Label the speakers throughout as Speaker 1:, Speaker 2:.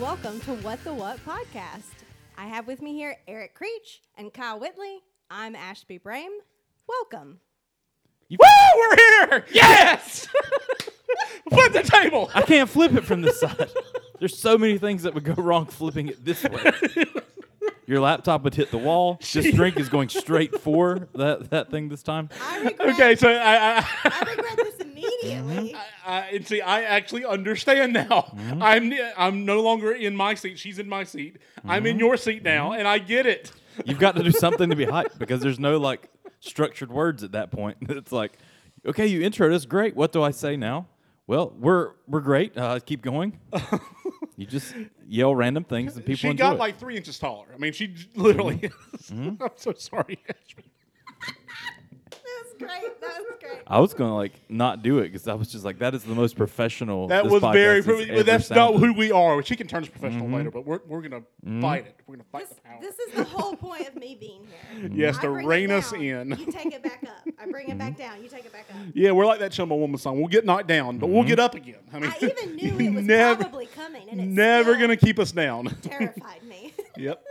Speaker 1: welcome to What the What podcast. I have with me here Eric Creech and Kyle Whitley. I'm Ashby Brame. Welcome.
Speaker 2: Woo! We're here! Yes! Flip the table!
Speaker 3: I can't flip it from this side. There's so many things that would go wrong flipping it this way. Your laptop would hit the wall. This drink is going straight for that, that thing this time.
Speaker 1: I regret,
Speaker 2: Okay, so I, I,
Speaker 1: I regret this immediately.
Speaker 2: I and see. I actually understand now.
Speaker 3: Mm-hmm.
Speaker 2: I'm I'm no longer in my seat. She's in my seat. I'm
Speaker 3: Mm-hmm.
Speaker 2: in your seat now, and I get it.
Speaker 3: You've got to do something to be hyped because there's no like structured words at that point. It's like, okay, you introed us, great. What do I say now? Well, we're we're great. Uh, keep going. you just yell random things and people
Speaker 2: she
Speaker 3: enjoy
Speaker 2: got
Speaker 3: it. Mm-hmm.
Speaker 2: like three inches taller. I mean, she j- literally. is. I'm so sorry. Ashby.
Speaker 1: That's great. That's great.
Speaker 3: I was gonna like not do it because I was just like that is the most professional.
Speaker 2: That
Speaker 3: this
Speaker 2: was
Speaker 3: podcast
Speaker 2: very.
Speaker 3: has
Speaker 2: Pro- but
Speaker 3: ever
Speaker 2: that's not
Speaker 3: sounded. Mm-hmm.
Speaker 2: who we are. She can turn us professional later, but we're, we're gonna fight it. We're gonna fight
Speaker 1: This,
Speaker 2: the power.
Speaker 1: this is the whole point of me being here.
Speaker 2: yes,
Speaker 1: I
Speaker 2: to
Speaker 1: bring it
Speaker 2: rein us
Speaker 1: down,
Speaker 2: in. Mm-hmm.
Speaker 1: You take it back up. I bring it back down. You take it back up.
Speaker 2: Yeah, we're like that Chumbawamba song. We'll get knocked down, but we'll
Speaker 3: Mm-hmm.
Speaker 2: get up again. I mean,
Speaker 1: I even knew it was
Speaker 2: never,
Speaker 1: probably coming, and it's
Speaker 2: never
Speaker 1: still
Speaker 2: gonna keep us down.
Speaker 1: terrified me.
Speaker 2: yep.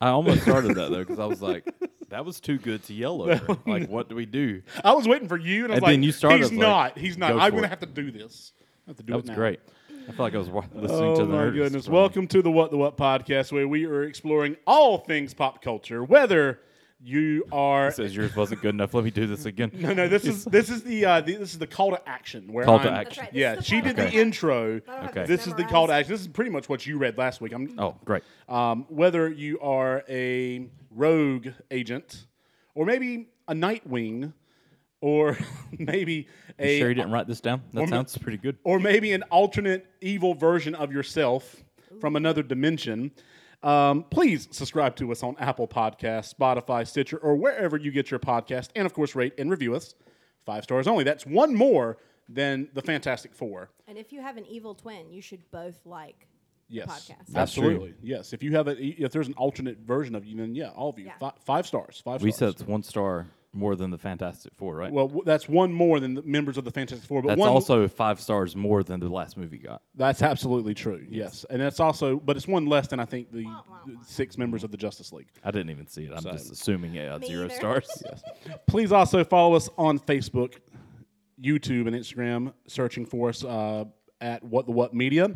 Speaker 3: I almost started that though because I was like, that was too good to yell over. Like, what do we do?
Speaker 2: I was waiting for you, and I was
Speaker 3: And
Speaker 2: like,
Speaker 3: then you started,
Speaker 2: "He's
Speaker 3: like,
Speaker 2: not. He's not.
Speaker 3: go
Speaker 2: I'm
Speaker 3: for
Speaker 2: gonna
Speaker 3: it."
Speaker 2: have to do this. I have to do
Speaker 3: That
Speaker 2: it
Speaker 3: was
Speaker 2: now.
Speaker 3: great. I feel like I was wa- listening to the
Speaker 2: Oh my
Speaker 3: Nerdist
Speaker 2: goodness!
Speaker 3: for-
Speaker 2: Welcome to the What the What podcast, where we are exploring all things pop culture, whether you are.
Speaker 3: Says yours wasn't good enough. Let me do this again.
Speaker 2: No, no. This is this is the, uh, the this is the call to action. Where
Speaker 3: Call to
Speaker 2: I'm-
Speaker 3: action. That's
Speaker 1: right, this
Speaker 2: Yeah,
Speaker 1: is the
Speaker 2: she
Speaker 1: call to
Speaker 2: did the
Speaker 1: action.
Speaker 2: intro.
Speaker 1: I don't have
Speaker 3: Okay.
Speaker 2: This is the
Speaker 1: memorized.
Speaker 2: call to action. This is pretty much what you read last week. I'm
Speaker 3: Oh, great.
Speaker 2: um, whether you are a rogue agent or maybe a Nightwing or maybe
Speaker 3: You
Speaker 2: a
Speaker 3: sure you didn't write this down? That
Speaker 2: Or ma-
Speaker 3: sounds pretty good.
Speaker 2: or maybe an alternate evil version of yourself from another dimension. Um, please subscribe to us on Apple Podcasts, Spotify, Stitcher, or wherever you get your podcast, and of course, rate and review us five stars only. That's one more than the Fantastic Four.
Speaker 1: And if you have an evil twin, you should both like
Speaker 2: Yes,
Speaker 1: the podcast.
Speaker 3: That's true.
Speaker 2: absolutely. Yes, if you have a, if there's an alternate version of you, then yeah, all of you,
Speaker 1: Yeah.
Speaker 2: Fi- five stars, five.
Speaker 3: We said
Speaker 2: stars.
Speaker 3: it's one star more than the Fantastic Four, right?
Speaker 2: Well, w- that's one more than the members of the Fantastic Four, but
Speaker 3: That's
Speaker 2: one
Speaker 3: also five stars more than the last movie got.
Speaker 2: that's absolutely true. Yes, and that's also, but it's one less than I think the,
Speaker 1: wah,
Speaker 2: the six members of the Justice League.
Speaker 3: I didn't even see it. I'm just assuming it got
Speaker 1: Me
Speaker 3: zero
Speaker 1: either.
Speaker 3: stars.
Speaker 2: Please also follow us on Facebook, YouTube, and Instagram, searching for us uh, at What the What Media.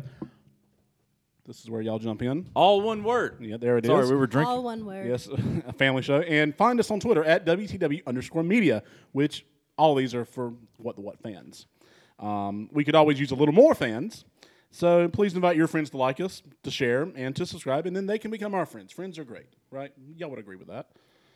Speaker 2: This is where y'all jump in.
Speaker 3: All one word.
Speaker 2: Yeah, there it is.
Speaker 3: Sorry, we were drinking.
Speaker 1: All one word.
Speaker 2: Yes, a family show. And find us on Twitter at WTW underscore media, which all these are for What the What fans. Um, we could always use a little more fans. So please invite your friends to like us, to share, and to subscribe, and then they can become our friends. Friends are great, right? Y'all would agree with that.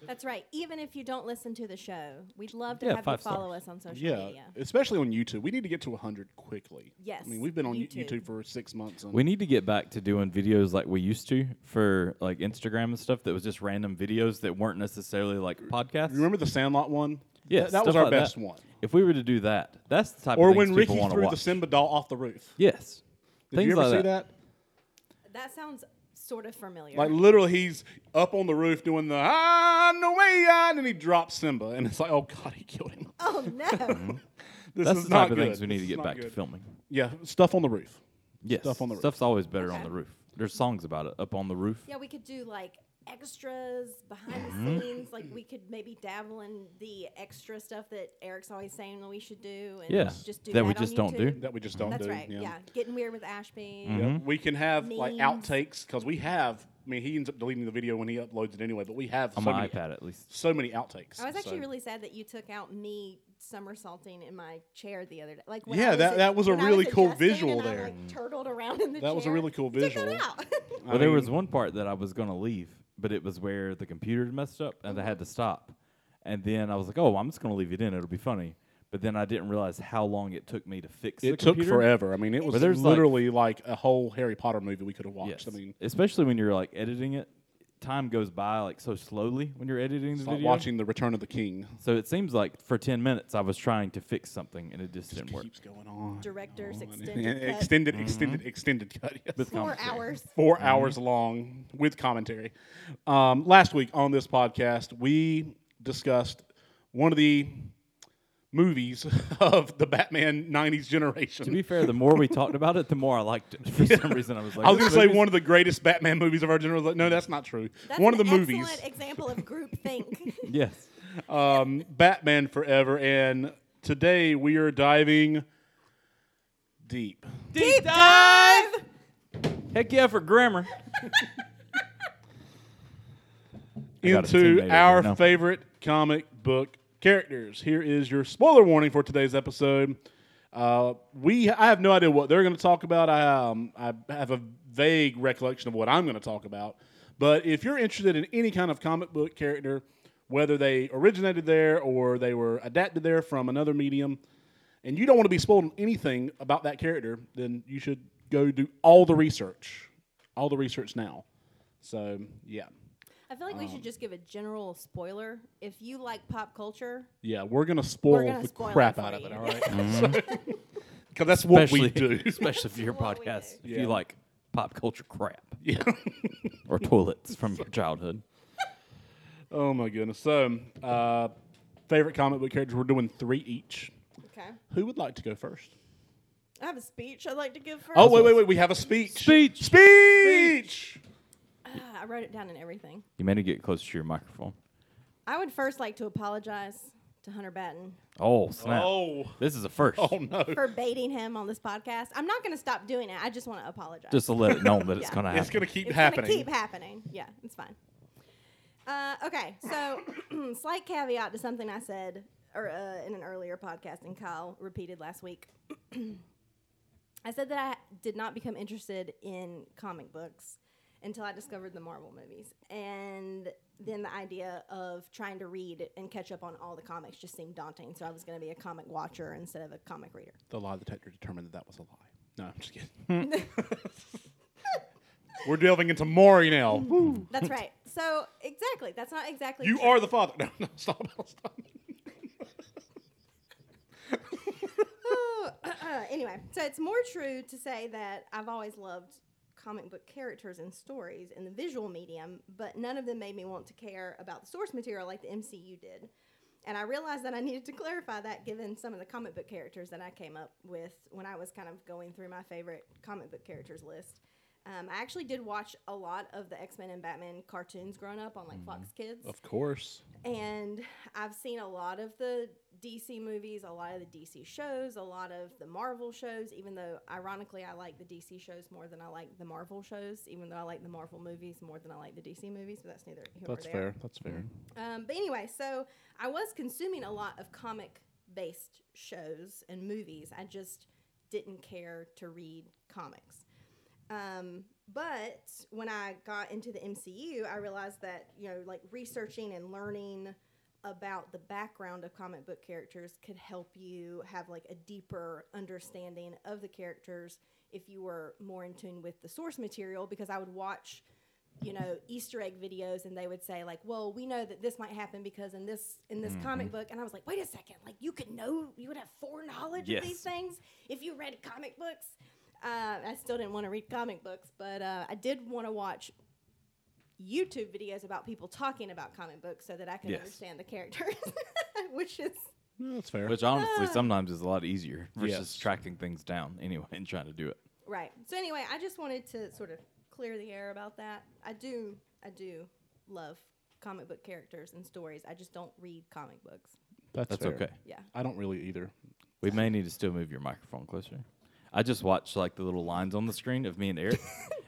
Speaker 1: That's right. Even if you don't listen to the show, we'd love to
Speaker 3: Yeah,
Speaker 1: have you
Speaker 3: five
Speaker 1: follow
Speaker 3: stars.
Speaker 1: us on social
Speaker 2: Yeah,
Speaker 1: media.
Speaker 2: especially on YouTube. We need to get to 100 quickly.
Speaker 1: Yes,
Speaker 2: I mean, we've been on YouTube,
Speaker 1: YouTube.
Speaker 2: YouTube for six months. And
Speaker 3: We need to get back to doing videos like we used to for like Instagram and stuff that was just random videos that weren't necessarily like podcasts.
Speaker 2: you remember the Sandlot one?
Speaker 3: Yeah,
Speaker 2: That- that was
Speaker 3: stuff
Speaker 2: our
Speaker 3: like
Speaker 2: best one.
Speaker 3: If we were to do that, that's the type
Speaker 2: Or
Speaker 3: of things
Speaker 2: when
Speaker 3: people
Speaker 2: Ricky
Speaker 3: wanna
Speaker 2: threw
Speaker 3: watch.
Speaker 2: the Simba doll off the roof.
Speaker 3: Yes.
Speaker 2: Did
Speaker 3: things
Speaker 2: you ever
Speaker 3: like
Speaker 2: see that?
Speaker 1: That sounds sort of familiar.
Speaker 2: Like literally, he's up on the roof doing the on the way on, and he drops Simba, and it's like, oh god, he killed him.
Speaker 1: oh
Speaker 2: Mm-hmm.
Speaker 1: no.
Speaker 2: This
Speaker 3: That's
Speaker 2: is
Speaker 3: the
Speaker 2: not
Speaker 3: type of
Speaker 2: good.
Speaker 3: things we need
Speaker 2: This
Speaker 3: to
Speaker 2: is
Speaker 3: get
Speaker 2: not
Speaker 3: back to
Speaker 2: good.
Speaker 3: filming.
Speaker 2: Yeah, stuff on the roof.
Speaker 3: Yes.
Speaker 2: Stuff on the roof.
Speaker 3: Stuff's always better on
Speaker 1: Okay.
Speaker 3: the roof. There's songs about it up on the roof.
Speaker 1: yeah, we could do like extras behind
Speaker 2: Mm-hmm.
Speaker 1: the scenes. Like we could maybe dabble in the extra stuff that Eric's always saying that we should do, and
Speaker 3: Yeah,
Speaker 1: just do
Speaker 3: that we
Speaker 1: on
Speaker 3: just don't do. Mm-hmm.
Speaker 1: YouTube.
Speaker 2: That we just don't
Speaker 1: That's
Speaker 2: do.
Speaker 1: right. Yeah. getting weird with Ashby.
Speaker 2: Yeah, we can have like
Speaker 1: Memes.
Speaker 2: outtakes because we have. I mean, he ends up deleting the video when he uploads it anyway, but we have
Speaker 3: On
Speaker 2: so
Speaker 3: my
Speaker 2: many,
Speaker 3: iPad at least.
Speaker 2: so many outtakes.
Speaker 1: I was actually
Speaker 2: so-
Speaker 1: really sad that you took out me somersaulting in my chair the other day. Like when
Speaker 2: Yeah,
Speaker 1: I was
Speaker 2: that-
Speaker 1: ad-
Speaker 2: that was a
Speaker 1: when I
Speaker 2: really cool
Speaker 1: adjusting
Speaker 2: visual
Speaker 1: and I,
Speaker 2: there.
Speaker 1: like, turtled around in the
Speaker 2: That was a
Speaker 1: chair.
Speaker 2: really cool
Speaker 1: Took
Speaker 2: visual.
Speaker 1: that out.
Speaker 2: I
Speaker 3: Well, there
Speaker 2: mean,
Speaker 3: was one part that I was going to leave, but it was where the computer had messed up and I had to stop. And then I was like, oh, I'm just going to leave it in. It'll be funny. But then I didn't realize how long it took me to fix the
Speaker 2: It took
Speaker 3: computer.
Speaker 2: forever. I mean, it was
Speaker 3: there's, like-
Speaker 2: literally like, a whole Harry Potter movie we could have watched.
Speaker 3: Yes.
Speaker 2: I mean,
Speaker 3: Especially when you're like editing it, time goes by like so slowly when you're editing
Speaker 2: it's
Speaker 3: the
Speaker 2: like
Speaker 3: video.
Speaker 2: watching The Return of the King.
Speaker 3: So it seems like for 10 minutes I was trying to fix something and it just didn't work.
Speaker 2: Keeps going on.
Speaker 1: Director's
Speaker 2: on and-
Speaker 1: extended cut.
Speaker 2: Oh, extended, extended, extended cut. Yes. Mm-hmm.
Speaker 1: Four
Speaker 3: commentary.
Speaker 1: hours.
Speaker 2: 4 hours long with commentary. Um, last week on this podcast, we discussed one of the movies of the Batman 90s generation.
Speaker 3: To be fair, the more we talked about it, the more I liked it. For some reason, I was like,
Speaker 2: I was going
Speaker 3: "This
Speaker 2: to say
Speaker 3: movie's
Speaker 2: one of the greatest Batman movies of our generation. Like, No, that's not true.
Speaker 1: That's
Speaker 2: one of
Speaker 1: an
Speaker 2: the movies,
Speaker 1: Excellent example of groupthink.
Speaker 3: Yes.
Speaker 2: um, Batman Forever, and today we are diving deep.
Speaker 1: Deep dive.
Speaker 3: Heck yeah for grammar. I got a teammate
Speaker 2: into
Speaker 3: over
Speaker 2: our
Speaker 3: here now.
Speaker 2: favorite comic book characters. Here is your spoiler warning for today's episode. Uh, we I have no idea what they're going to talk about. I um, I have a vague recollection of what I'm going to talk about. But if you're interested in any kind of comic book character, whether they originated there or they were adapted there from another medium, and you don't want to be spoiled on anything about that character, then you should go do all the research, all the research now. So yeah.
Speaker 1: I feel like we
Speaker 2: Oh.
Speaker 1: should just give a general spoiler. If you like pop culture,
Speaker 2: Yeah, we're gonna spoil
Speaker 1: gonna
Speaker 2: the
Speaker 1: spoil it
Speaker 2: crap
Speaker 1: for
Speaker 2: out of it.
Speaker 1: you.
Speaker 2: All right, because that's what we do.
Speaker 3: especially for your
Speaker 1: what we do.
Speaker 3: podcast. If
Speaker 2: Yeah.
Speaker 3: you like pop culture crap
Speaker 2: yeah.
Speaker 3: or toilets from your childhood.
Speaker 2: Oh my goodness. So, uh, favorite comic book characters. We're doing three each.
Speaker 1: okay.
Speaker 2: Who would like to go first?
Speaker 1: I have a speech I'd like to give first.
Speaker 2: Oh wait, wait, wait. We have a speech.
Speaker 3: Speech.
Speaker 2: Speech.
Speaker 1: Ah, I wrote it down and everything.
Speaker 3: You may need to get closer to your microphone.
Speaker 1: I would first like to apologize to Hunter Batten
Speaker 3: Oh, snap.
Speaker 2: Oh.
Speaker 3: This is a first.
Speaker 2: Oh no.
Speaker 1: for baiting him on this podcast. I'm not going to stop doing it. I just want to apologize.
Speaker 3: Just to let it known that it's
Speaker 1: Yeah.
Speaker 3: going to happen.
Speaker 2: It's gonna keep
Speaker 1: it's
Speaker 2: happening.
Speaker 1: Gonna keep happening. Yeah, it's fine. Uh, okay, so slight caveat to something I said or, uh, in an earlier podcast, and Kyle repeated last week. I said that I did not become interested in comic books until I discovered the Marvel movies, and then the idea of trying to read and catch up on all the comics just seemed daunting. So I was going to be a comic watcher instead of a comic reader.
Speaker 2: the lie detector determined that that was a lie. Hmm. No, I'm just kidding. we're delving into Maury now. Woo.
Speaker 1: That's right. So exactly, that's not exactly.
Speaker 2: you
Speaker 1: true.
Speaker 2: are the father. No, no, stop, stop.
Speaker 1: Oh, anyway, so it's more true to say that I've always loved comic book characters and stories in the visual medium, but none of them made me want to care about the source material like the MCU did. And I realized that I needed to clarify that given some of the comic book characters that I came up with when I was kind of going through my favorite comic book characters list. Um, I actually did watch a lot of the X Men and Batman cartoons growing up on like Fox Kids
Speaker 2: Of course.
Speaker 1: and I've seen a lot of the DC movies, a lot of the DC shows, a lot of the Marvel shows, even though ironically I like the DC shows more than I like the Marvel shows, even though I like the Marvel movies more than I like the DC movies, but that's neither here
Speaker 2: That's
Speaker 1: nor there.
Speaker 2: fair. That's fair.
Speaker 1: Um, but anyway, so I was consuming a lot of comic based shows and movies. I just didn't care to read comics. Um, but when I got into the MCU, I realized that, you know, like researching and learning about the background of comic book characters could help you have like a deeper understanding of the characters if you were more in tune with the source material because I would watch you know easter egg videos and they would say like well we know that this might happen because in this in this comic
Speaker 3: Mm-hmm.
Speaker 1: book and i was like wait a second like you could know you would have foreknowledge of
Speaker 3: Yes.
Speaker 1: these things if you read comic books uh, i still didn't want to read comic books but uh, i did want to watch youtube videos about people talking about comic books so that i could
Speaker 3: Yes.
Speaker 1: understand the characters which is
Speaker 2: No, that's fair.
Speaker 3: Which honestly,
Speaker 1: Ah.
Speaker 3: sometimes is a lot easier versus
Speaker 2: Yes.
Speaker 3: tracking things down anyway and trying to do it.
Speaker 1: Right. So anyway, I just wanted to sort of clear the air about that. I do, I do love comic book characters and stories. I just don't read comic books.
Speaker 3: That's
Speaker 2: fair.
Speaker 3: okay.
Speaker 1: Yeah.
Speaker 2: I don't really either.
Speaker 3: We may need to still move your microphone closer. I just watched like the little lines on the screen of me and Eric,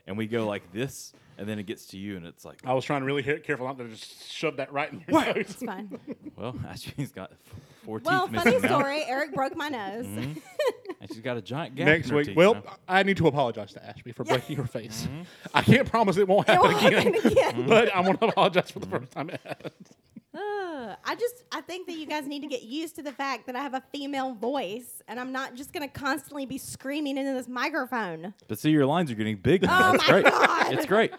Speaker 3: and we go like this, and then it gets to you, and it's like,
Speaker 2: I was trying to really hear, careful not to just shove that right in your nose.
Speaker 1: It's fine.
Speaker 3: "Oh, well, Ashley's got f- four
Speaker 1: well,
Speaker 3: teeth
Speaker 1: funny
Speaker 3: missing now,
Speaker 1: story. Eric broke my nose.
Speaker 3: Mm-hmm. and she's got a giant gap.
Speaker 2: Next
Speaker 3: in her
Speaker 2: week.
Speaker 3: teeth Mm-hmm.
Speaker 2: Well,
Speaker 3: now.
Speaker 2: I need to apologize to Ashby for
Speaker 1: Yeah.
Speaker 2: breaking your face. I can't promise it won't happen
Speaker 1: won't happen
Speaker 2: again,
Speaker 3: Mm-hmm.
Speaker 1: again.
Speaker 2: but I want to apologize for the first time it happened.
Speaker 1: Ugh. I just, I think that you guys need to get used to the fact that I have a female voice and I'm not just going to constantly be screaming into this microphone.
Speaker 3: but see, your lines are getting big.
Speaker 1: Oh
Speaker 3: Now. That's
Speaker 1: my
Speaker 3: great.
Speaker 1: God.
Speaker 3: It's great.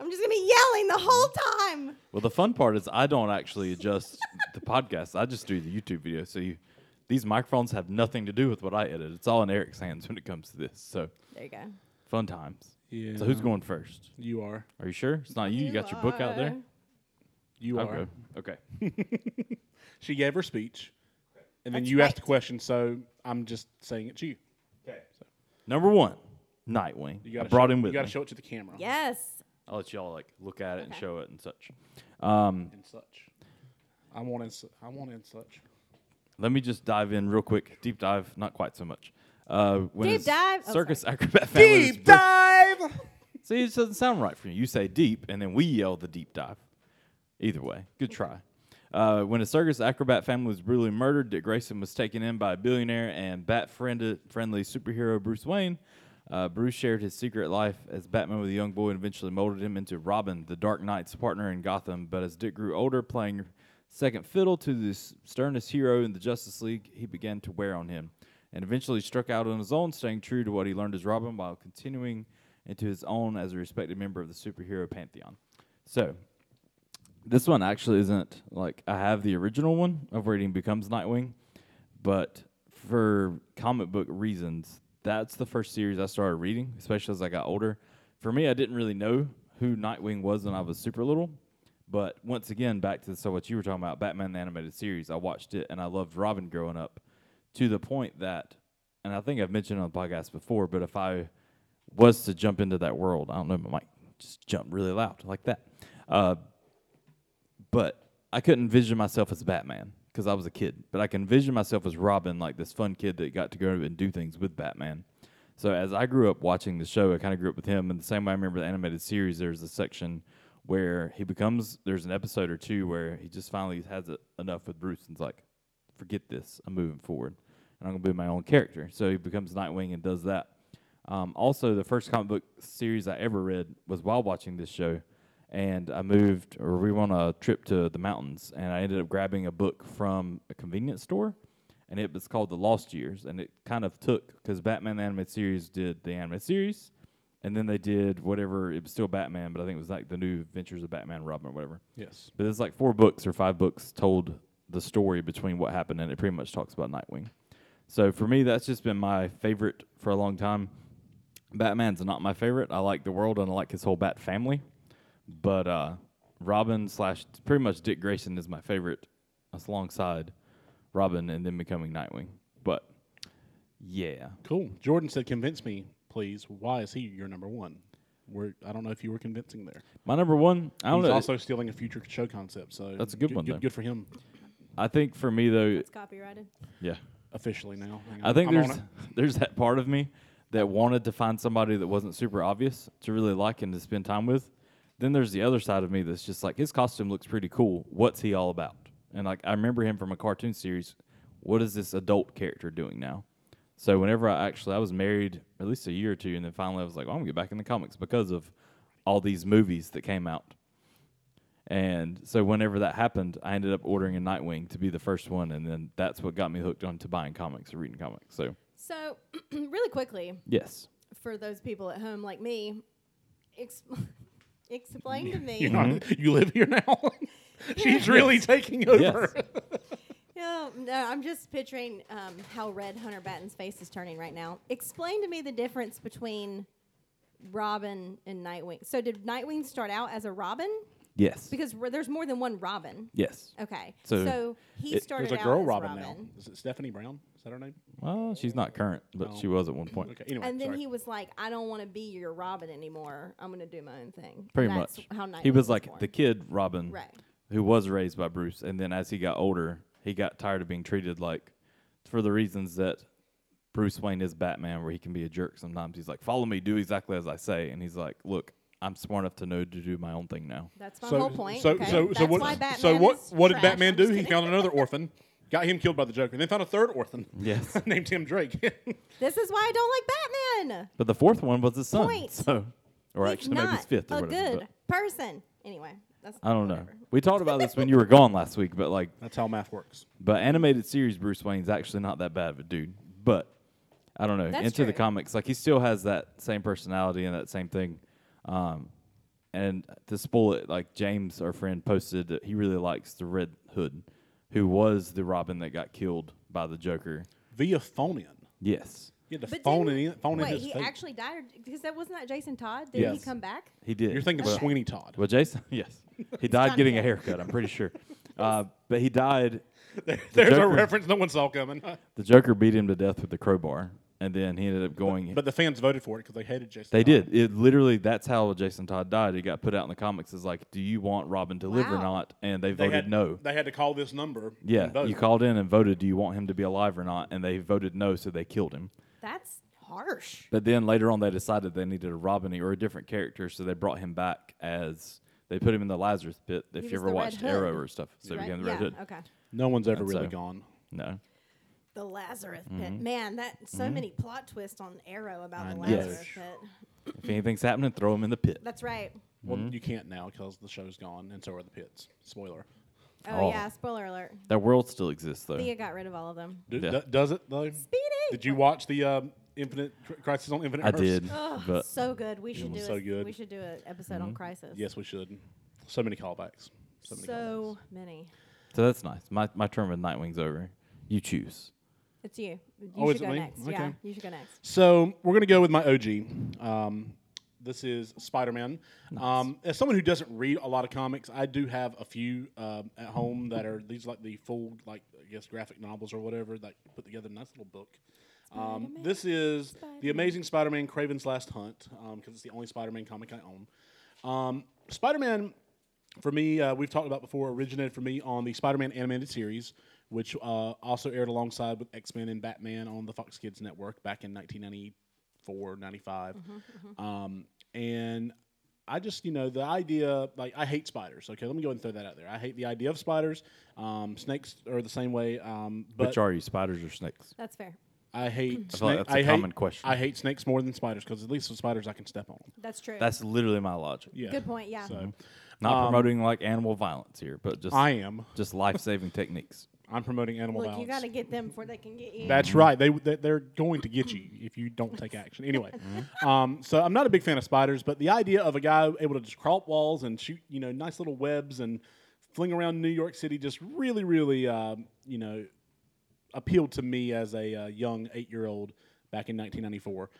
Speaker 1: I'm just going to be yelling the whole time.
Speaker 3: Well, the fun part is I don't actually adjust the podcast. I just do the YouTube video. So you, these microphones have nothing to do with what I edit. It's all in Eric's hands when it comes to this. So
Speaker 1: There you go.
Speaker 3: fun times.
Speaker 2: Yeah.
Speaker 3: So who's going first?
Speaker 2: You are.
Speaker 3: Are you sure it's not you? You, got your book out there.
Speaker 1: are.
Speaker 2: You
Speaker 3: I'll
Speaker 2: are.
Speaker 3: go. Okay.
Speaker 2: She gave her speech, And then
Speaker 1: That's
Speaker 2: you asked the
Speaker 1: right.
Speaker 2: question, so I'm just saying it to you.
Speaker 3: Okay. Number one, Nightwing.
Speaker 2: You
Speaker 3: I
Speaker 2: gotta
Speaker 3: brought
Speaker 2: show,
Speaker 3: him with
Speaker 2: You gotta
Speaker 3: me.
Speaker 2: show it to the camera
Speaker 1: Yes.
Speaker 3: I'll let y'all like look at it and show it and such.
Speaker 2: and such. I want and su- I want and such.
Speaker 3: Let me just dive in real quick. Deep dive, not quite so much. Uh, when
Speaker 1: Deep
Speaker 3: it's
Speaker 1: dive- oh,
Speaker 3: circus acrobat family is birth-
Speaker 2: dive.
Speaker 3: See, it doesn't sound right for you. You say deep, and then we yell the deep dive. Either way, good try. Uh, when a circus acrobat family was brutally murdered, Dick Grayson was taken in by a billionaire and bat friend- friendly superhero Bruce Wayne. Uh, Bruce shared his secret life as Batman with a young boy and eventually molded him into Robin, the Dark Knight's partner in Gotham. But as Dick grew older, playing second fiddle to the s- sternest hero in the Justice League, he began to wear on him and eventually struck out on his own, staying true to what he learned as Robin while continuing into his own as a respected member of the superhero pantheon. So, this one actually isn't like I have the original one of where he becomes Nightwing, but for comic book reasons, that's the first series I started reading, especially as I got older. For me, I didn't really know who Nightwing was when I was super little, but once again, back to so what you were talking about, Batman the animated series. I watched it and I loved Robin growing up to the point that, and I think I've mentioned on the podcast before, but if I was to jump into that world, I don't know, my mic just jump really loud like that. Uh, but I couldn't envision myself as Batman because I was a kid. But I can envision myself as Robin, like this fun kid that got to go and do things with Batman. So as I grew up watching the show, I kind of grew up with him. And the same way I remember the animated series, there's a section where he becomes. There's an episode or two where he just finally has it enough with Bruce and's like, "Forget this. I'm moving forward, and I'm gonna be my own character." So he becomes Nightwing and does that. Um, also, the first comic book series I ever read was while watching this show, and I moved, or we went on a trip to the mountains, and I ended up grabbing a book from a convenience store, and it was called The Lost Years, and it kind of took because Batman the animated series did the animated series, and then they did whatever it was still Batman, but I think it was like the New Adventures of Batman and Robin or whatever.
Speaker 2: Yes.
Speaker 3: But it's like four books or five books told the story between what happened, and it pretty much talks about Nightwing. So for me, that's just been my favorite for a long time. Batman's not my favorite. I like the world and I like his whole Bat family, but uh, Robin slash pretty much Dick Grayson is my favorite, that's alongside Robin and then becoming Nightwing. But yeah,
Speaker 2: Cool. Jordan said, "Convince me, please. Why is he your number one?" We're, I don't know if you were convincing there.
Speaker 3: my number one. I don't
Speaker 2: He's
Speaker 3: know.
Speaker 2: also stealing a future show concept, so
Speaker 3: That's a good one, though.
Speaker 2: Good, good for him.
Speaker 3: I think for me though,
Speaker 1: It's copyrighted.
Speaker 3: yeah.
Speaker 2: Officially now. Hang
Speaker 3: I
Speaker 2: on.
Speaker 3: think
Speaker 2: I'm
Speaker 3: there's
Speaker 2: on it.
Speaker 3: there's that part of me that wanted to find somebody that wasn't super obvious to really like and to spend time with. Then there's the other side of me that's just like his costume looks pretty cool. What's he all about? And like I remember him from a cartoon series. What is this adult character doing now? So whenever I actually I was married at least a year or two, and then finally I was like, well, I'm gonna get back in the comics because of all these movies that came out. And so whenever that happened, I ended up ordering a Nightwing to be the first one, and then that's what got me hooked on to buying comics or reading comics. So
Speaker 1: So, really quickly,
Speaker 3: yes,
Speaker 1: for those people at home like me, ex- explain to me.
Speaker 2: You're not-
Speaker 3: Mm-hmm.
Speaker 2: You live here now. She's really taking over.
Speaker 1: No, no, I'm just picturing um, how red Hunter Batten's face is turning right now. Explain to me the difference between Robin and Nightwing. So, did Nightwing start out as a Robin?
Speaker 3: yes,
Speaker 1: Because r- there's more than one Robin.
Speaker 3: yes.
Speaker 1: Okay.
Speaker 3: So,
Speaker 1: So, he
Speaker 3: it-
Speaker 1: started
Speaker 2: There's a
Speaker 1: out
Speaker 2: girl
Speaker 1: as
Speaker 2: Robin,
Speaker 1: Robin.
Speaker 2: now. Is it Stephanie Brown? Is that her name?
Speaker 3: Well, she's not current, but she was at one point.
Speaker 2: Okay. Anyway,
Speaker 1: And then
Speaker 2: sorry.
Speaker 1: he was like, "I don't want to be your Robin anymore. I'm going to do my own thing."
Speaker 3: Pretty
Speaker 1: and
Speaker 3: much,
Speaker 1: That's how Nightwing
Speaker 3: he was like
Speaker 1: born.
Speaker 3: the kid Robin,
Speaker 1: Right.
Speaker 3: who was raised by Bruce, and then as he got older, he got tired of being treated like, for the reasons that Bruce Wayne is Batman, where he can be a jerk sometimes. He's like, "Follow me, do exactly as I say," and he's like, "Look, I'm smart enough to know to do my own thing now."
Speaker 1: That's my
Speaker 2: so,
Speaker 1: whole point.
Speaker 2: So,
Speaker 1: okay?
Speaker 2: so,
Speaker 1: That's
Speaker 2: so what?
Speaker 1: why Batman
Speaker 2: so what?
Speaker 1: is
Speaker 2: What did
Speaker 1: trash.
Speaker 2: Batman
Speaker 1: I'm
Speaker 2: do?
Speaker 1: just
Speaker 2: He
Speaker 1: kidding.
Speaker 2: found another orphan, got him killed by the Joker, and then found a third orphan.
Speaker 3: Yes.
Speaker 2: named Tim Drake.
Speaker 1: This is why I don't like Batman.
Speaker 3: But the fourth one was his son.
Speaker 1: Point.
Speaker 3: So, or
Speaker 1: He's
Speaker 3: actually maybe his
Speaker 1: not
Speaker 3: fifth. Or
Speaker 1: a
Speaker 3: whatever,
Speaker 1: good
Speaker 3: but
Speaker 1: person. Anyway, that's
Speaker 3: I don't know.
Speaker 1: whatever.
Speaker 3: We talked about this when you were gone last week, but like,
Speaker 2: That's how math works.
Speaker 3: but animated series Bruce Wayne's actually not that bad of a dude. But I don't know.
Speaker 1: That's
Speaker 3: into the
Speaker 1: true.
Speaker 3: comics, like he still has that same personality and that same thing. Um, and to spoil it, like James, our friend, posted that he really likes the Red Hood, who was the Robin that got killed by the Joker.
Speaker 2: Via phone in.
Speaker 3: Yes,
Speaker 2: You had to
Speaker 1: But
Speaker 2: phone
Speaker 1: didn't-
Speaker 2: in, phone
Speaker 1: wait,
Speaker 2: in his
Speaker 1: he
Speaker 2: fate.
Speaker 1: actually died because that wasn't that Jason Todd. Did not he
Speaker 2: Yes.
Speaker 1: come back?
Speaker 3: he did.
Speaker 2: You're thinking
Speaker 1: Okay.
Speaker 2: Sweeney Todd.
Speaker 3: Well, Jason, yes, he died
Speaker 1: Johnny
Speaker 3: getting a
Speaker 1: Depp.
Speaker 3: haircut. I'm pretty sure, uh, but he died
Speaker 2: There- there's a
Speaker 3: Joker.
Speaker 2: reference no one saw coming.
Speaker 3: The Joker beat him to death with the crowbar, and then he ended up going.
Speaker 2: But the fans voted for it because they hated Jason.
Speaker 3: they
Speaker 2: Todd.
Speaker 3: did. It literally. That's how Jason Todd died. It got put out in the comics. Is like, do you want Robin to live or
Speaker 1: Wow.
Speaker 3: not? And they,
Speaker 2: They
Speaker 3: voted
Speaker 2: had
Speaker 3: no.
Speaker 2: They had to call this number. and
Speaker 3: Yeah,
Speaker 2: vote.
Speaker 3: you called in and voted. Do you want him to be alive or not? And they voted no, so they killed him.
Speaker 1: That's harsh.
Speaker 3: But then later on, they decided they needed a Robin or a different character, so they brought him back as they put him in the Lazarus pit. If
Speaker 1: He was
Speaker 3: you ever
Speaker 1: the Red
Speaker 3: watched
Speaker 1: Hood,
Speaker 3: Arrow or stuff, so he
Speaker 1: Right?
Speaker 3: became the
Speaker 1: yeah.
Speaker 3: Red Hood.
Speaker 1: Okay.
Speaker 2: No one's ever
Speaker 3: And
Speaker 2: really
Speaker 3: so-
Speaker 2: gone.
Speaker 3: No,
Speaker 1: The Lazarus Pit.
Speaker 3: Mm-hmm.
Speaker 1: Man, that so many plot twists on Arrow about
Speaker 2: I
Speaker 1: the
Speaker 2: know.
Speaker 1: Lazarus
Speaker 2: Yes.
Speaker 1: Pit.
Speaker 3: if anything's happening, throw him in the pit.
Speaker 1: That's right.
Speaker 2: Well, you can't now because the show's gone, and so are the pits. Spoiler.
Speaker 1: Oh,
Speaker 3: Oh.
Speaker 1: yeah, spoiler alert.
Speaker 3: That world still exists though.
Speaker 1: Thea got rid of all of them.
Speaker 2: Do,
Speaker 3: Yeah.
Speaker 2: do- does it though?
Speaker 1: Speedy!
Speaker 2: Did you watch the um, Infinite Cr- Crisis on Infinite?
Speaker 3: I
Speaker 2: Earths?
Speaker 3: did,
Speaker 1: Oh,
Speaker 3: but Mm-hmm.
Speaker 1: so good. We should do
Speaker 2: was
Speaker 1: a,
Speaker 2: so good.
Speaker 1: we should do an episode on Crisis.
Speaker 2: Yes, we should. So many callbacks. So many
Speaker 1: So many.
Speaker 3: so that's nice. My my term with Nightwing's over. You choose.
Speaker 1: It's you. You
Speaker 2: Oh, is
Speaker 1: should
Speaker 2: it
Speaker 1: go
Speaker 2: me?
Speaker 1: next. Yeah,
Speaker 2: Okay.
Speaker 1: you should go next.
Speaker 2: So we're gonna go with my OG. Um, this is Spider Man. Um, as someone who doesn't read a lot of comics, I do have a few um, at home that are these like the full like I guess graphic novels or whatever that put together in a nice little book. Um, this is the Amazing Spider Man: Craven's Last Hunt because it's the only Spider Man comic I own. Um, Spider Man for me, uh, we've talked about before, originated for me on the Spider-Man animated series, which uh, also aired alongside with X-Men and Batman on the Fox Kids network back in 1994, 95. Um, and I just, you know, the idea, like, I hate spiders. Okay, let me go ahead and throw that out there. I hate the idea of spiders. Um, snakes are the same way, um, but
Speaker 3: Which are you, spiders or snakes?
Speaker 1: That's fair.
Speaker 2: I hate
Speaker 3: Hmm. feel like
Speaker 2: snakes.
Speaker 3: that's a
Speaker 2: I hate,
Speaker 3: common question.
Speaker 2: I hate snakes more than spiders because at least with spiders I can step on them.
Speaker 1: That's true.
Speaker 3: That's literally my logic.
Speaker 2: Yeah.
Speaker 1: Good point. Yeah.
Speaker 2: So
Speaker 3: Not promoting like animal violence here, but just
Speaker 2: I am.
Speaker 3: just life saving techniques.
Speaker 2: I'm promoting animal
Speaker 1: Look,
Speaker 2: violence.
Speaker 1: you got to get them before they can get you.
Speaker 3: Mm-hmm.
Speaker 2: That's right. They, they they're going to get you if you don't take action. Anyway,
Speaker 3: Mm-hmm.
Speaker 2: um, so I'm not a big fan of spiders, but the idea of a guy able to just crawl up walls and shoot you know nice little webs and fling around New York City just really really um, you know appealed to me as a uh, young eight year old back in 1994.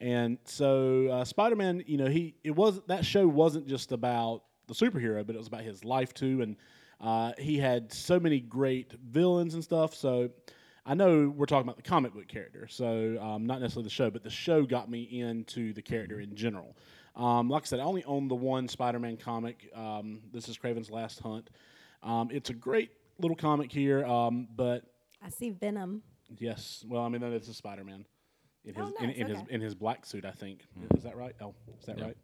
Speaker 2: And so uh, Spider Man, you know, he it was that show wasn't just about the superhero, but it was about his life too. And uh, he had so many great villains and stuff. So I know we're talking about the comic book character, so um, not necessarily the show, but the show got me into the character in general. Um, like I said, I only own the one Spider Man comic. Um, this is Craven's Last Hunt. Um, it's a great little comic here, um, but
Speaker 1: I see Venom.
Speaker 2: Yes. Well, I mean, that is a Spider Man in
Speaker 1: Oh,
Speaker 2: his in,
Speaker 1: nice,
Speaker 2: in his
Speaker 1: okay.
Speaker 2: in his black suit. I think
Speaker 3: Hmm.
Speaker 2: is that right? Oh, is that right?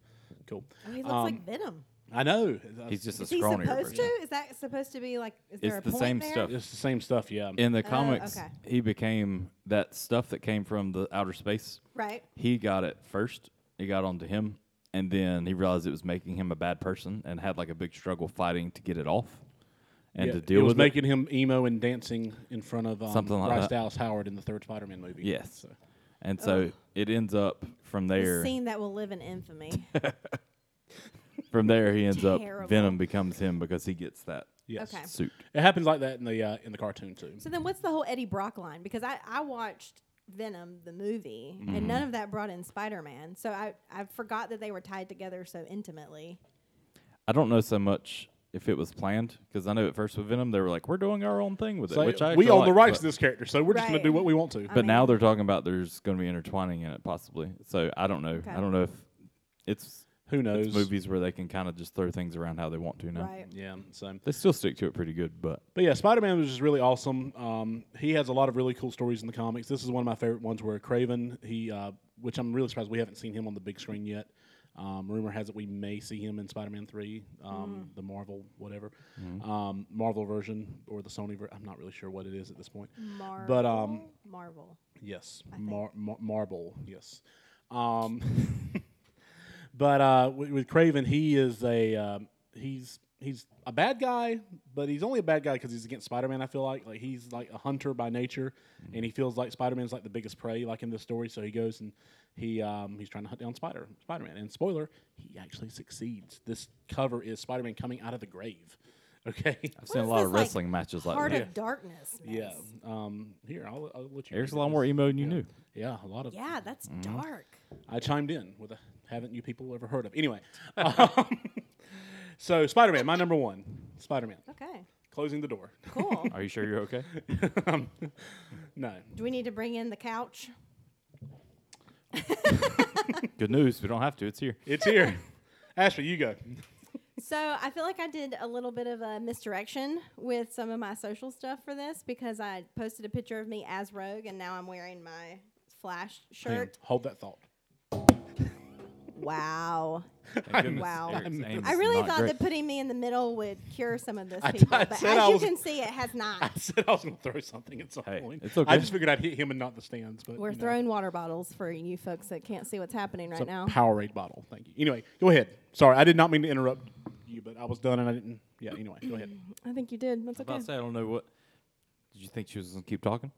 Speaker 2: Cool.
Speaker 1: Oh, he looks
Speaker 2: Um,
Speaker 1: like Venom.
Speaker 2: I know.
Speaker 3: He's just a
Speaker 1: Is he
Speaker 3: scrawnier
Speaker 1: supposed
Speaker 3: version.
Speaker 1: to? Is that supposed to be like? Is there a
Speaker 3: the
Speaker 1: point
Speaker 3: same
Speaker 1: there?
Speaker 3: stuff.
Speaker 2: It's the same stuff. Yeah.
Speaker 3: In the comics,
Speaker 1: Uh, okay.
Speaker 3: he became that stuff that came from the outer space.
Speaker 1: Right.
Speaker 3: He got it first. He got onto him, and then he realized it was making him a bad person, and had like a big struggle fighting to get it off and
Speaker 2: Yeah,
Speaker 3: to deal
Speaker 2: it was
Speaker 3: with
Speaker 2: making him emo and dancing in front of um,
Speaker 3: Something like
Speaker 2: Bryce
Speaker 3: that.
Speaker 2: Dallas Howard in the third Spider Man movie.
Speaker 3: it. Yes.
Speaker 2: So,
Speaker 1: Oh.
Speaker 3: And so it ends up from
Speaker 1: The
Speaker 3: there.
Speaker 1: scene that will live in infamy.
Speaker 3: From there, he ends
Speaker 1: Terrible.
Speaker 3: up Venom becomes him because he gets that
Speaker 2: yes.
Speaker 1: Okay.
Speaker 3: suit.
Speaker 2: It happens like that in the uh, in the cartoon too.
Speaker 1: So then, what's the whole Eddie Brock line? Because I, I watched Venom the movie,
Speaker 2: Mm-hmm.
Speaker 1: and none of that brought in Spider Man. So I I forgot that they were tied together so intimately.
Speaker 3: I don't know so much if it was planned because I know at first with Venom they were like, "We're doing our own thing with it,"
Speaker 2: So
Speaker 3: which I
Speaker 2: we
Speaker 3: actually
Speaker 2: own the
Speaker 3: like,
Speaker 2: rights
Speaker 3: but-
Speaker 2: to this character, so we're just going
Speaker 1: Right.
Speaker 2: to do what we want to.
Speaker 3: But now
Speaker 1: mean-
Speaker 3: they're talking about there's going to be intertwining in it possibly. So I don't know. I don't know if it's
Speaker 2: Who knows?
Speaker 3: it's movies where they can kind of just throw things around how they want to now.
Speaker 1: Right.
Speaker 2: Yeah. So
Speaker 3: They still stick to it pretty good, but
Speaker 2: But yeah, Spider Man was just really awesome. Um, he has a lot of really cool stories in the comics. This is one of my favorite ones where Craven, he, uh, which I'm really surprised we haven't seen him on the big screen yet. Um, rumor has it we may see him in Spider Man 3, um, the Marvel, whatever, um, Marvel version or the Sony version. I'm not really sure what it is at this point.
Speaker 1: Marvel.
Speaker 2: But, um,
Speaker 1: Marvel.
Speaker 2: Yes, Mar- mar- marble. Yes, um, but uh, with, with Craven, he is a um, he's he's a bad guy, but he's only a bad guy because he's against Spider Man. I feel like like he's like a hunter by nature,
Speaker 3: Mm-hmm.
Speaker 2: and he feels like Spider Man's like the biggest prey, like in this story. So he goes and he um, he's trying to hunt down Spider Spider Man. And spoiler, he actually succeeds. This cover is Spider Man coming out of the grave. Okay.
Speaker 3: I've seen a lot of wrestling matches like
Speaker 1: Heart
Speaker 3: that.
Speaker 1: of Darkness.
Speaker 2: Yeah.
Speaker 1: mess.
Speaker 2: Um, here, I'll, I'll let you.
Speaker 3: Eric's
Speaker 2: read
Speaker 3: a lot
Speaker 2: this.
Speaker 3: more emo than you knew.
Speaker 2: Yeah, a lot of
Speaker 1: Yeah, that's
Speaker 3: Mm-hmm.
Speaker 1: dark.
Speaker 2: I chimed in with a haven't you people ever heard of? Anyway, um, so Spider Man, my number one. Spider Man.
Speaker 1: Okay.
Speaker 2: closing the door.
Speaker 1: Cool.
Speaker 3: Are you sure you're okay?
Speaker 2: No.
Speaker 1: Do we need to bring in the couch?
Speaker 3: Good news. We don't have to. It's here.
Speaker 2: It's here. Ashley, you go.
Speaker 1: So I feel like I did a little bit of a misdirection with some of my social stuff for this because I posted a picture of me as Rogue and now I'm wearing my Flash
Speaker 2: Hang on.
Speaker 1: shirt.
Speaker 2: Hold that thought.
Speaker 1: Wow.
Speaker 3: Thank goodness
Speaker 1: Wow.
Speaker 3: Eric's aim
Speaker 1: I
Speaker 3: is
Speaker 1: really
Speaker 3: not
Speaker 1: thought
Speaker 3: great.
Speaker 1: that putting me in the middle would cure some of this
Speaker 2: I-
Speaker 1: people,
Speaker 2: I
Speaker 1: but as
Speaker 2: said I
Speaker 1: you
Speaker 2: was-
Speaker 1: can see, it has not.
Speaker 2: I said I was going to throw something at some
Speaker 3: Hey,
Speaker 2: point.
Speaker 3: it's okay.
Speaker 2: I just figured I'd hit him and not the stands. But
Speaker 1: We're
Speaker 2: you know,
Speaker 1: throwing water bottles for you folks that can't see what's happening
Speaker 2: it's
Speaker 1: right
Speaker 2: a
Speaker 1: now.
Speaker 2: Powerade bottle. Thank you. Anyway, go ahead. Sorry, I did not mean to interrupt you, but I was done and I didn't. Yeah. Anyway, go ahead.
Speaker 1: I think you did. That's
Speaker 3: I was about
Speaker 1: okay.
Speaker 3: to say, I don't know what. Did you think she was going to keep talking?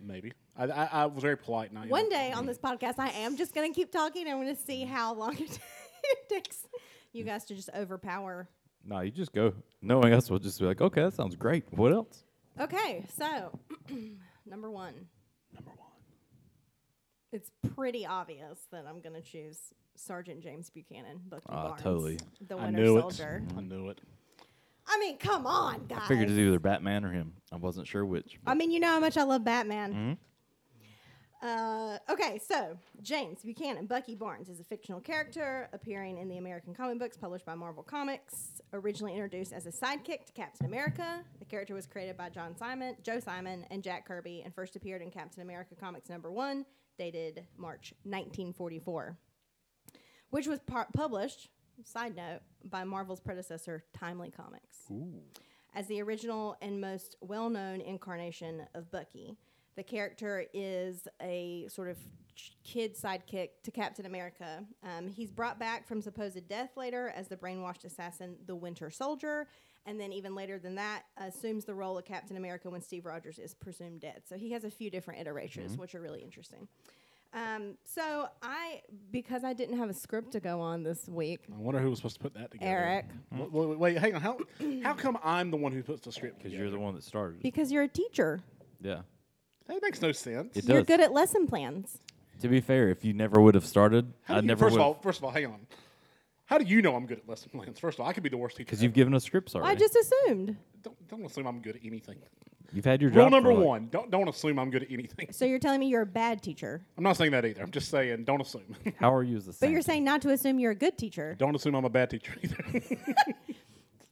Speaker 2: Maybe I, I, I was very polite. And I
Speaker 1: One day on this podcast, I am just going to keep talking. I'm going to see how long it takes you guys to just overpower
Speaker 3: No, you just go. Knowing us, we'll just be like, okay, that sounds great. What else?
Speaker 1: Okay, so number one.
Speaker 2: Number one.
Speaker 1: It's pretty obvious that I'm going to choose Sergeant James Buchanan, Bucky
Speaker 3: Ah,
Speaker 1: Barnes,
Speaker 3: totally.
Speaker 1: the
Speaker 2: I
Speaker 1: Winter
Speaker 2: knew
Speaker 1: Soldier.
Speaker 2: it. I knew it.
Speaker 1: I mean, come on, guys.
Speaker 3: I figured it's either Batman or him. I wasn't sure which.
Speaker 1: I mean, you know how much I love Batman. Uh, okay, so James Buchanan, Bucky Barnes, is a fictional character appearing in the American comic books published by Marvel Comics. Originally introduced as a sidekick to Captain America, the character was created by John Simon, Joe Simon, and Jack Kirby, and first appeared in Captain America Comics number one, dated March 1944, which was par- published. Side note by Marvel's predecessor, Timely Comics as the original and most well known incarnation of Bucky. The character is a sort of ch- kid sidekick to Captain America. Um, he's brought back from supposed death later as the brainwashed assassin, the Winter Soldier, and then even later than that, assumes the role of Captain America when Steve Rogers is presumed dead. So he has a few different iterations, which are really interesting. Um, so I, because I didn't have a script to go on this week,
Speaker 2: I wonder who was supposed to put that together.
Speaker 1: Eric.
Speaker 2: Wait, wait, wait, hang on. How how come I'm the one who puts the script?
Speaker 3: Because you're the one that started. it.
Speaker 1: because you're a teacher,
Speaker 3: Yeah.
Speaker 2: That makes no sense.
Speaker 3: It
Speaker 1: you're
Speaker 3: does.
Speaker 1: good at lesson plans.
Speaker 3: to be fair, if you never would have started, I
Speaker 2: How do you-
Speaker 3: never
Speaker 2: first
Speaker 3: would.
Speaker 2: of all, first of all, hang on. How do you know I'm good at lesson plans? First of all, I could be the worst teacher.
Speaker 3: Because you've
Speaker 2: ever.
Speaker 3: given us scripts already.
Speaker 1: I just assumed.
Speaker 2: don't, don't assume I'm good at anything.
Speaker 3: You've had your job.
Speaker 2: Rule
Speaker 3: for,
Speaker 2: number
Speaker 3: like-
Speaker 2: one: don't don't assume I'm good at anything.
Speaker 1: So you're telling me you're a bad teacher,
Speaker 2: I'm not saying that either. I'm just saying don't assume.
Speaker 3: How are you as the
Speaker 1: but you're saying not to assume you're a good teacher.
Speaker 2: don't assume I'm a bad teacher either.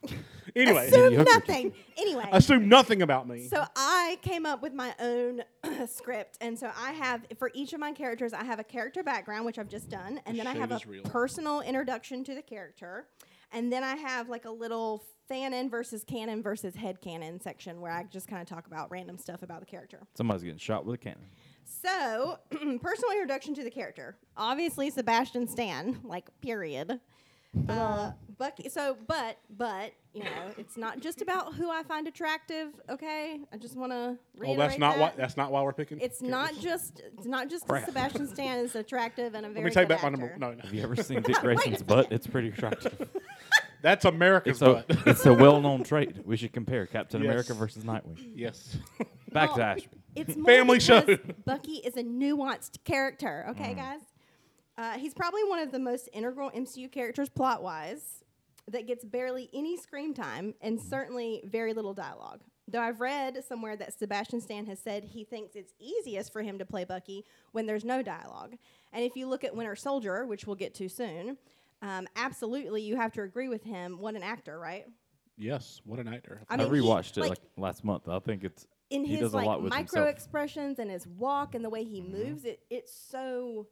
Speaker 2: anyway,
Speaker 1: assume
Speaker 3: Mediocre
Speaker 1: nothing. anyway,
Speaker 2: assume nothing about me.
Speaker 1: so I came up with my own script, and so I have for each of my characters, I have a character background, which I've just done, and
Speaker 2: The
Speaker 1: then I
Speaker 2: shade
Speaker 1: have a
Speaker 2: is real.
Speaker 1: personal introduction to the character, and then I have like a little fanon versus canon versus head canon section where I just kind of talk about random stuff about the character.
Speaker 3: Somebody's getting shot with a cannon.
Speaker 1: So, personal introduction to the character. Obviously, Sebastian Stan, like, period. Uh, Bucky. So, but, but, you know, it's not just about who I find attractive, okay? I just want to
Speaker 2: oh,
Speaker 1: reiterate
Speaker 2: that's not
Speaker 1: that.
Speaker 2: why. That's not why we're picking.
Speaker 1: it's not just it's not just that Sebastian Stan is attractive and a very
Speaker 2: Let me take
Speaker 1: good
Speaker 2: back my number.
Speaker 1: actor.
Speaker 2: No, no.
Speaker 3: Have you ever seen Dick Grayson's butt? It's pretty attractive.
Speaker 2: that's
Speaker 3: It's
Speaker 2: America's
Speaker 3: a,
Speaker 2: butt.
Speaker 3: it's a well-known trait. We should compare Captain
Speaker 2: Yes.
Speaker 3: America versus Nightwing.
Speaker 2: yes.
Speaker 3: Back to
Speaker 1: Well,
Speaker 3: Ashby.
Speaker 1: It's more
Speaker 2: Family show. Mm.
Speaker 1: because Bucky is a nuanced character. Okay, guys. Uh, he's probably one of the most integral MCU characters plot wise that gets barely any screen time
Speaker 2: Mm.
Speaker 1: and certainly very little dialogue. Though I've read somewhere that Sebastian Stan has said he thinks it's easiest for him to play Bucky when there's no dialogue. And if you look at Winter Soldier, which we'll get to soon, um, absolutely you have to agree with him. What an actor, right?
Speaker 2: yes. What an actor.
Speaker 1: I
Speaker 3: I
Speaker 1: mean, he-
Speaker 3: rewatched it
Speaker 1: like-
Speaker 3: like, last month. I think it's
Speaker 1: in
Speaker 3: he
Speaker 1: his
Speaker 3: does a
Speaker 1: like
Speaker 3: lot with
Speaker 1: micro
Speaker 3: himself. Mm-hmm.
Speaker 1: expressions and his walk and the way he moves it it's so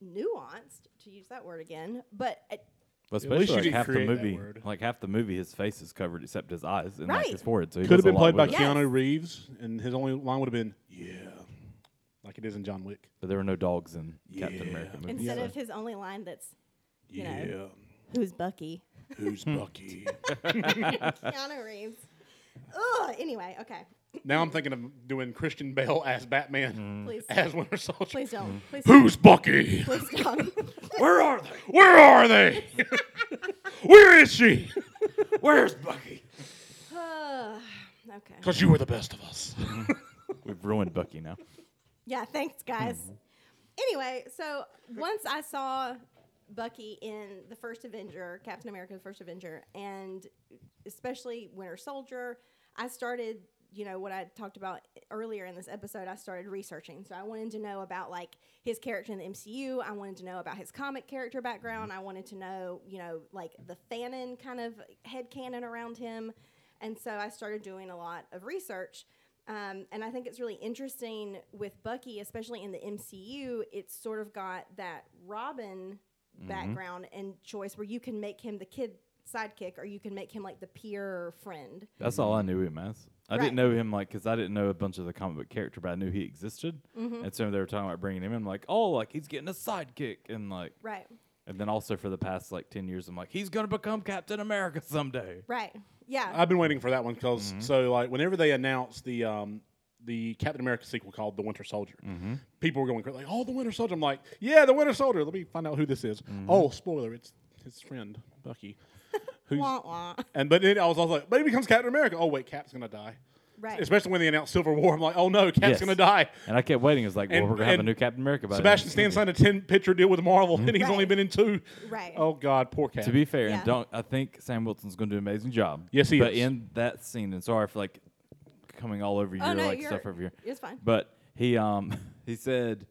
Speaker 1: nuanced to use that word again but it,
Speaker 3: But
Speaker 2: At least
Speaker 3: especially
Speaker 2: you
Speaker 3: like
Speaker 2: didn't
Speaker 3: half the
Speaker 2: create that
Speaker 3: movie,
Speaker 2: word.
Speaker 3: like half the movie, his face is covered except his eyes and like
Speaker 1: Right.
Speaker 3: his forehead. So he
Speaker 2: Could have
Speaker 3: does a
Speaker 2: been
Speaker 3: lot
Speaker 2: played by
Speaker 3: with it.
Speaker 1: Yes.
Speaker 2: Keanu Reeves, and his only line would have been "Yeah," like it is in John Wick.
Speaker 3: But there were no dogs in Captain
Speaker 2: Yeah.
Speaker 3: America movies.
Speaker 1: instead
Speaker 3: so-
Speaker 1: of his only line that's you
Speaker 2: yeah,
Speaker 1: know who's bucky
Speaker 2: who's
Speaker 3: Hmm.
Speaker 2: Bucky?
Speaker 1: keanu reeves Ugh, anyway okay
Speaker 2: now I'm thinking of doing Christian Bale as
Speaker 3: Hmm.
Speaker 2: Batman,
Speaker 1: Please.
Speaker 2: as Winter Soldier.
Speaker 1: please
Speaker 3: Mm-hmm.
Speaker 1: don't please
Speaker 2: Who's Bucky?
Speaker 1: please stop
Speaker 2: Where are they? Where are they? Where is she? Where's Bucky?
Speaker 1: Ugh, okay
Speaker 2: Because you were the best of us.
Speaker 3: We've ruined Bucky now.
Speaker 1: Yeah, thanks, guys. Anyway, so once I saw Bucky in the first Avenger, Captain America, the first Avenger, and especially Winter Soldier, I started, you know, what I talked about earlier in this episode, I started researching. So I wanted to know about like his character in the MCU. I wanted to know about his comic character background. I wanted to know, you know, like the fanon kind of headcanon around him. And so I started doing a lot of research. Um, and I think it's really interesting with Bucky, especially in the MCU, it's sort of got that Robin
Speaker 3: Mm-hmm.
Speaker 1: background and choice where you can make him the kid sidekick or you can make him like the peer friend.
Speaker 3: That's all I knew him as. I
Speaker 1: Right.
Speaker 3: didn't know him like because I didn't know a bunch of the comic book character, but I knew he existed.
Speaker 1: Mm-hmm.
Speaker 3: And so they were talking about bringing him in, like, oh, like he's getting a sidekick, and like,
Speaker 1: Right.
Speaker 3: and then also for the past like ten years, I'm like, he's gonna become Captain America someday.
Speaker 1: Right. Yeah.
Speaker 2: I've been waiting for that one because
Speaker 3: Mm-hmm.
Speaker 2: so like whenever they announced the um the Captain America sequel called The Winter Soldier,
Speaker 3: Mm-hmm.
Speaker 2: people were going crazy, like, "Oh, The Winter Soldier!" I'm like, "Yeah, The Winter Soldier." Let me find out who this is.
Speaker 3: Mm-hmm.
Speaker 2: Oh, spoiler! It's his friend Bucky, who's
Speaker 1: wah, wah.
Speaker 2: and but then I was, I was like, but he becomes Captain America. Oh wait, Cap's gonna die.
Speaker 1: Right.
Speaker 2: Especially when they announced Civil War, I'm like, "Oh no, Cap's
Speaker 3: Yes.
Speaker 2: gonna die."
Speaker 3: And I kept waiting. It's like, well,
Speaker 2: And-
Speaker 3: we're gonna have a
Speaker 2: and
Speaker 3: new Captain America. By the end of
Speaker 2: Sebastian
Speaker 3: this
Speaker 2: Stan
Speaker 3: movie.
Speaker 2: signed a ten picture deal with Marvel, and he's
Speaker 1: Right.
Speaker 2: only been in two.
Speaker 1: Right.
Speaker 2: Oh God, poor Cap.
Speaker 3: To be fair,
Speaker 1: Yeah.
Speaker 3: and don't I think Sam Wilson's going to do an amazing job.
Speaker 2: Yes, he
Speaker 3: but
Speaker 2: is.
Speaker 3: in that scene, and sorry for like coming all over you,
Speaker 1: Oh, no,
Speaker 3: like
Speaker 1: you're-
Speaker 3: stuff over here.
Speaker 1: it's fine.
Speaker 3: But he um he said,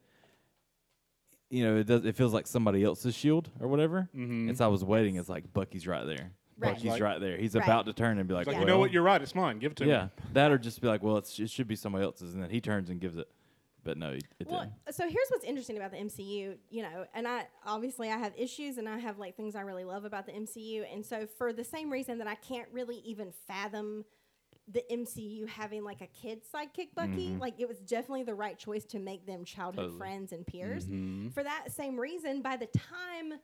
Speaker 3: you know, it does. It feels like somebody else's shield or whatever. And so I was waiting. It's like Bucky's right there.
Speaker 1: Right.
Speaker 3: Bucky's
Speaker 2: Mm-hmm. Like-
Speaker 3: right there. He's
Speaker 1: Right.
Speaker 3: about to turn and be like,
Speaker 2: Like,
Speaker 3: well,
Speaker 2: you know what? You're right. It's mine. Give it to me.
Speaker 3: yeah. That or just be like, well, it's, it should be somebody else's, and then he turns and gives it. But no, it, it
Speaker 1: Well,
Speaker 3: didn't.
Speaker 1: so here's what's interesting about the MCU, you know, and I obviously I have issues and I have like things I really love about the MCU, and so for the same reason that I can't really even fathom the MCU having like a kid sidekick Bucky, like it was definitely the right choice to make them childhood
Speaker 3: Mm-hmm. Totally. Mm-hmm.
Speaker 1: friends and peers. For that same reason, by the time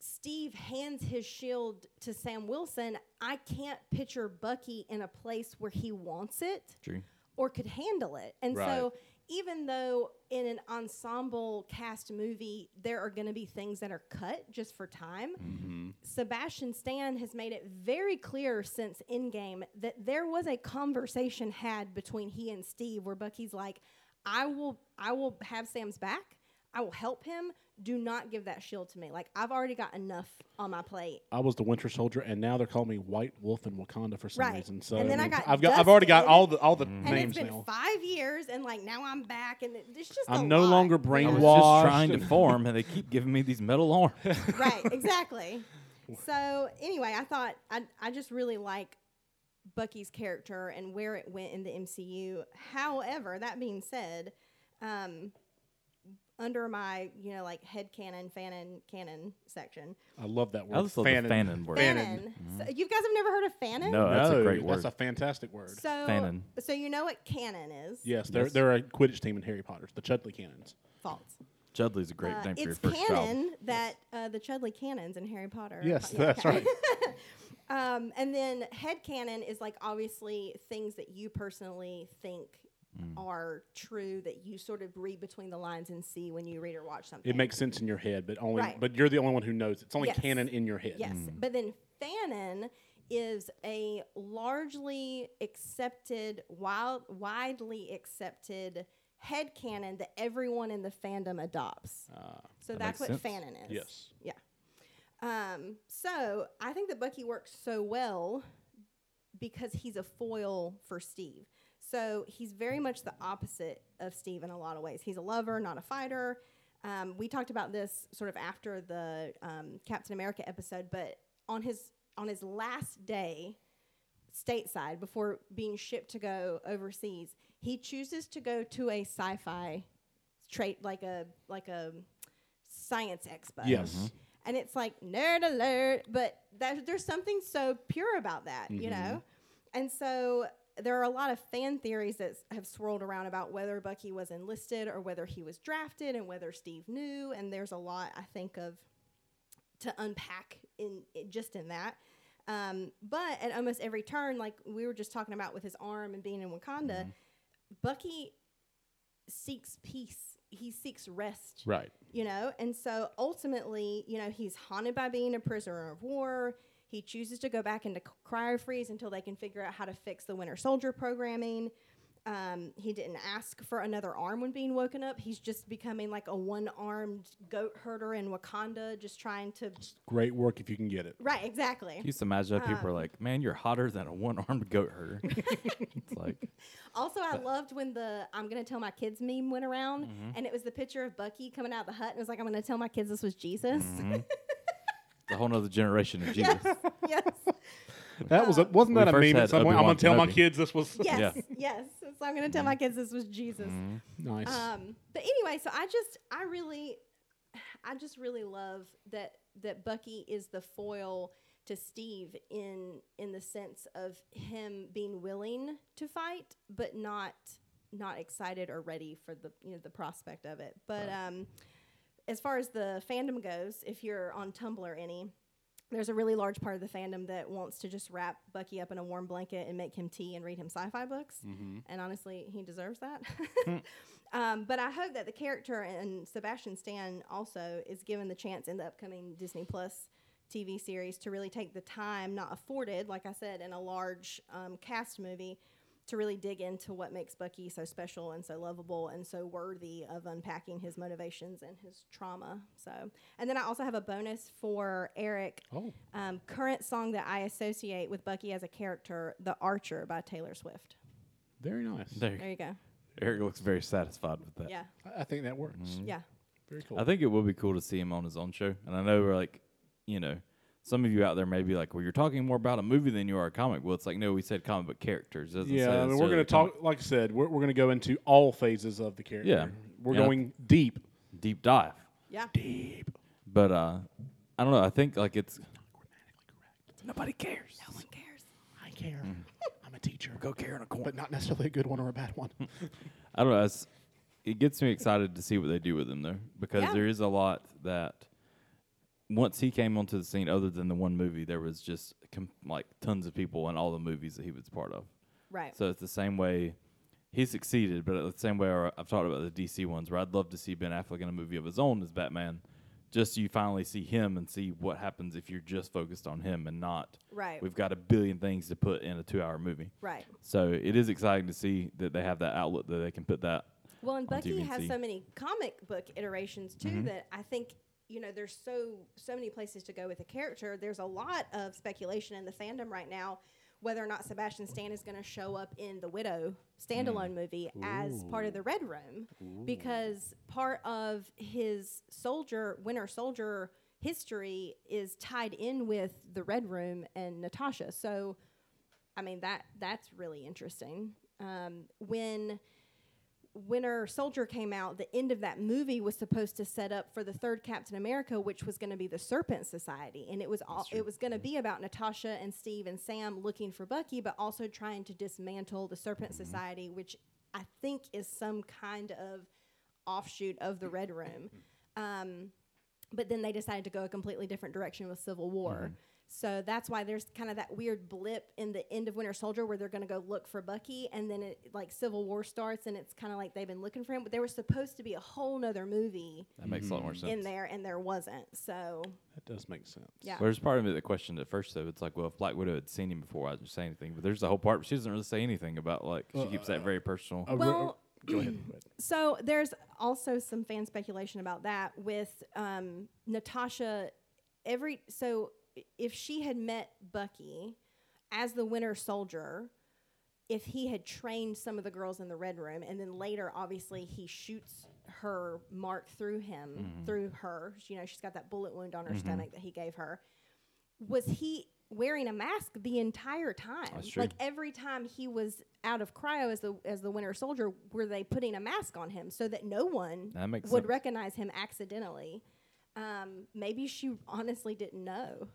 Speaker 1: Steve hands his shield to Sam Wilson, I can't picture Bucky in a place where he wants it
Speaker 3: True.
Speaker 1: or could handle it. And
Speaker 2: Right.
Speaker 1: so, even though in an ensemble cast movie, there are going to be things that are cut just for time,
Speaker 2: Mm-hmm.
Speaker 1: Sebastian Stan has made it very clear since Endgame that there was a conversation had between he and Steve where Bucky's like, I will, I will have Sam's back. I will help him. Do not give that shield to me. Like I've already got enough on my plate.
Speaker 2: I was the Winter Soldier, and now they're calling me White Wolf in Wakanda for some
Speaker 1: Right.
Speaker 2: reason. So
Speaker 1: And then I got
Speaker 2: have got, I've already got
Speaker 1: dusted.
Speaker 2: all the all the
Speaker 1: And
Speaker 2: names
Speaker 1: it's been
Speaker 2: now.
Speaker 1: five years, and like now I'm back, and it- it's just a
Speaker 2: I'm no
Speaker 1: lot.
Speaker 2: longer
Speaker 3: I was
Speaker 2: Brainwashed.
Speaker 3: just trying to form, and they keep giving me these metal arms.
Speaker 1: right exactly so anyway i thought I, I just really like bucky's character and where it went in the mcu however that being said um, under my you know like head canon fanon canon section
Speaker 2: I love that word.
Speaker 3: I just love the fanon word.
Speaker 2: Fanon.
Speaker 1: So, you guys have never heard of fanon
Speaker 3: No, that's a great word.
Speaker 2: That's a fantastic word.
Speaker 1: so
Speaker 3: fanon.
Speaker 1: so you know what canon is
Speaker 2: yes, they're
Speaker 3: Yes.
Speaker 2: they're a Quidditch team in Harry Potter. The Chudley Cannons.
Speaker 1: false
Speaker 3: Chudley's a great
Speaker 1: Uh,
Speaker 3: name for your
Speaker 1: it's
Speaker 3: first child.
Speaker 1: canon that uh, the Chudley cannons in Harry Potter. are
Speaker 2: Yes,
Speaker 1: ca-
Speaker 2: that's
Speaker 1: okay.
Speaker 2: right.
Speaker 1: Um, and then head canon is like obviously things that you personally think are true that you sort of read between the lines and see when you read or watch something.
Speaker 2: It makes sense in your head, but only
Speaker 1: Right.
Speaker 2: but you're the only one who knows. It's only
Speaker 1: Yes.
Speaker 2: canon in your head.
Speaker 1: Yes. But then fanon is a largely accepted, wild, widely accepted head canon that everyone in the fandom adopts. so that's
Speaker 3: makes
Speaker 1: what
Speaker 3: sense.
Speaker 1: fanon is.
Speaker 2: Yes.
Speaker 1: Yeah. Um, so I think that Bucky works so well because he's a foil for Steve. So he's very much the opposite of Steve in a lot of ways. He's a lover, not a fighter. Um, we talked about this sort of after the um, Captain America episode, but on his on his last day stateside before being shipped to go overseas, he chooses to go to a sci-fi trait like a like a science expo.
Speaker 2: Yes.
Speaker 1: And it's like nerd alert, but that, there's something so pure about that, you know? And so there are a lot of fan theories that s- have swirled around about whether Bucky was enlisted or whether he was drafted and whether Steve knew. And there's a lot, I think, of to unpack in i- just in that. Um, but at almost every turn, like we were just talking about with his arm and being in Wakanda, Bucky seeks peace. He seeks rest
Speaker 2: Right.
Speaker 1: you know and so ultimately you know he's haunted by being a prisoner of war he chooses to go back into c- cryo freeze until they can figure out how to fix the winter soldier programming Um, he didn't ask for another arm when being woken up. He's just becoming like a one-armed goat herder in Wakanda, just trying to.
Speaker 2: Great work if you can get it.
Speaker 1: Right, exactly.
Speaker 3: You used to imagine that
Speaker 1: Uh.
Speaker 3: people are like, "Man, you're hotter than a one-armed goat herder." it's like,
Speaker 1: Also, I loved when the "I'm gonna tell my kids" meme went around, and it was the picture of Bucky coming out of the hut, and it was like, "I'm gonna tell my kids this was Jesus."
Speaker 3: it's a whole nother generation of Jesus.
Speaker 1: yes,
Speaker 2: That was a,
Speaker 1: Um,
Speaker 2: wasn't
Speaker 3: We
Speaker 2: that a
Speaker 3: first
Speaker 2: meme
Speaker 3: had
Speaker 2: at some point? I'm
Speaker 3: Obi-Wan
Speaker 2: gonna tell my
Speaker 3: Kenobi.
Speaker 2: kids this was
Speaker 1: yes,
Speaker 3: Yeah.
Speaker 1: yes. So I'm gonna tell my kids this was Jesus.
Speaker 2: nice.
Speaker 1: Um, but anyway, so I just, I really, I just really love that that Bucky is the foil to Steve in in the sense of him being willing to fight, but not not excited or ready for the you know the prospect of it. But um, as far as the fandom goes, if you're on Tumblr any. There's a really large part of the fandom that wants to just wrap Bucky up in a warm blanket and make him tea and read him sci-fi books, and honestly, he deserves that. Um, but I hope that the character and Sebastian Stan also is given the chance in the upcoming Disney Plus TV series to really take the time not afforded, like I said, in a large um, cast movie, to really dig into what makes Bucky so special and so lovable and so worthy of unpacking his motivations and his trauma. So, and then I also have a bonus for Eric.
Speaker 2: Oh.
Speaker 1: Um, current song that I associate with Bucky as a character, "The Archer" by Taylor Swift.
Speaker 2: Very nice.
Speaker 3: There,
Speaker 1: There you go.
Speaker 3: Eric looks very satisfied with that.
Speaker 1: Yeah,
Speaker 2: I- I think that works.
Speaker 1: yeah.
Speaker 2: Very cool.
Speaker 3: Mm. I think it would be cool to see him on his own show. And I know we're like, you know, some of you out there may be like, well, you're talking more about a movie than you are a comic. Well, it's like, no, we said comic book characters. Doesn't say
Speaker 2: yeah, I mean, we're
Speaker 3: necessarily
Speaker 2: going to
Speaker 3: comic-
Speaker 2: talk. Like I said, we're, we're going to go into all phases of the character.
Speaker 3: Yeah.
Speaker 2: we're
Speaker 3: And I-
Speaker 2: going deep.
Speaker 3: deep dive.
Speaker 1: Yeah.
Speaker 3: But uh I don't know. I think like it's nobody cares.
Speaker 1: No one cares.
Speaker 2: I care. I'm a teacher,
Speaker 3: Mm. Go care in a corner.
Speaker 2: but not necessarily a good one or a bad one.
Speaker 3: I don't know. It's, it gets me excited to see what they do with him though, because
Speaker 1: Yeah.
Speaker 3: there is a lot that once he came onto the scene, other than the one movie, there was just com- like tons of people in all the movies that he was part of.
Speaker 1: Right.
Speaker 3: So it's the same way he succeeded, but at the same way I- I've talked about the DC ones, where I'd love to see Ben Affleck in a movie of his own as Batman, just so you finally see him and see what happens if you're just focused on him and not.
Speaker 1: Right.
Speaker 3: We've got a billion things to put in a two-hour movie.
Speaker 1: Right.
Speaker 3: So it is exciting to see that they have that outlet that they can put that.
Speaker 1: Well, and
Speaker 3: on
Speaker 1: Bucky has
Speaker 3: TVNC.
Speaker 1: so many comic book iterations too that I think you know there's so so many places to go with the character. There's a lot of speculation in the fandom right now whether or not Sebastian Stan is going to show up in the Widow standalone movie as part of the Red Room because part of his soldier Winter Soldier history is tied in with the Red Room and Natasha. So I mean that that's really interesting. Um, when Winter Soldier came out, the end of that movie was supposed to set up for the third Captain America, which was going to be the Serpent Society, and it was all it was going to be about Natasha and Steve and Sam looking for Bucky, but also trying to dismantle the Serpent Society, which I think is some kind of offshoot of the Red Room. Um, but then they decided to go a completely different direction with Civil War.
Speaker 3: Mm-hmm.
Speaker 1: So that's why there's kind of that weird blip in the end of Winter Soldier where they're going to go look for Bucky, and then it, like Civil War starts, and it's kind of like they've been looking for him. But there was supposed to be a whole nother movie
Speaker 3: That makes a lot more sense.
Speaker 1: in there, and there wasn't. So
Speaker 2: that does make sense.
Speaker 1: yeah,
Speaker 3: Well, There's part of me that questioned at first though. It's like, well, if Black Widow had seen him before, I wouldn't say anything. But there's the whole part where she doesn't really say anything about like she keeps that very personal.
Speaker 2: A re-
Speaker 1: Well,
Speaker 2: a- go ahead. go ahead.
Speaker 1: So there's also some fan speculation about that with um, Natasha. Every so i- if she had met Bucky as the Winter Soldier, if he had trained some of the girls in the Red Room, and then later, obviously, he shoots her mark through him,
Speaker 3: Mm-hmm.
Speaker 1: through her. You know, she's got that bullet wound on her stomach that he gave her. Was he wearing a mask the entire time?
Speaker 3: That's true.
Speaker 1: Like every time he was out of cryo as the as the Winter Soldier, were they putting a mask on him so that no one
Speaker 3: That makes
Speaker 1: would
Speaker 3: sense.
Speaker 1: recognize him accidentally? Um, maybe she honestly didn't know.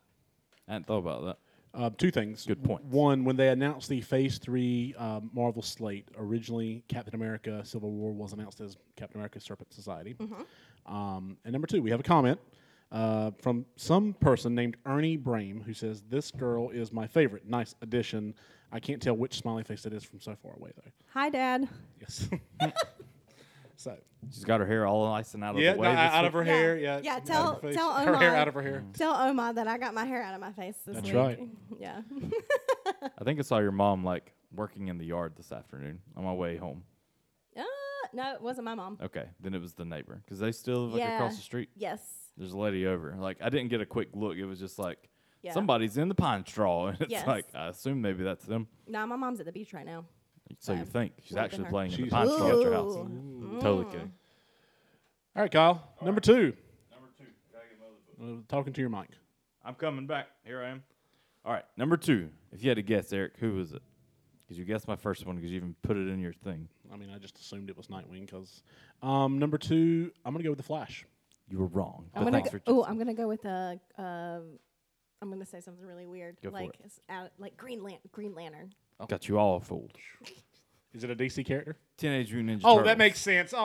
Speaker 3: I hadn't thought about that.
Speaker 2: Uh, two things.
Speaker 3: Good point.
Speaker 2: One, when they announced the Phase Three um, Marvel slate, originally Captain America: Civil War was announced as Captain America: Serpent Society.
Speaker 1: Mm-hmm.
Speaker 2: Um, and number two, we have a comment uh, from some person named Ernie Brame who says, "This girl is my favorite. Nice addition. I can't tell which smiley face it is from so far away, though."
Speaker 1: Hi, Dad.
Speaker 2: Yes. so
Speaker 3: She's got her hair all nice and out of
Speaker 2: yeah,
Speaker 3: the
Speaker 2: no,
Speaker 3: way. this
Speaker 2: out
Speaker 3: week.
Speaker 2: of her
Speaker 1: Yeah.
Speaker 2: hair. Yeah.
Speaker 1: Yeah,
Speaker 2: out of
Speaker 1: tell-
Speaker 2: her face.
Speaker 1: tell
Speaker 2: her hair
Speaker 1: Omar.
Speaker 2: out of her hair.
Speaker 3: Mm-hmm.
Speaker 1: Tell Omar that I got my hair out of my face this
Speaker 2: That's
Speaker 1: week.
Speaker 2: right.
Speaker 1: Yeah.
Speaker 3: I think I saw your mom like working in the yard this afternoon on my way home.
Speaker 1: Uh, no, it wasn't my mom.
Speaker 3: Okay, then it was the neighbor because they still live like
Speaker 1: Yeah.
Speaker 3: across the street.
Speaker 1: Yes.
Speaker 3: There's a lady over. Like I didn't get a quick look. It was just like
Speaker 1: Yeah.
Speaker 3: somebody's in the pine straw, and it's
Speaker 1: Yes.
Speaker 3: like I assume maybe that's them.
Speaker 1: No, my mom's at the beach right now.
Speaker 3: So you
Speaker 1: I've
Speaker 3: think she's
Speaker 1: looked at
Speaker 3: actually
Speaker 1: her.
Speaker 3: playing in the
Speaker 2: She's-
Speaker 3: pine straw at your house?
Speaker 1: Ooh.
Speaker 3: Totally kidding.
Speaker 2: All right, Kyle. Number two.
Speaker 3: Number two, gotta get my other book.
Speaker 2: Uh, talking to your mic.
Speaker 3: I'm coming back. Here I am. All right, number two. If you had to guess, Eric, who was it? Because you guessed my first one because you even put it in your thing.
Speaker 2: I mean, I just assumed it was Nightwing because um, number two, I'm gonna go with the Flash.
Speaker 3: You were wrong.
Speaker 1: I'm
Speaker 3: but
Speaker 1: gonna
Speaker 3: thanks
Speaker 1: go,
Speaker 3: for
Speaker 1: oh,
Speaker 3: just-
Speaker 1: I'm gonna go with a. um I'm gonna say something really weird,
Speaker 3: Go for
Speaker 1: like
Speaker 3: it.
Speaker 1: it's out, like Green Lan- Green Lantern.
Speaker 3: got you all fooled.
Speaker 2: Is it a DC character?
Speaker 3: Teenage Mutant Ninja
Speaker 2: Oh,
Speaker 3: Turtles.
Speaker 2: that makes sense. Oh,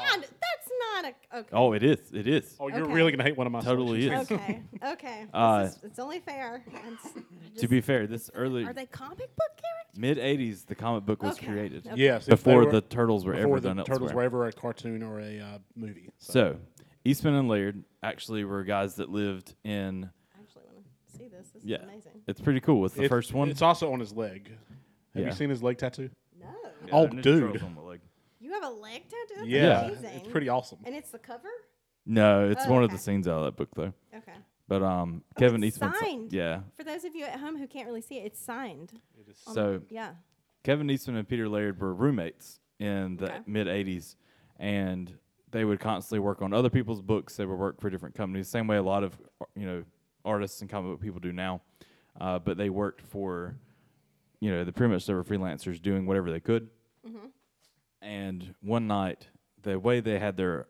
Speaker 1: God, that's not a okay.
Speaker 3: Oh, it is. It is.
Speaker 2: oh, you're
Speaker 1: Ah, Okay.
Speaker 2: really gonna hate one of my
Speaker 3: Totally
Speaker 2: selections.
Speaker 3: is.
Speaker 1: Okay, okay.
Speaker 3: Uh,
Speaker 1: This is- it's only fair. It's,
Speaker 3: to be fair, this early
Speaker 1: are they comic book characters?
Speaker 3: mid '80s, the comic book was
Speaker 1: Okay.
Speaker 3: created
Speaker 1: Oh, Okay.
Speaker 2: Yes, if they
Speaker 3: before
Speaker 2: were-
Speaker 3: the Turtles were
Speaker 2: before
Speaker 3: ever
Speaker 2: the
Speaker 3: done
Speaker 2: Turtles
Speaker 3: elsewhere.
Speaker 2: were ever a cartoon or a uh, movie.
Speaker 3: So, Eastman and Laird actually were guys that lived in.
Speaker 1: I actually want to see this. This
Speaker 3: Yeah,
Speaker 1: is amazing.
Speaker 3: it's pretty cool. It's the
Speaker 2: It-
Speaker 3: first one.
Speaker 2: It's also on his leg. Have
Speaker 3: Yeah.
Speaker 2: you seen his leg tattoo?
Speaker 1: No,
Speaker 2: Yeah, oh, Ninja dude. Turtles on
Speaker 1: you have a leg tattoo. That's
Speaker 2: Yeah,
Speaker 1: amazing.
Speaker 2: it's pretty awesome.
Speaker 1: And it's the cover.
Speaker 3: No, it's
Speaker 1: Oh,
Speaker 3: one of the
Speaker 1: okay.
Speaker 3: scenes out of that book though.
Speaker 1: Okay.
Speaker 3: But um, Kevin
Speaker 1: it's
Speaker 3: Eastman. si-
Speaker 1: signed.
Speaker 3: Yeah.
Speaker 1: For those of you at home who can't really see it, it's signed. on the-
Speaker 3: So
Speaker 1: yeah.
Speaker 3: Kevin Eastman and Peter Laird were roommates in the
Speaker 1: Okay.
Speaker 3: mid '80s, and they would constantly work on other people's books. They would work for different companies, same way a lot of you know artists and comic book people do now. Uh, but they worked for, you know, the pretty much they were freelancers doing whatever they could. And one night, the way they had their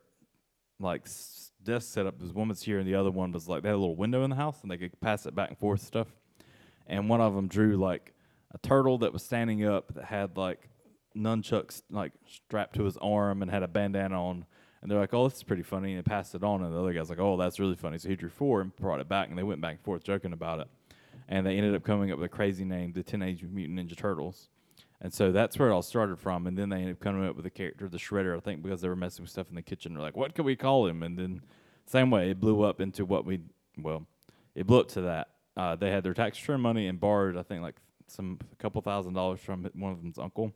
Speaker 3: like s- desk set up was one was here and the other one was like they had a little window in the house and they could pass it back and forth stuff. And one of them drew like a turtle that was standing up that had like nunchucks like strapped to his arm and had a bandana on. And they're like, "Oh, this is pretty funny," and they passed it on. And the other guy's like, "Oh, that's really funny." So he drew four and brought it back, and they went back and forth joking about it. And they ended up coming up with a crazy name, the Teenage Mutant Ninja Turtles. And so that's where it all started from. And then they ended up coming up with the character, the Shredder, I think, because they were messing with stuff in the kitchen. They're like, what could we call him? And then, same way, it blew up into what we, well, it blew up to that. Uh, they had their tax return money and borrowed, I think, like some a couple thousand dollars from one of them's uncle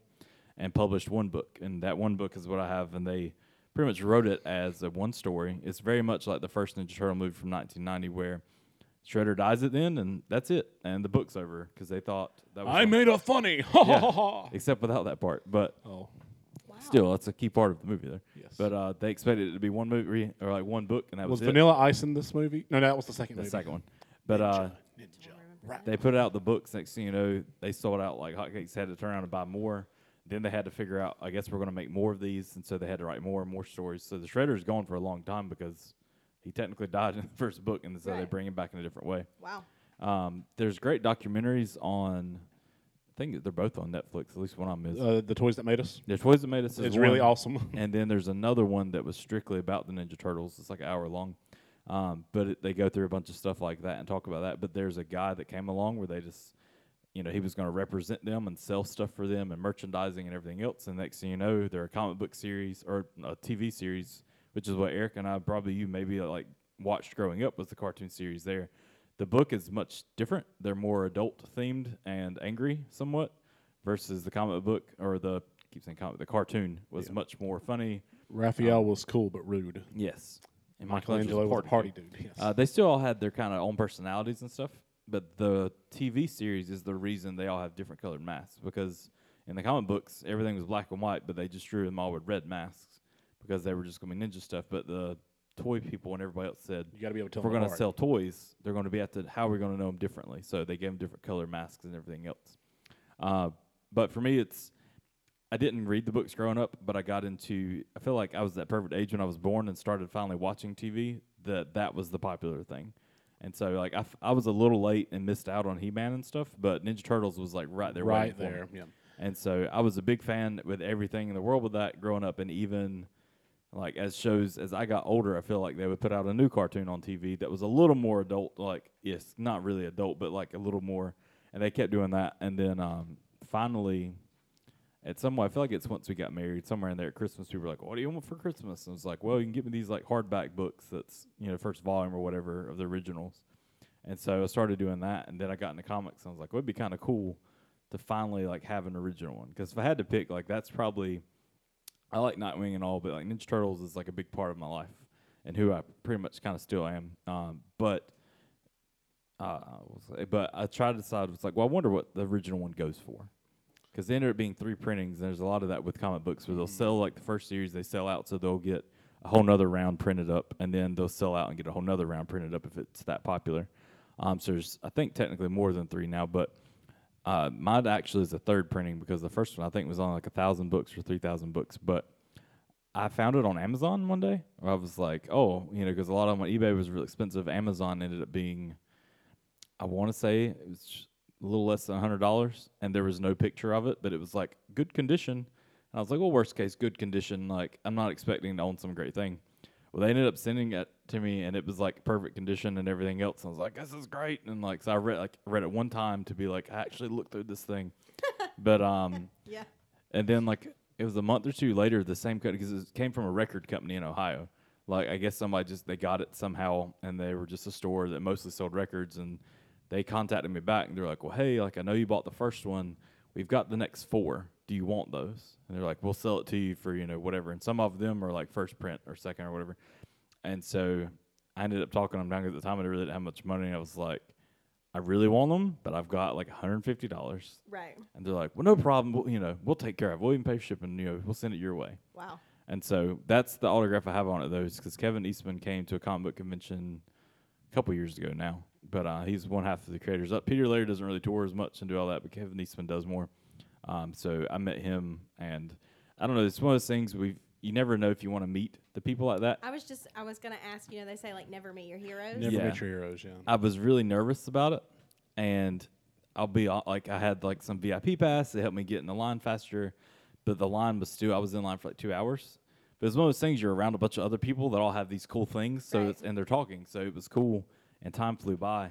Speaker 3: and published one book. And that one book is what I have. And they pretty much wrote it as a one story. It's very much like the first Ninja Turtle movie from 1990, where Shredder dies at the end, and that's it. And the book's over because they thought that was.
Speaker 2: I
Speaker 3: all-
Speaker 2: made a funny. Oh. Ha ha ha ha.
Speaker 3: yeah, except without that part. But
Speaker 2: Oh,
Speaker 1: Wow.
Speaker 3: still, that's a key part of the movie there.
Speaker 2: Yes.
Speaker 3: But uh, they expected it to be one movie or like one book, and that
Speaker 2: was
Speaker 3: was, it,
Speaker 2: Vanilla Ice in this movie? No, that was the second.
Speaker 3: the
Speaker 2: movie.
Speaker 3: second one. But uh,
Speaker 2: Ninja.
Speaker 3: they put out the books. Next thing you know, they sold out like hotcakes. Had to turn around and buy more. Then they had to figure out. I guess we're going to make more of these, and so they had to write more and more stories. So the Shredder's gone for a long time because he technically died in the first book, and so they
Speaker 1: Right.
Speaker 3: bring him back in a different way.
Speaker 1: Wow.
Speaker 3: Um, there's great documentaries on. I think that they're both on Netflix. At least one of them is.
Speaker 2: Uh, the toys that made us.
Speaker 3: There's Toys That Made Us. is
Speaker 2: It's really
Speaker 3: one.
Speaker 2: awesome.
Speaker 3: And then there's another one that was strictly about the Ninja Turtles. It's like an hour long. Um, but it, they go through a bunch of stuff like that and talk about that. But there's a guy that came along where they just, you know, he was going to represent them and sell stuff for them and merchandising and everything else. And next thing you know, they're a comic book series or a TV series, which is what Eric and I, probably you maybe uh, like watched growing up was the cartoon series there. The book is much different. They're more adult themed and angry somewhat versus the comic book or the, keep saying comic, the cartoon was much more funny.
Speaker 2: Raphael was cool but rude.
Speaker 3: Yes. And
Speaker 2: Michelangelo was a party dude. yes.
Speaker 3: Uh, they still all had their kind of own personalities and stuff, but the TV series is the reason they all have different colored masks because in the comic books everything was black and white, but they just drew them all with red masks because they were just going to be ninja stuff. But the toy people and everybody else said,
Speaker 2: you got to be able to tell.
Speaker 3: if we're
Speaker 2: them
Speaker 3: going to
Speaker 2: apart.
Speaker 3: sell toys, they're going to be at the how we're going to know them differently. So they gave them different color masks and everything else. Uh, but for me, it's I didn't read the books growing up, but I got into. I feel like I was that perfect age when I was born and started finally watching TV. That that was the popular thing, and so like I, f- I was a little late and missed out on He Man and stuff, but Ninja Turtles was like right there, waiting
Speaker 2: right
Speaker 3: for me.
Speaker 2: there. Yeah.
Speaker 3: And so I was a big fan with everything in the world with that growing up, and even like as shows as I got older, I feel like they would put out a new cartoon on TV that was a little more adult, like yes, not really adult, but like a little more. And they kept doing that, and then um, finally, at some way, I feel like it's once we got married, somewhere in there at Christmas, we were like, "What do you want for Christmas?" And it's like, "Well, you can get me these like hardback books that's you know first volume or whatever of the originals." And so I started doing that, and then I got into comics, and I was like, well, "It'd be kind of cool to finally like have an original one. Because if I had to pick, like that's probably I like Nightwing and all, but like Ninja Turtles is like a big part of my life and who I pretty much kind of still am. Um, but uh, I will say- but I tried to decide. It's like, well, I wonder what the original one goes for, because they ended up being three printings. And there's a lot of that with comic books where they'll sell like the first series, they sell out, so they'll get a whole nother round printed up, and then they'll sell out and get a whole nother round printed up if it's that popular. Um, so there's, I think, technically more than three now, but uh, mine actually is the third printing because the first one I think was on like a thousand books or three thousand books, but I found it on Amazon one day. I was like, oh, you know, because a lot of them on eBay was real expensive. Amazon ended up being, I want to say it was j- a little less than hundred dollars, and there was no picture of it, but it was like good condition. And I was like, well, worst case, good condition. Like I'm not expecting to own some great thing. Well, they ended up sending it to me, and it was like perfect condition and everything else. And I was like, this is great. And like, so I read like read it one time to be like, I actually looked through this thing, but um.
Speaker 1: Yeah.
Speaker 3: And then like it was a month or two later, the same company because it came from a record company in Ohio. Like I guess somebody just they got it somehow, and they were just a store that mostly sold records, and they contacted me back, and they're like, "Well, hey, like I know you bought the first one. We've got the next four. Do you want those?" And they're like, "We'll sell it to you for you know whatever." And some of them are like first print or second or whatever. And so I ended up talking them down 'cause at the time I really didn't have much money. and I was like, "I really want them, but I've got like 150 dollars.
Speaker 1: Right.
Speaker 3: And they're like, well, no problem. We'll, you know, we'll take care of it. We'll even pay for shipping. You know, we'll send it your way.
Speaker 1: Wow.
Speaker 3: And so that's the autograph I have on it, though, because Kevin Eastman came to a comic book convention a couple years ago now. But uh, he's one half of the creators up. Peter Laird doesn't really tour as much and do all that, but Kevin Eastman does more. Um, so I met him, and I don't know. It's one of those things we you never know if you want to meet the people like that.
Speaker 1: I was just I was gonna ask. You know, they say like never meet your heroes.
Speaker 2: Never
Speaker 3: Yeah.
Speaker 2: meet your heroes, yeah.
Speaker 3: I was really nervous about it, and I'll be hon- like, I had like some VIP pass. It helped me get in the line faster, but the line was still. I was in line for like two hours. But it's one of those things you're around a bunch of other people that all have these cool things, so
Speaker 1: Right.
Speaker 3: it's, and they're talking, so it was cool, and time flew by.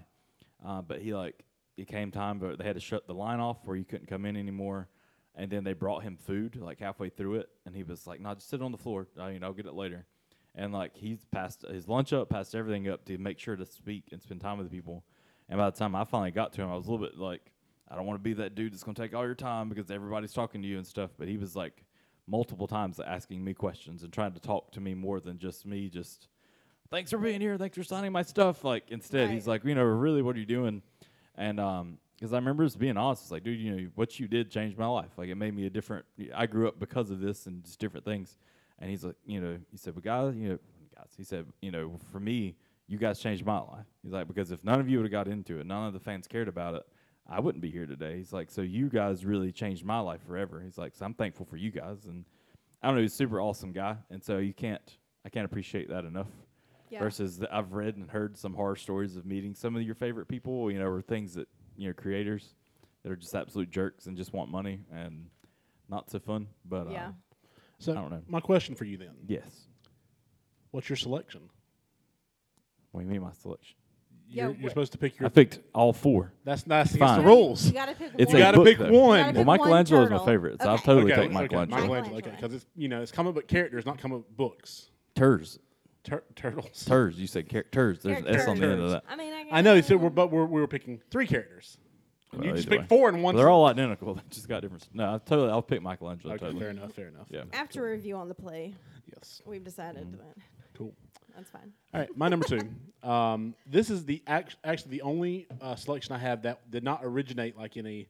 Speaker 3: Uh, but he like it came time, but they had to shut the line off where you couldn't come in anymore. And then they brought him food like halfway through it, and he was like, "No, just sit on the floor. I, you know, I'll get it later." And like he's passed his lunch up, passed everything up to make sure to speak and spend time with the people. And by the time I finally got to him, I was a little bit like, "I don't want to be that dude that's gonna take all your time because everybody's talking to you and stuff." But he was like multiple times asking me questions and trying to talk to me more than just me just thanks for being here. Thanks for signing my stuff. Like instead,
Speaker 1: Right.
Speaker 3: he's like, you know, really, what are you doing? And um, because I remember just being honest, it's like, dude, you know, what you did changed my life. Like it made me a different. I grew up because of this and just different things. And he's like, you know, he said, but guys, you know, guys, he said, you know, for me, you guys changed my life. He's like, because if none of you would have got into it, none of the fans cared about it. I wouldn't be here today. He's like, so you guys really changed my life forever. He's like, so I'm thankful for you guys. And I don't know, he's a super awesome guy. And so you can't, I can't appreciate that enough.
Speaker 1: Yeah.
Speaker 3: Versus, the, I've read and heard some horror stories of meeting some of your favorite people, you know, or things that you know creators that are just absolute jerks and just want money and not so fun. But
Speaker 1: Yeah.
Speaker 3: uh,
Speaker 2: So,
Speaker 3: I don't know.
Speaker 2: my question for you then
Speaker 3: yes,
Speaker 2: what's your selection?
Speaker 3: what do you mean my selection?
Speaker 1: Yeah,
Speaker 2: You're,
Speaker 1: wha-
Speaker 2: you're supposed to pick
Speaker 3: I
Speaker 2: your.
Speaker 3: picked all four.
Speaker 2: That's nice. That's
Speaker 3: Fine.
Speaker 2: the rules.
Speaker 1: You
Speaker 2: You
Speaker 1: gotta pick
Speaker 3: It's
Speaker 1: one.
Speaker 3: a
Speaker 2: gotta
Speaker 3: book,
Speaker 2: pick
Speaker 3: though.
Speaker 2: one.
Speaker 1: pick
Speaker 3: Well, Michelangelo is my
Speaker 1: turtle.
Speaker 3: favorite, so I'll
Speaker 1: Okay.
Speaker 3: totally
Speaker 2: Okay,
Speaker 3: take Michelangelo.
Speaker 1: Michael-
Speaker 2: Michelangelo. Okay,
Speaker 1: Michelangelo.
Speaker 2: because it's you know it's comic book characters, not comic book books.
Speaker 3: Turs,
Speaker 2: Tur- turtles.
Speaker 3: turs. You said char- turs. There's an S on the end of
Speaker 2: Characters.
Speaker 3: that.
Speaker 1: I mean, I,
Speaker 2: I know. So we're but we're, we were picking three characters. And
Speaker 3: Well,
Speaker 2: you just
Speaker 3: either
Speaker 2: picked
Speaker 3: way.
Speaker 2: four and one.
Speaker 3: They're all identical. They just got different. No, I totally. I'll pick Michelangelo.
Speaker 2: okay.
Speaker 3: totally.
Speaker 2: Fair enough. Fair enough.
Speaker 3: Yeah.
Speaker 1: after a review on the play,
Speaker 2: Yes.
Speaker 1: we've decided
Speaker 2: Mm-hmm.
Speaker 1: that
Speaker 2: Cool.
Speaker 1: that's fine.
Speaker 2: All right, my number two. Um, this is the act- actually the only uh, selection I have that did not originate like in a,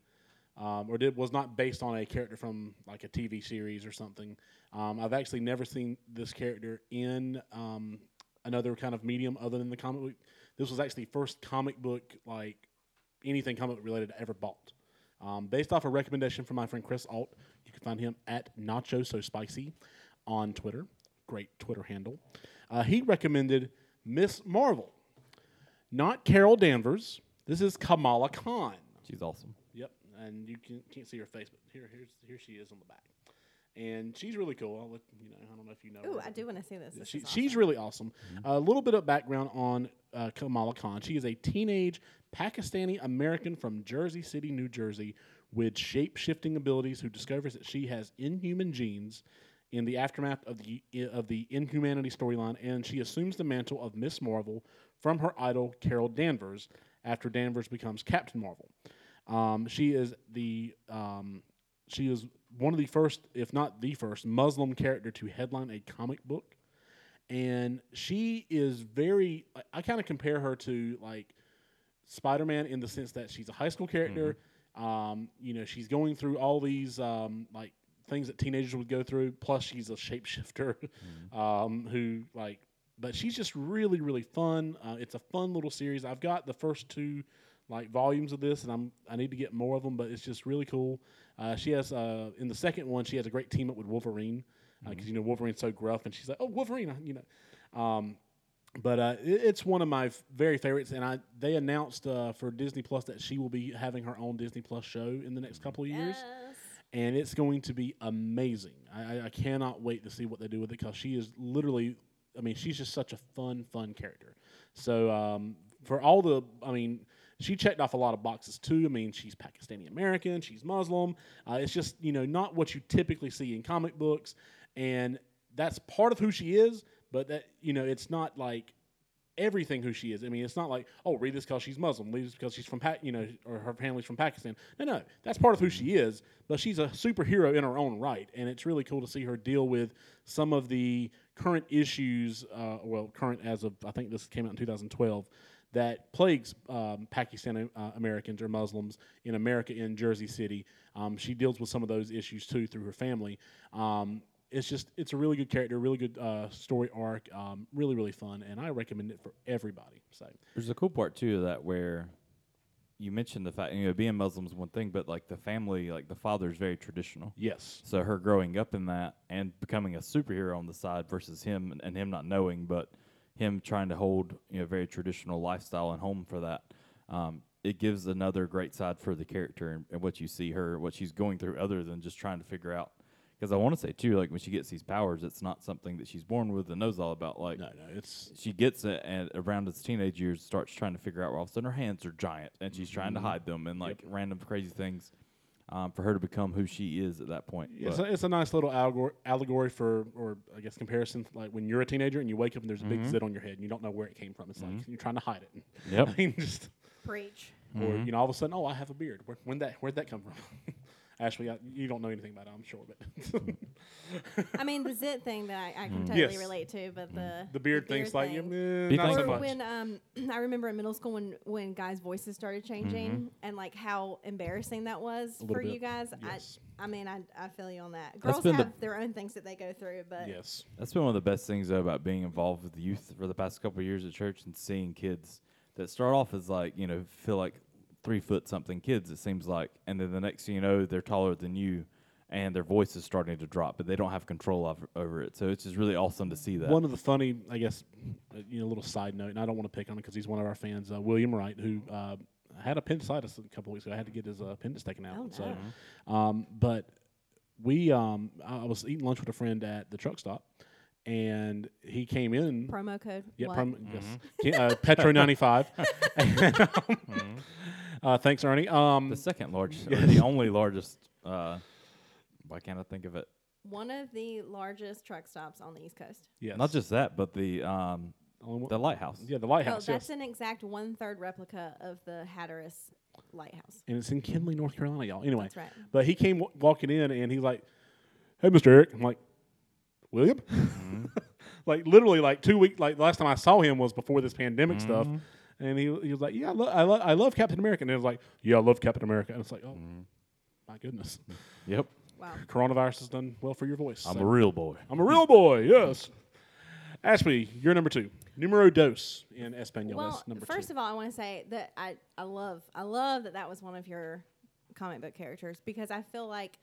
Speaker 2: um, or did was not based on a character from like a TV series or something. Um, I've actually never seen this character in um, another kind of medium other than the comic book. This was actually the first comic book like anything comic book related I ever bought. Um, based off a recommendation from my friend Chris Alt, you can find him at Nacho So Spicy on Twitter. Great Twitter handle. Uh, he recommended Miss Marvel, not Carol Danvers. This is Kamala Khan.
Speaker 3: She's awesome.
Speaker 2: Yep, and you can, can't see her face, but here, here's, here she is on the back, and she's really cool. I'll let you know. I don't know if you know.
Speaker 1: Ooh,
Speaker 2: her.
Speaker 1: I do want to see this.
Speaker 2: Yeah,
Speaker 1: This
Speaker 2: she,
Speaker 1: is
Speaker 2: She's really awesome. A little bit of background on uh, Kamala Khan. She is a teenage Pakistani American from Jersey City, New Jersey, with shape shifting abilities who discovers that she has inhuman genes in the aftermath of the of the inhumanity storyline, and she assumes the mantle of Miss Marvel from her idol Carol Danvers after Danvers becomes Captain Marvel. Um, she is the um, she is one of the first, if not the first, Muslim character to headline a comic book, and she is very. I- I kind of compare her to like Spider-Man in the sense that she's a high school character. Um, you know, she's going through all these um, like things that teenagers would go through. Plus, she's a shapeshifter um, who like, but she's just really, really fun. Uh, it's a fun little series. I've got the first two like volumes of this, and I'm I need to get more of them. But it's just really cool. Uh, she has uh, in the second one, she has a great team up with Wolverine because you know Wolverine's so gruff, and she's like, oh Wolverine, I- you know. Um, but uh, it, it's one of my f- very favorites, and I they announced uh, for Disney Plus that she will be having her own Disney Plus show in the next couple of years, and it's going to be amazing. I, I, I cannot wait to see what they do with it because she is literally, I mean, she's just such a fun, fun character. So um, for all the, I mean, she checked off a lot of boxes too. I mean, she's Pakistani American, she's Muslim. Uh, it's just you know not what you typically see in comic books, and that's part of who she is. But that you know, it's not like everything who she is. I mean, it's not like, oh, read this because she's Muslim, read this because she's from, pa- you know, or her family's from Pakistan. No, no, that's part of who she is, but she's a superhero in her own right. And it's really cool to see her deal with some of the current issues, uh, well, current as of, I think this came out in 2012, that plagues um, Pakistani uh, Americans or Muslims in America in Jersey City. Um, she deals with some of those issues too through her family. Um, it's just it's a really good character, really good uh, story arc, um, really really fun, and I recommend it for everybody. So
Speaker 3: There's a cool part too of that where you mentioned the fact you know being Muslim's one thing, but like the family, like the father is very traditional.
Speaker 2: yes,
Speaker 3: So her growing up in that and becoming a superhero on the side versus him and, and him not knowing, but him trying to hold you know very traditional lifestyle and home for that. Um, it gives another great side for the character and, and what you see her, what she's going through, other than just trying to figure out. Because I want to say too, like when she gets these powers, it's not something that she's born with and knows all about. Like
Speaker 2: no, no, it's
Speaker 3: she gets it and around its teenage years starts trying to figure out where all of a sudden her hands are giant and she's trying to hide them and like random crazy things um, for her to become who she is at that point.
Speaker 2: it's
Speaker 3: But
Speaker 2: a, it's a nice little allegor- allegory for, or I guess comparison, like when you're a teenager and you wake up and there's a big zit on your head and you don't know where it came from. It's like you're trying to hide it.
Speaker 3: Yep.
Speaker 2: I mean, just
Speaker 1: Preach.
Speaker 2: or you know all of a sudden, oh, I have a beard. Where, when that where'd that come from? Ashley, I, you don't know anything about it, I'm sure, but
Speaker 1: I mean, the zit thing that I, I can totally
Speaker 2: Mm. Yes. Mm.
Speaker 1: relate to, but the
Speaker 2: the beard thing's like,
Speaker 1: thing.
Speaker 2: yeah,
Speaker 3: Be
Speaker 2: not so
Speaker 3: thankful.
Speaker 1: or
Speaker 2: much.
Speaker 1: when um, I remember in middle school when when guys' voices started changing and like how embarrassing that was
Speaker 2: Mm-hmm. little
Speaker 1: for
Speaker 2: bit,
Speaker 1: you guys.
Speaker 2: yes.
Speaker 1: I I mean I, I feel you on that. Girls
Speaker 3: been
Speaker 1: have
Speaker 3: the-
Speaker 1: their own things that they go through, but
Speaker 2: Yes,
Speaker 3: that's been one of the best things though about being involved with youth for the past couple of years at church and seeing kids that start off as like, you know, feel like three foot something kids, it seems like. And then the next thing you know, they're taller than you and their voice is starting to drop, but they don't have control over, over it. So it's just really awesome to see that.
Speaker 2: One of the funny, I guess, uh, you know, little side note, and I don't want to pick on him because he's one of our fans, uh, William Wright, who uh, had appendicitis a couple weeks ago. I had to get his uh, appendix taken out.
Speaker 1: Oh,
Speaker 2: So, um, but we, um, I I was eating lunch with a friend at the truck stop, and he came in.
Speaker 1: promo code.
Speaker 2: Yeah,
Speaker 1: what?
Speaker 2: prom- yes.
Speaker 3: Mm-hmm.
Speaker 2: Ki- Uh, Petro ninety five. uh, thanks, Ernie. Um,
Speaker 3: The second largest, or the only largest. Uh, why can't I think of it?
Speaker 1: one of the largest truck stops on the East Coast.
Speaker 2: yes.
Speaker 3: Not just that, but the um,
Speaker 2: Only one-
Speaker 3: the lighthouse.
Speaker 2: yeah, the
Speaker 1: Oh,
Speaker 2: lighthouse.
Speaker 1: that's
Speaker 2: yes.
Speaker 1: an exact one third replica of the Hatteras lighthouse.
Speaker 2: and it's in Kinley, North Carolina, y'all. Anyway,
Speaker 1: That's right.
Speaker 2: but he came w- walking in and he's like, "Hey, Mr. Eric," I'm like, "William,"
Speaker 3: Mm-hmm.
Speaker 2: like literally like two weeks. Like last time I saw him was before this pandemic stuff,
Speaker 3: Mm-hmm.
Speaker 2: and he, he was like, "Yeah, I, lo- I, lo- I love Captain America," and I was like, "Yeah, I love Captain America," and it's like, "Oh, my goodness,
Speaker 3: Mm-hmm. Yep.
Speaker 1: Wow.
Speaker 2: coronavirus has done well for your voice."
Speaker 3: I'm
Speaker 2: So-
Speaker 3: a real boy.
Speaker 2: I'm a real boy, yes. Ashley, you're number two. Numero dos in Espanol.
Speaker 1: Well,
Speaker 2: that's number
Speaker 1: first
Speaker 2: two.
Speaker 1: of all, I want to say that I, I love I love that that was one of your comic book characters because I feel like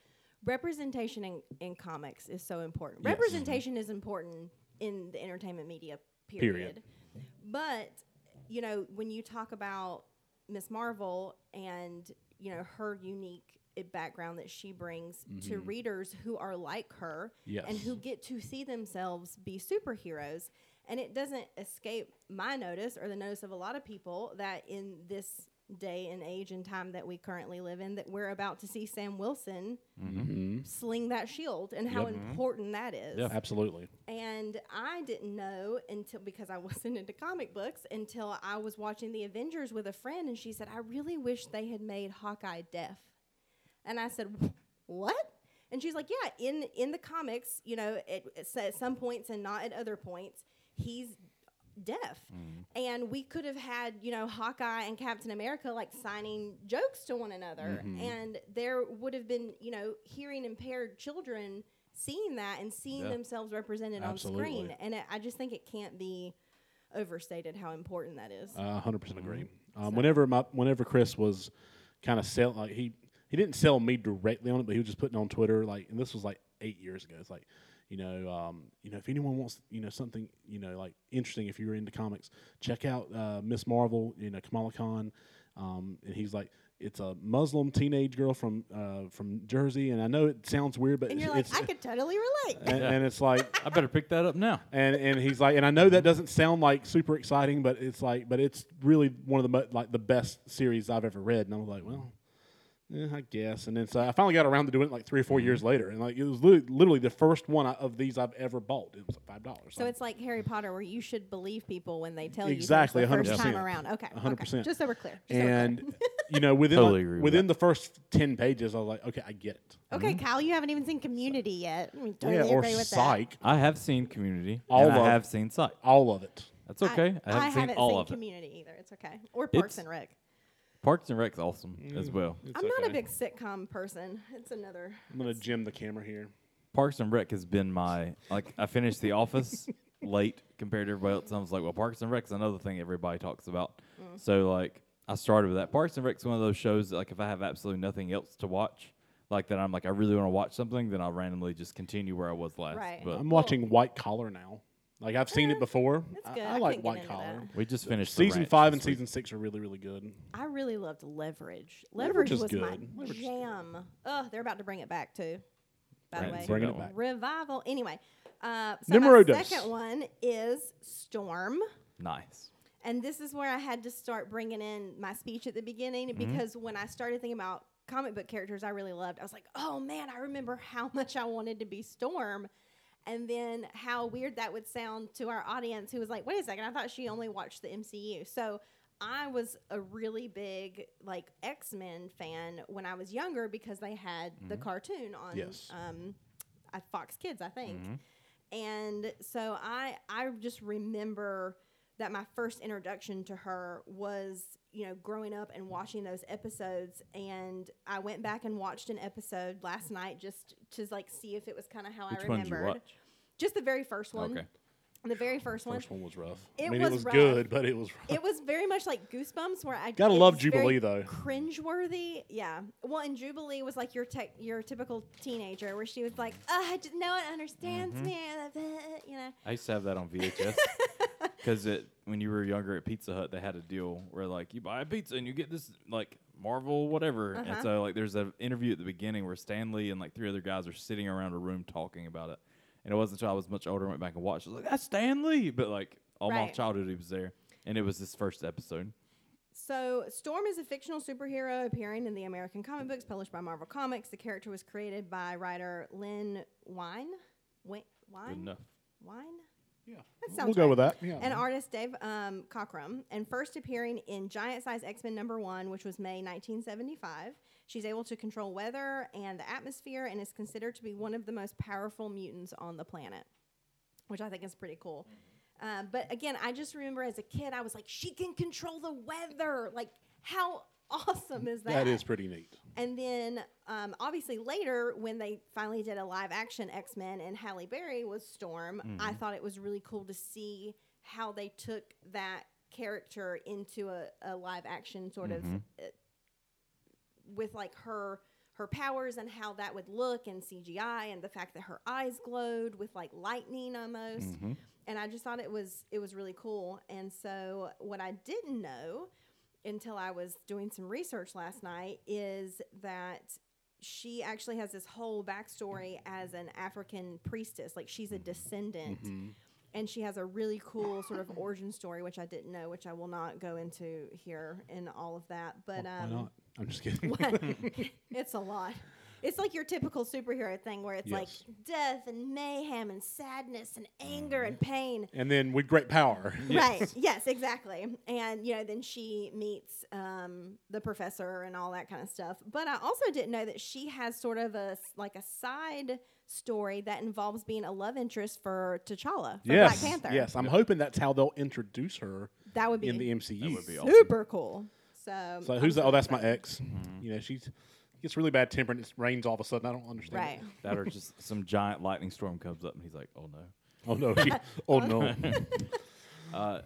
Speaker 1: representation in, in comics is so important.
Speaker 2: Yes.
Speaker 1: Representation is important in the entertainment media
Speaker 2: Period.
Speaker 1: period. But you know, when you talk about Miss Marvel and you know her unique i- background that she brings to readers who are like her and
Speaker 2: Yes.
Speaker 1: who get to see themselves be superheroes. And it doesn't escape my notice or the notice of a lot of people that in this day and age and time that we currently live in that we're about to see Sam Wilson sling that shield and how important that is.
Speaker 3: Yeah.
Speaker 2: Absolutely.
Speaker 1: And I didn't know until because I wasn't into comic books until I was watching the Avengers with a friend and she said, I really wish they had made Hawkeye deaf. And I said, What? And she's like, Yeah, in, in the comics, you know, it, it sa- at some points and not at other points, he's deaf.
Speaker 2: Mm-hmm.
Speaker 1: And we could have had, you know, Hawkeye and Captain America like signing jokes to one another.
Speaker 2: Mm-hmm.
Speaker 1: And there would have been, you know, hearing impaired children seeing that and seeing
Speaker 3: Yeah.
Speaker 1: themselves represented
Speaker 2: Absolutely.
Speaker 1: on screen. And it, I just think it can't be overstated how important that is.
Speaker 2: Uh, 100% agree. Um, Whenever my, whenever Chris was kind of sell, like he he didn't sell me directly on it, but he was just putting on Twitter like, and this was like eight years ago. It's like, you know, um, you know, if anyone wants, you know, something, you know, like interesting, if you're into comics, check out uh, Miss Marvel, you know, Kamala Khan, um, and he's like. It's a Muslim teenage girl from uh, from Jersey, and I know it sounds weird, but
Speaker 1: and you're like,
Speaker 2: it's,
Speaker 1: I could totally relate.
Speaker 2: and, and it's like
Speaker 3: I better pick that up now.
Speaker 2: and and he's like, and I know that doesn't sound like super exciting, but it's like, but it's really one of the mo- like the best series I've ever read. And I was like, well, yeah, I guess. And then so I finally got around to doing it like three or 4 years
Speaker 1: Mm-hmm.
Speaker 2: later, and like it was literally, literally the first one I, of these I've ever bought. It was like five dollars.
Speaker 1: So it's like Harry Potter, where you should believe people when they tell
Speaker 2: Exactly,
Speaker 1: you. things the 1st
Speaker 2: 100%.
Speaker 1: time around. Okay, okay.
Speaker 2: 100%.
Speaker 1: Just so we're clear. Just so we're clear.
Speaker 2: and you know within
Speaker 3: Totally
Speaker 2: like,
Speaker 3: agree with
Speaker 2: within the first ten pages, I was like, okay, I get it.
Speaker 1: Okay, Kyle, you haven't even seen Community yet. We Oh, totally
Speaker 2: Mm-hmm. yeah, or
Speaker 1: agree with
Speaker 2: Psych,
Speaker 3: I have seen Community.
Speaker 2: All
Speaker 3: and I
Speaker 2: of-
Speaker 3: have seen Psych.
Speaker 2: all of it.
Speaker 3: That's
Speaker 1: that.
Speaker 3: okay. I, haven't seen all of it.
Speaker 1: Community either. It's okay. Or Parks
Speaker 3: It's-
Speaker 1: and Rec.
Speaker 3: Parks and Rec's awesome
Speaker 2: Mm.
Speaker 3: as well.
Speaker 1: I'm not
Speaker 2: okay.
Speaker 1: a big sitcom person. It's another.
Speaker 2: I'm gonna jim the camera here.
Speaker 3: Parks and Rec has been my like. I finished The Office late compared to everybody else. and I was like, well, Parks and Rec's another thing everybody talks about.
Speaker 1: Mm.
Speaker 3: So like, I started with that. Parks and Rec's one of those shows that like if I have absolutely nothing else to watch, like that I'm like I really want to watch something, then I'll randomly just continue where I was last.
Speaker 1: Right.
Speaker 3: But
Speaker 2: I'm watching White Collar now. Like I've seen it before.
Speaker 1: that's
Speaker 2: I-
Speaker 1: good.
Speaker 2: I,
Speaker 1: I couldn't
Speaker 2: like
Speaker 1: get
Speaker 2: White
Speaker 1: into
Speaker 2: Collar.
Speaker 1: that.
Speaker 3: we just finished The
Speaker 2: Season
Speaker 3: Ranch
Speaker 2: five and
Speaker 3: this week.
Speaker 2: season six are really, really good.
Speaker 1: I really loved Leverage. Leverage,
Speaker 2: Leverage is
Speaker 1: was my
Speaker 2: good. Leverage is good.
Speaker 1: jam. Oh, they're about to bring it back too. By
Speaker 3: Right,
Speaker 1: the way,
Speaker 2: bringing
Speaker 3: that
Speaker 2: it back.
Speaker 1: revival. Anyway, uh, so
Speaker 2: Numero
Speaker 1: my
Speaker 2: dos.
Speaker 1: second one is Storm.
Speaker 3: Nice.
Speaker 1: And this is where I had to start bringing in my speech at the beginning because when I started thinking about comic book characters I really loved, I was like, oh man, I remember how much I wanted to be Storm. And then how weird that would sound to our audience who was like, wait a second, I thought she only watched the MCU. So I was a really big like X Men fan when I was younger because they had the cartoon on
Speaker 2: Yes.
Speaker 1: um, at Fox Kids, I think. And so I I just remember that my first introduction to her was, you know, growing up and watching those episodes and I went back and watched an episode last night just to like see if it was kind of how I
Speaker 3: Which one did you
Speaker 1: remembered.
Speaker 3: watch?
Speaker 1: Just the very first one.
Speaker 3: Okay.
Speaker 1: The very first one.
Speaker 2: First one was rough. I
Speaker 1: It
Speaker 2: mean,
Speaker 1: was
Speaker 2: it was
Speaker 1: rough.
Speaker 2: good, but it was rough.
Speaker 1: It was very much like Goosebumps, where I
Speaker 2: Gotta
Speaker 1: it
Speaker 2: love
Speaker 1: was very
Speaker 2: Jubilee, though.
Speaker 1: Cringeworthy, yeah. Well, and Jubilee was like your tech, your typical teenager, where she was like, "Oh, I just, no one understands
Speaker 2: Mm-hmm.
Speaker 1: me," you know.
Speaker 3: I used to have that on VHS because it when you were younger at Pizza Hut, they had a deal where like you buy a pizza and you get this like Marvel whatever, and
Speaker 1: Uh-huh.
Speaker 3: so like there's an interview at the beginning where Stanley and like three other guys are sitting around a room talking about it, and it wasn't until I was much older and went back and watched. I was like, that's Stanley, but like all my
Speaker 1: Right.
Speaker 3: childhood he was there, and it was this first episode.
Speaker 1: So, Storm is a fictional superhero appearing in the American comic books published by Marvel Comics. The character was created by writer Lynn Wine. Wine?
Speaker 3: Good enough.
Speaker 1: Wine?
Speaker 2: yeah.
Speaker 1: That sounds
Speaker 2: we'll go
Speaker 1: right.
Speaker 2: with that. Yeah.
Speaker 1: and artist Dave um, Cockrum, and first appearing in Giant Size X Men number one, which was May 1975. She's able to control weather and the atmosphere and is considered to be one of the most powerful mutants on the planet, which I think is pretty cool.
Speaker 2: Mm-hmm.
Speaker 1: Uh, but again, I just remember as a kid, I was like, she can control the weather. Like, how awesome is that?
Speaker 2: that is pretty neat.
Speaker 1: And then, um, obviously, later when they finally did a live action X Men and Halle Berry was Storm, I thought it was really cool to see how they took that character into a, a live action sort of uh, with like her her powers and how that would look and CGI and the fact that her eyes glowed with like lightning
Speaker 3: Mm-hmm.
Speaker 1: almost. And I just thought it was it was really cool. And so what I didn't know until I was doing some research last night is that she actually
Speaker 2: Mm-hmm.
Speaker 1: has this whole backstory as an African priestess. Like she's a descendant and she has a really cool sort of origin story, which I didn't know, which I will not go into here in all of that. But um,
Speaker 2: Why not? I'm just kidding.
Speaker 1: it's a lot. It's like your typical superhero thing where it's like
Speaker 2: Yes.
Speaker 1: death and mayhem and sadness and anger and
Speaker 2: Mm-hmm.
Speaker 1: pain.
Speaker 2: and then with great power.
Speaker 1: Right. Yes, exactly. And you know, then she meets um, the professor and all that kind of stuff. But I also didn't know that she has sort of a s- like a side story that involves being a love interest for T'Challa from
Speaker 2: yes.
Speaker 1: Black Panther.
Speaker 2: Yes. I'm hoping that's how they'll introduce her
Speaker 1: That would be
Speaker 2: in the MCU.
Speaker 3: That would be awesome.
Speaker 1: super cool. So,
Speaker 2: So
Speaker 1: I'm
Speaker 2: who's that?
Speaker 1: so
Speaker 2: Oh, that's my
Speaker 1: excited.
Speaker 2: ex.
Speaker 1: Mm-hmm.
Speaker 2: You know, she's gets really bad temper and it rains all of a sudden. I don't understand.
Speaker 1: Right.
Speaker 2: it.
Speaker 3: That or just some giant lightning storm comes up and he's like, oh no.
Speaker 2: Oh no. she- oh no.
Speaker 3: Uh,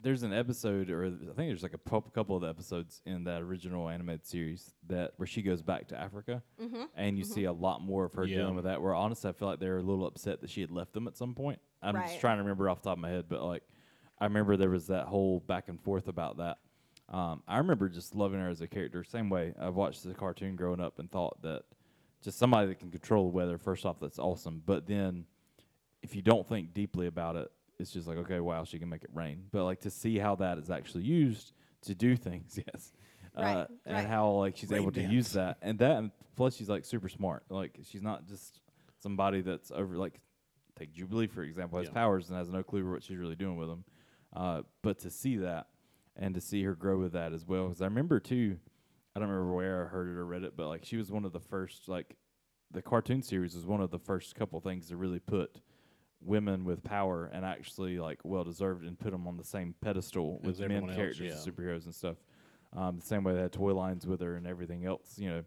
Speaker 3: there's an episode, or I think there's like a pu- couple of the episodes in that original animated series that where she goes back to Africa, and you see a lot more of her
Speaker 2: Yeah.
Speaker 3: dealing with that. Where honestly, I feel like they're a little upset that she had left them at some point. I'm
Speaker 1: Right.
Speaker 3: just trying to remember off the top of my head, but like I remember there was that whole back and forth about that. Um, I remember just loving her as a character. Same way I've watched the cartoon growing up and thought that just somebody that can control the weather. First off, that's awesome, but then if you don't think deeply about it, it's just like, okay, wow, she can make it rain. But like to see how that is actually used to do things, yes,
Speaker 1: Right,
Speaker 3: uh, and
Speaker 1: right.
Speaker 3: how like she's
Speaker 2: Rain
Speaker 3: able to use that, and that, and plus she's like super smart. Like she's not just somebody that's over. Like take Jubilee for example, has
Speaker 2: Yeah.
Speaker 3: powers and has no clue what she's really doing with them. Uh, but to see that and to see her grow with that as well, because I remember too, I don't remember where I heard it or read it, but like she was one of the first like the cartoon series was one of the first couple things to really put women with power and actually like well deserved and put them on the same pedestal
Speaker 2: As
Speaker 3: with men
Speaker 2: everyone else,
Speaker 3: characters
Speaker 2: yeah.
Speaker 3: and superheroes and stuff. Um, the same way they had toy lines with her and everything else, you know,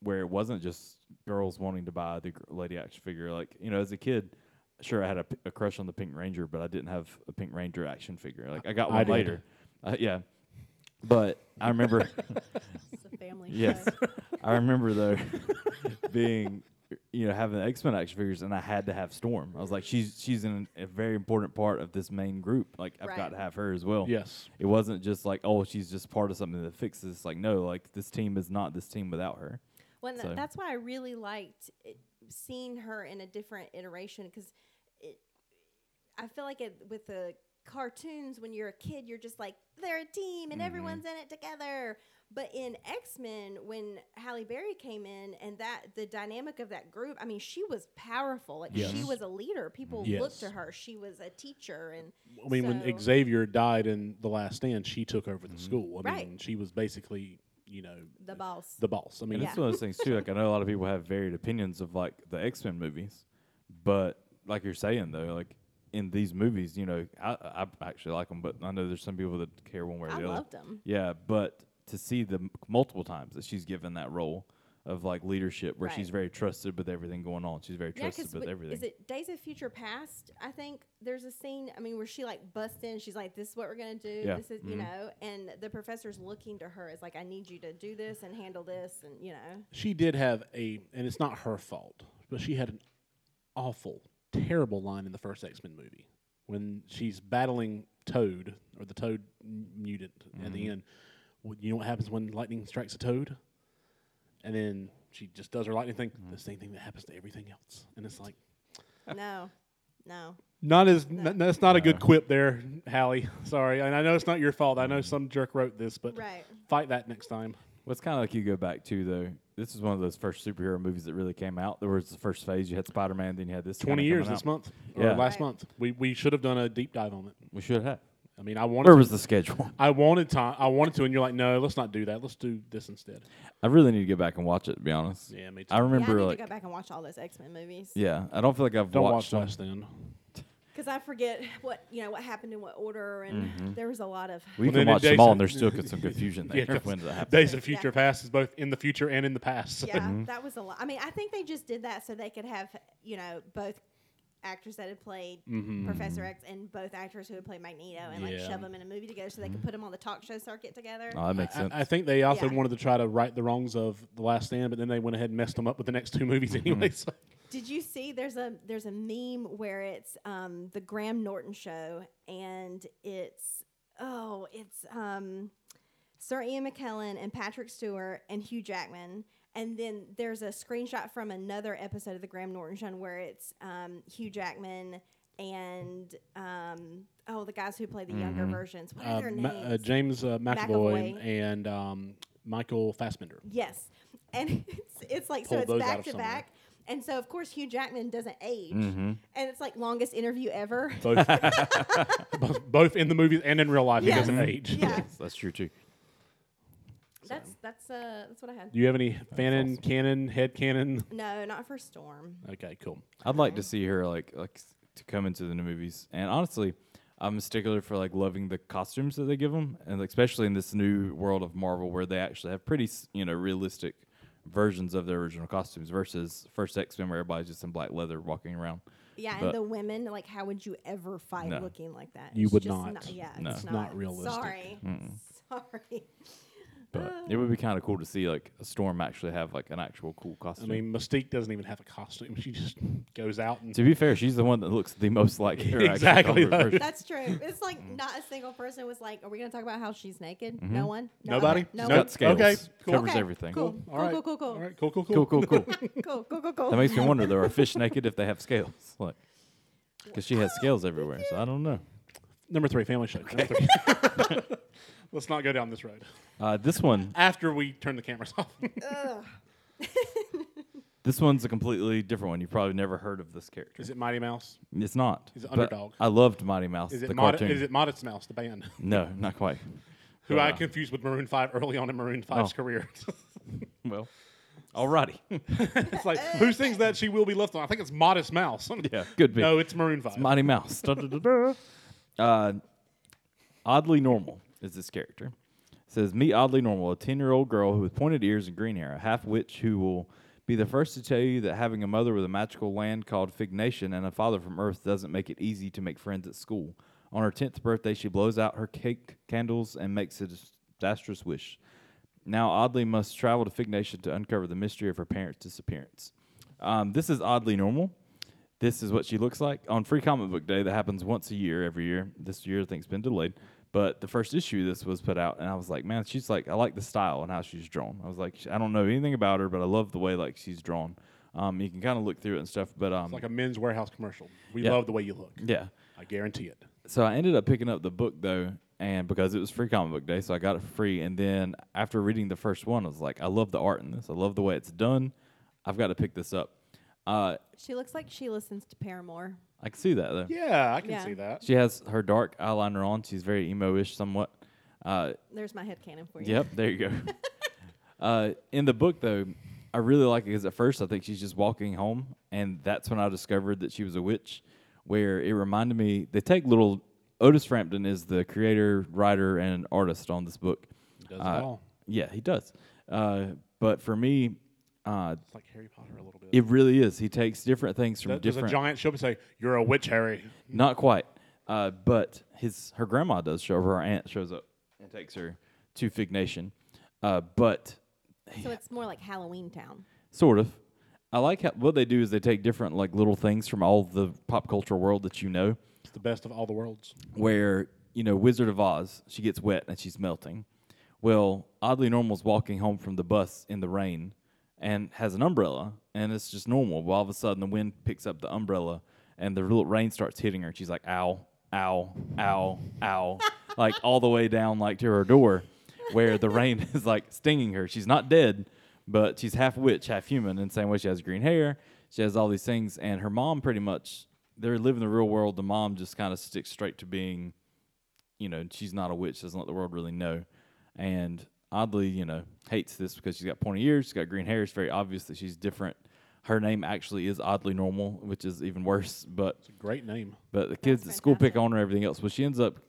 Speaker 3: where it wasn't just girls wanting to buy the gr- lady action figure. Like you know, as a kid, sure I had a, p- a crush on the Pink Ranger, but I didn't have a Pink Ranger action figure. Like I got
Speaker 2: I
Speaker 3: one
Speaker 2: did.
Speaker 3: later. Uh, yeah, but I remember.
Speaker 1: It's a family
Speaker 3: Yes.
Speaker 1: show.
Speaker 3: I remember though being you know having the X-Men action figures and I had to have Storm. I was like she's she's in a very important part of this main group. Like I've
Speaker 1: Right.
Speaker 3: got to have her as well.
Speaker 2: Yes.
Speaker 3: It wasn't just like oh she's just part of something that fixes like no like this team is not this team without her.
Speaker 1: Well, and th-
Speaker 3: So-
Speaker 1: that's why I really liked it, seeing her in a different iteration because I feel like it, with the cartoons, when you're a kid, you're just like, they're a team
Speaker 2: Mm-hmm.
Speaker 1: and everyone's in it together. But in X Men, when Halle Berry came in and that the dynamic of that group, I mean, she was powerful. Like she
Speaker 2: Yes.
Speaker 1: was a leader. People looked to
Speaker 2: Yes.
Speaker 1: her. She was a teacher, and
Speaker 2: I mean,
Speaker 1: so-
Speaker 2: when Xavier died in The Last Stand, she took over
Speaker 1: Mm-hmm.
Speaker 2: the school. I
Speaker 1: Right.
Speaker 2: mean, she was basically, you know,
Speaker 1: the boss.
Speaker 2: the boss. I mean,
Speaker 3: And
Speaker 1: Yeah.
Speaker 2: it's-
Speaker 3: it's one of those things too. Like I know a lot of people have varied opinions of like the X Men movies, but like you're saying though, like in these movies, you know, I, I actually like them, but I know there's some people that care one way or
Speaker 1: I
Speaker 3: the other.
Speaker 1: loved them.
Speaker 3: Yeah, but to see the m- multiple times that she's given that role of like leadership, where
Speaker 1: Right.
Speaker 3: she's very trusted with everything going on, she's very trusted
Speaker 1: 'cause
Speaker 3: with
Speaker 1: what-
Speaker 3: everything.
Speaker 1: Is it Days of Future Past? I think there's a scene. I mean, where she like busts in. She's like, "This is what we're gonna do.
Speaker 3: Yeah. mm-hmm.
Speaker 1: This is you know." And the professor's looking to her as like, "I need you to do this and handle this," and you know.
Speaker 2: she did have a, and it's not her fault, but she had an awful, terrible line in the first X Men movie when she's battling Toad or the Toad m- mutant at the end. Well, you know what happens when lightning strikes a Toad, and then she just does her lightning thing. The same thing that happens to everything else, and it's like
Speaker 1: no, no.
Speaker 2: Not as n- that's not a good quip there, Hallie. Sorry, and I know it's not your fault. I know some jerk wrote this, but
Speaker 1: Right.
Speaker 2: fight that next time.
Speaker 3: What's kind of like you go back to though. This is one of those first superhero movies that really came out. There was the first phase. You had Spider Man, then you had this. kinda
Speaker 2: Twenty years
Speaker 3: coming
Speaker 2: this
Speaker 3: out.
Speaker 2: month or
Speaker 3: Yeah.
Speaker 2: last
Speaker 1: Right.
Speaker 2: month. We we should have done a deep dive on it.
Speaker 3: We should have.
Speaker 2: I mean, I wanted
Speaker 3: Where
Speaker 2: to,
Speaker 3: was the schedule?
Speaker 2: I wanted time. I wanted to, and you're like, no, let's not do that. Let's do this instead.
Speaker 3: I really need to go back and watch it. To be honest.
Speaker 2: Yeah, me too.
Speaker 3: I remember
Speaker 1: yeah, I need
Speaker 3: like
Speaker 1: to go back and watch all those X Men movies
Speaker 3: yeah. I don't feel like I've
Speaker 2: Don't
Speaker 3: watched
Speaker 2: watch
Speaker 3: them.
Speaker 2: Last Stand.
Speaker 1: because I forget what you know what happened in what order, and there was a lot of.
Speaker 3: Mm-hmm. We
Speaker 2: Well,
Speaker 3: can
Speaker 2: then it
Speaker 3: watch them
Speaker 2: dates
Speaker 3: all,
Speaker 2: it-
Speaker 3: and there's still got some confusion there.
Speaker 2: Yeah, 'cause
Speaker 3: when that happened.
Speaker 2: Days of Future Past is both in the future and in the past.
Speaker 1: Yeah, that was a lot. I mean, I think they just did that so they could have, you know, both actors that had played Professor X and both actors who had played Magneto and like
Speaker 2: Yeah.
Speaker 1: shove them in a movie together so they could put them on the talk show circuit together.
Speaker 3: Oh, that makes sense.
Speaker 2: I, I think they also
Speaker 1: Yeah.
Speaker 2: wanted to try to right the wrongs of The Last Stand, but then they went ahead and messed them up with the next two movies
Speaker 3: Mm-hmm.
Speaker 2: anyway. So.
Speaker 1: Did you see? There's a there's a meme where it's um, the Graham Norton show and it's oh it's um, Sir Ian McKellen and Patrick Stewart and Hugh Jackman. And then there's a screenshot from another episode of the Graham Norton show where it's um, Hugh Jackman and um, oh, the guys who play the younger versions. What are
Speaker 4: Uh,
Speaker 1: their
Speaker 4: Ma-
Speaker 1: names?
Speaker 4: uh, James uh, McAvoy,
Speaker 1: McAvoy.
Speaker 4: and um, Michael Fassbender.
Speaker 1: Yes, and it's, it's like
Speaker 4: Pull
Speaker 1: so it's
Speaker 4: those out
Speaker 1: back
Speaker 4: of
Speaker 1: to
Speaker 4: somewhere. Mm-hmm.
Speaker 1: back, and so of course Hugh Jackman doesn't age, and it's like longest interview ever.
Speaker 4: Both, both- both in the movies and in real life,
Speaker 1: Yes.
Speaker 4: he doesn't age.
Speaker 1: yeah,
Speaker 3: That's true too.
Speaker 1: that's that's uh that's what I had.
Speaker 4: Do you have any fanon, cannon, head cannon?
Speaker 1: No, not for Storm.
Speaker 4: Okay, cool.
Speaker 3: I'd like to see her like like s- to come into the new movies. And honestly, I'm a stickler for like loving the costumes that they give them, and like, especially in this new world of Marvel where they actually have pretty s- you know realistic versions of their original costumes versus first X Men where everybody's just in black leather walking around.
Speaker 1: Yeah,
Speaker 3: But-
Speaker 1: and the women, like, how would you ever fight
Speaker 3: No.
Speaker 1: looking like that?
Speaker 4: You
Speaker 1: It's
Speaker 4: would
Speaker 1: just
Speaker 4: not.
Speaker 1: yeah,
Speaker 3: No.
Speaker 1: it's
Speaker 4: It's not realistic.
Speaker 1: Sorry, sorry.
Speaker 3: But
Speaker 4: Ah.
Speaker 3: it would be kind of cool to see like a Storm actually have like an actual cool
Speaker 4: I
Speaker 3: costume.
Speaker 4: mean, Mystique doesn't even have a costume. She just goes out and
Speaker 3: to be fair, she's the one that looks the most like her actual
Speaker 4: Exactly,
Speaker 3: comic book
Speaker 4: though.
Speaker 3: version.
Speaker 1: That's true. It's like not a single person was like, "Are we going to talk about how she's naked?" No one. No,
Speaker 4: Mm-hmm. Nobody?
Speaker 1: Okay. No.
Speaker 4: Nope.
Speaker 1: one?
Speaker 3: Got scales.
Speaker 4: Okay, cool.
Speaker 3: Covers
Speaker 1: Okay,
Speaker 3: everything.
Speaker 1: Cool. Cool.
Speaker 4: All right.
Speaker 1: Cool. Cool. Cool.
Speaker 4: All right, cool, cool, cool.
Speaker 3: Cool, cool, cool.
Speaker 1: Cool. Cool. Cool. Cool.
Speaker 3: That makes me wonder though, are fish naked if they have scales? Like, because she has scales everywhere, so I don't know.
Speaker 4: Number three, Family Show. Number three. Let's not go down this road.
Speaker 3: Uh, this one,
Speaker 4: After we turn the cameras off.
Speaker 3: this one's a completely different one. You've probably never heard of this character.
Speaker 4: Is it Mighty Mouse?
Speaker 3: It's not.
Speaker 4: Is it
Speaker 3: but
Speaker 4: Underdog?
Speaker 3: I loved Mighty Mouse,
Speaker 4: Is
Speaker 3: the
Speaker 4: it, Mod-
Speaker 3: cartoon.
Speaker 4: is it Modest Mouse, the band?
Speaker 3: No, not quite.
Speaker 4: Who
Speaker 3: But,
Speaker 4: I
Speaker 3: uh,
Speaker 4: confused with Maroon 5 early on in Maroon 5's
Speaker 3: Oh.
Speaker 4: career.
Speaker 3: Well, alrighty.
Speaker 4: it's like, who sings that she will be left on? I think it's Modest Mouse.
Speaker 3: yeah, good be.
Speaker 4: No, it's Maroon 5.
Speaker 3: Mighty Mouse. Da, da, da, da. Uh, oddly normal is this character. It says meet oddly normal, a ten-year-old girl with pointed ears and green hair, a half witch who will be the first to tell you that having a mother with a magical land called Fignation and a father from Earth doesn't make it easy to make friends at school. On her tenth birthday, she blows out her cake candles and makes a disastrous wish. Now, Oddly must travel to Fignation to uncover the mystery of her parents' disappearance. Um, this is oddly normal this is what she looks like on Free Comic Book Day. That happens once a year, every year. This year, I think it's been delayed, but the first issue of this was put out, and I was like, man, she's like, I like the style and how she's drawn. I was like, I don't know anything about her, but I love the way like she's drawn. Um, you can kind of look through it and stuff, but um,
Speaker 4: Like a men's warehouse commercial. We
Speaker 3: Yeah.
Speaker 4: love the way you look.
Speaker 3: yeah.
Speaker 4: I guarantee it.
Speaker 3: So I ended up picking up the book though, and because it was Free Comic Book Day, so I got it for free. And then after reading the first one, I was like, I love the art in this. I love the way it's done. I've got to pick this up. Uh,
Speaker 1: She looks like she listens to Paramore.
Speaker 3: I can see that though.
Speaker 4: Yeah, I can
Speaker 1: Yeah.
Speaker 4: see that.
Speaker 3: She has her dark eyeliner on. She's very emo-ish somewhat. Uh,
Speaker 1: There's my headcanon for you.
Speaker 3: yep, there you go. uh, in the book, though, I really like it because at first I think she's just walking home, and that's when I discovered that she was a witch. Where it reminded me, they take little Otis Frampton is the creator, writer, and artist on this book.
Speaker 4: Does
Speaker 3: Uh,
Speaker 4: it all.
Speaker 3: Yeah, he does. Uh, but for me, uh,
Speaker 4: It's like Harry Potter a little bit.
Speaker 3: it really is. He takes different things from
Speaker 4: That- There's a
Speaker 3: different.
Speaker 4: giant show and say, You're a witch, Harry.
Speaker 3: Not quite. Uh, but his her grandma does show up. Her aunt shows up and takes her to Fignation. Uh, but
Speaker 1: So it's more like Halloween Town.
Speaker 3: sort of. I like how what they do is they take different like little things from all the pop culture world that you know.
Speaker 4: It's the best of all the worlds.
Speaker 3: Where you know Wizard of Oz, she gets wet and she's melting. Well, oddly normal's walking home from the bus in the rain and has an umbrella and it's just normal. Well, all of a sudden the wind picks up the umbrella and the little rain starts hitting her and she's like, "Ow, ow, ow, ow," like all the way down like to her door, where the rain is like stinging her. She's not dead, but she's half witch, half human. In the same way, she has green hair, she has all these things, and her mom pretty much they're living the real world. The mom just kind of sticks straight to being you know, she's not a witch, doesn't let the world really know. And oddly, you know, hates this because she's got pointy ears, she's got green hair. It's very obvious that she's different. Her name actually is oddly normal, which is even worse. But
Speaker 4: Great name.
Speaker 3: but the kids at school pick on her, everything else. Well, she ends up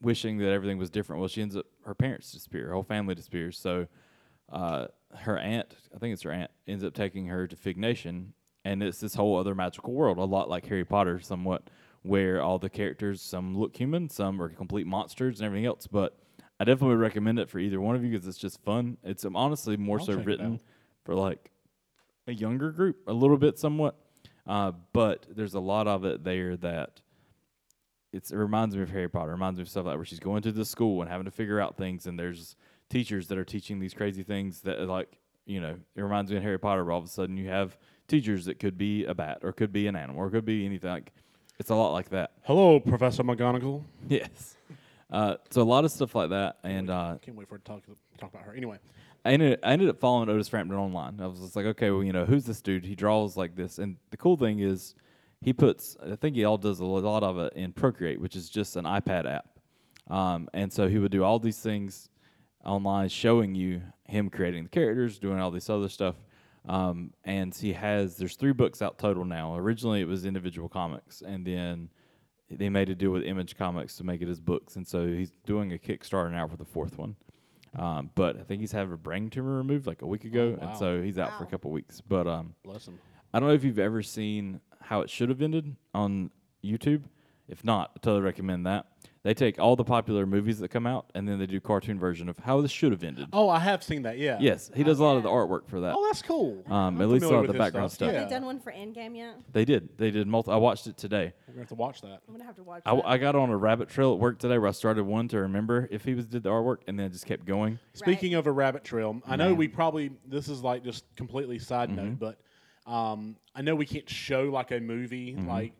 Speaker 3: wishing that everything was different. Well, she ends up her parents disappear, her whole family disappears. So, uh, her aunt, I think it's her aunt, ends up taking her to Fignation, and it's this whole other magical world, a lot like Harry Potter, somewhat, where all the characters some look human, some are complete monsters, and everything else. But I definitely recommend it for either one of you because it's just fun. It's um, honestly more so
Speaker 4: check it out.
Speaker 3: written for like a younger group, a little bit somewhat. Uh, but there's a lot of it there that it's, it reminds me of Harry Potter. reminds me of stuff like where she's going to the school and having to figure out things, and there's teachers that are teaching these crazy things that are like you know it reminds me of Harry Potter. Where all of a sudden you have teachers that could be a bat or could be an animal or could be anything. Like It's a lot like that.
Speaker 2: Hello, Professor McGonagall.
Speaker 3: Yes. Uh, so a lot of stuff like that, and uh,
Speaker 2: Can't wait for her to talk, talk about her. Anyway,
Speaker 3: I ended, I ended up following Otis Frampton online. I was just like, okay, well, you know, who's this dude? He draws like this. And the cool thing is, he puts, I think he all does a lot of it in Procreate, which is just an iPad app. Um, and so he would do all these things online, showing you him creating the characters, doing all this other stuff. Um, and he has, there's three books out total now. Originally, it was individual comics. And then they made a deal with Image Comics to make it his books, and so he's doing a Kickstarter now for the fourth one. Um, but I think he's having a brain tumor removed like a
Speaker 2: Oh,
Speaker 3: week ago, and so he's out for a
Speaker 1: Wow.
Speaker 3: couple weeks. But um,
Speaker 2: bless him.
Speaker 3: I don't know if you've ever seen how it should have ended on YouTube. If not, I totally recommend that. They take all the popular movies that come out, and then they do cartoon version of how this should have ended.
Speaker 2: Oh, I have seen that. Yeah.
Speaker 3: Yes, he does a lot of the artwork for that.
Speaker 2: Oh, that's cool.
Speaker 3: Um,
Speaker 2: I'm
Speaker 3: at least a
Speaker 2: familiar
Speaker 3: lot of
Speaker 2: with
Speaker 3: the
Speaker 2: his
Speaker 3: background stuff.
Speaker 1: Have
Speaker 2: Yeah.
Speaker 1: they done one for Endgame yet? I'm
Speaker 3: They did. They did multi. I watched it today.
Speaker 2: We're gonna have to watch that.
Speaker 1: gonna have to watch.
Speaker 3: I,
Speaker 1: that.
Speaker 3: I got on a rabbit trail at work today where I started one to remember if he was did the artwork, and then it just kept going.
Speaker 2: Speaking of a rabbit trail, I know we probably this is like just completely
Speaker 3: Mm-hmm.
Speaker 2: side note, but um, I know we can't show like a movie
Speaker 3: Mm-hmm.
Speaker 2: like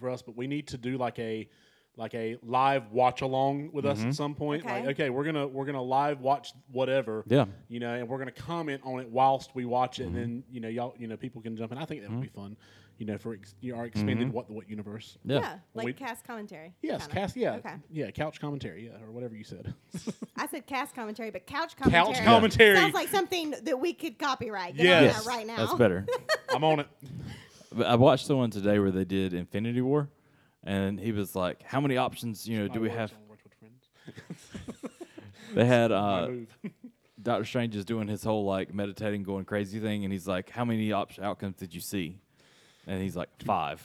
Speaker 2: for us, but we need to do like a like a live watch along with
Speaker 3: Mm-hmm.
Speaker 2: us at some point. Like,
Speaker 1: Okay.
Speaker 2: okay, we're gonna we're gonna live watch whatever.
Speaker 3: Yeah. Mm-hmm.
Speaker 2: You know, and we're gonna comment on it whilst we watch it, and then you know y'all you know people can jump in. I think that would be fun. You know, for ex- you know, our expanded what the what universe.
Speaker 1: yeah,
Speaker 3: Mm-hmm. Yeah.
Speaker 1: like
Speaker 2: We-
Speaker 1: cast commentary.
Speaker 2: Yes,
Speaker 1: kinda.
Speaker 2: cast. Yeah,
Speaker 1: Okay.
Speaker 2: yeah, couch commentary. Yeah, or whatever you said.
Speaker 1: I said cast commentary, but couch commentary.
Speaker 2: couch commentary.
Speaker 1: Sounds like something that we could copyright. Get
Speaker 2: Yes.
Speaker 1: on that right now.
Speaker 3: That's better.
Speaker 2: I'm on it.
Speaker 3: but I watched the one today where they did Infinity War, and he was like, "How many options, you know, do we
Speaker 2: Watch
Speaker 3: have?"
Speaker 2: on Watch with Friends.
Speaker 3: They had
Speaker 2: I
Speaker 3: uh,
Speaker 2: move.
Speaker 3: Doctor Strange is doing his whole like meditating, going crazy thing, and he's like, "How many op- outcomes did you see?" And he's like, five.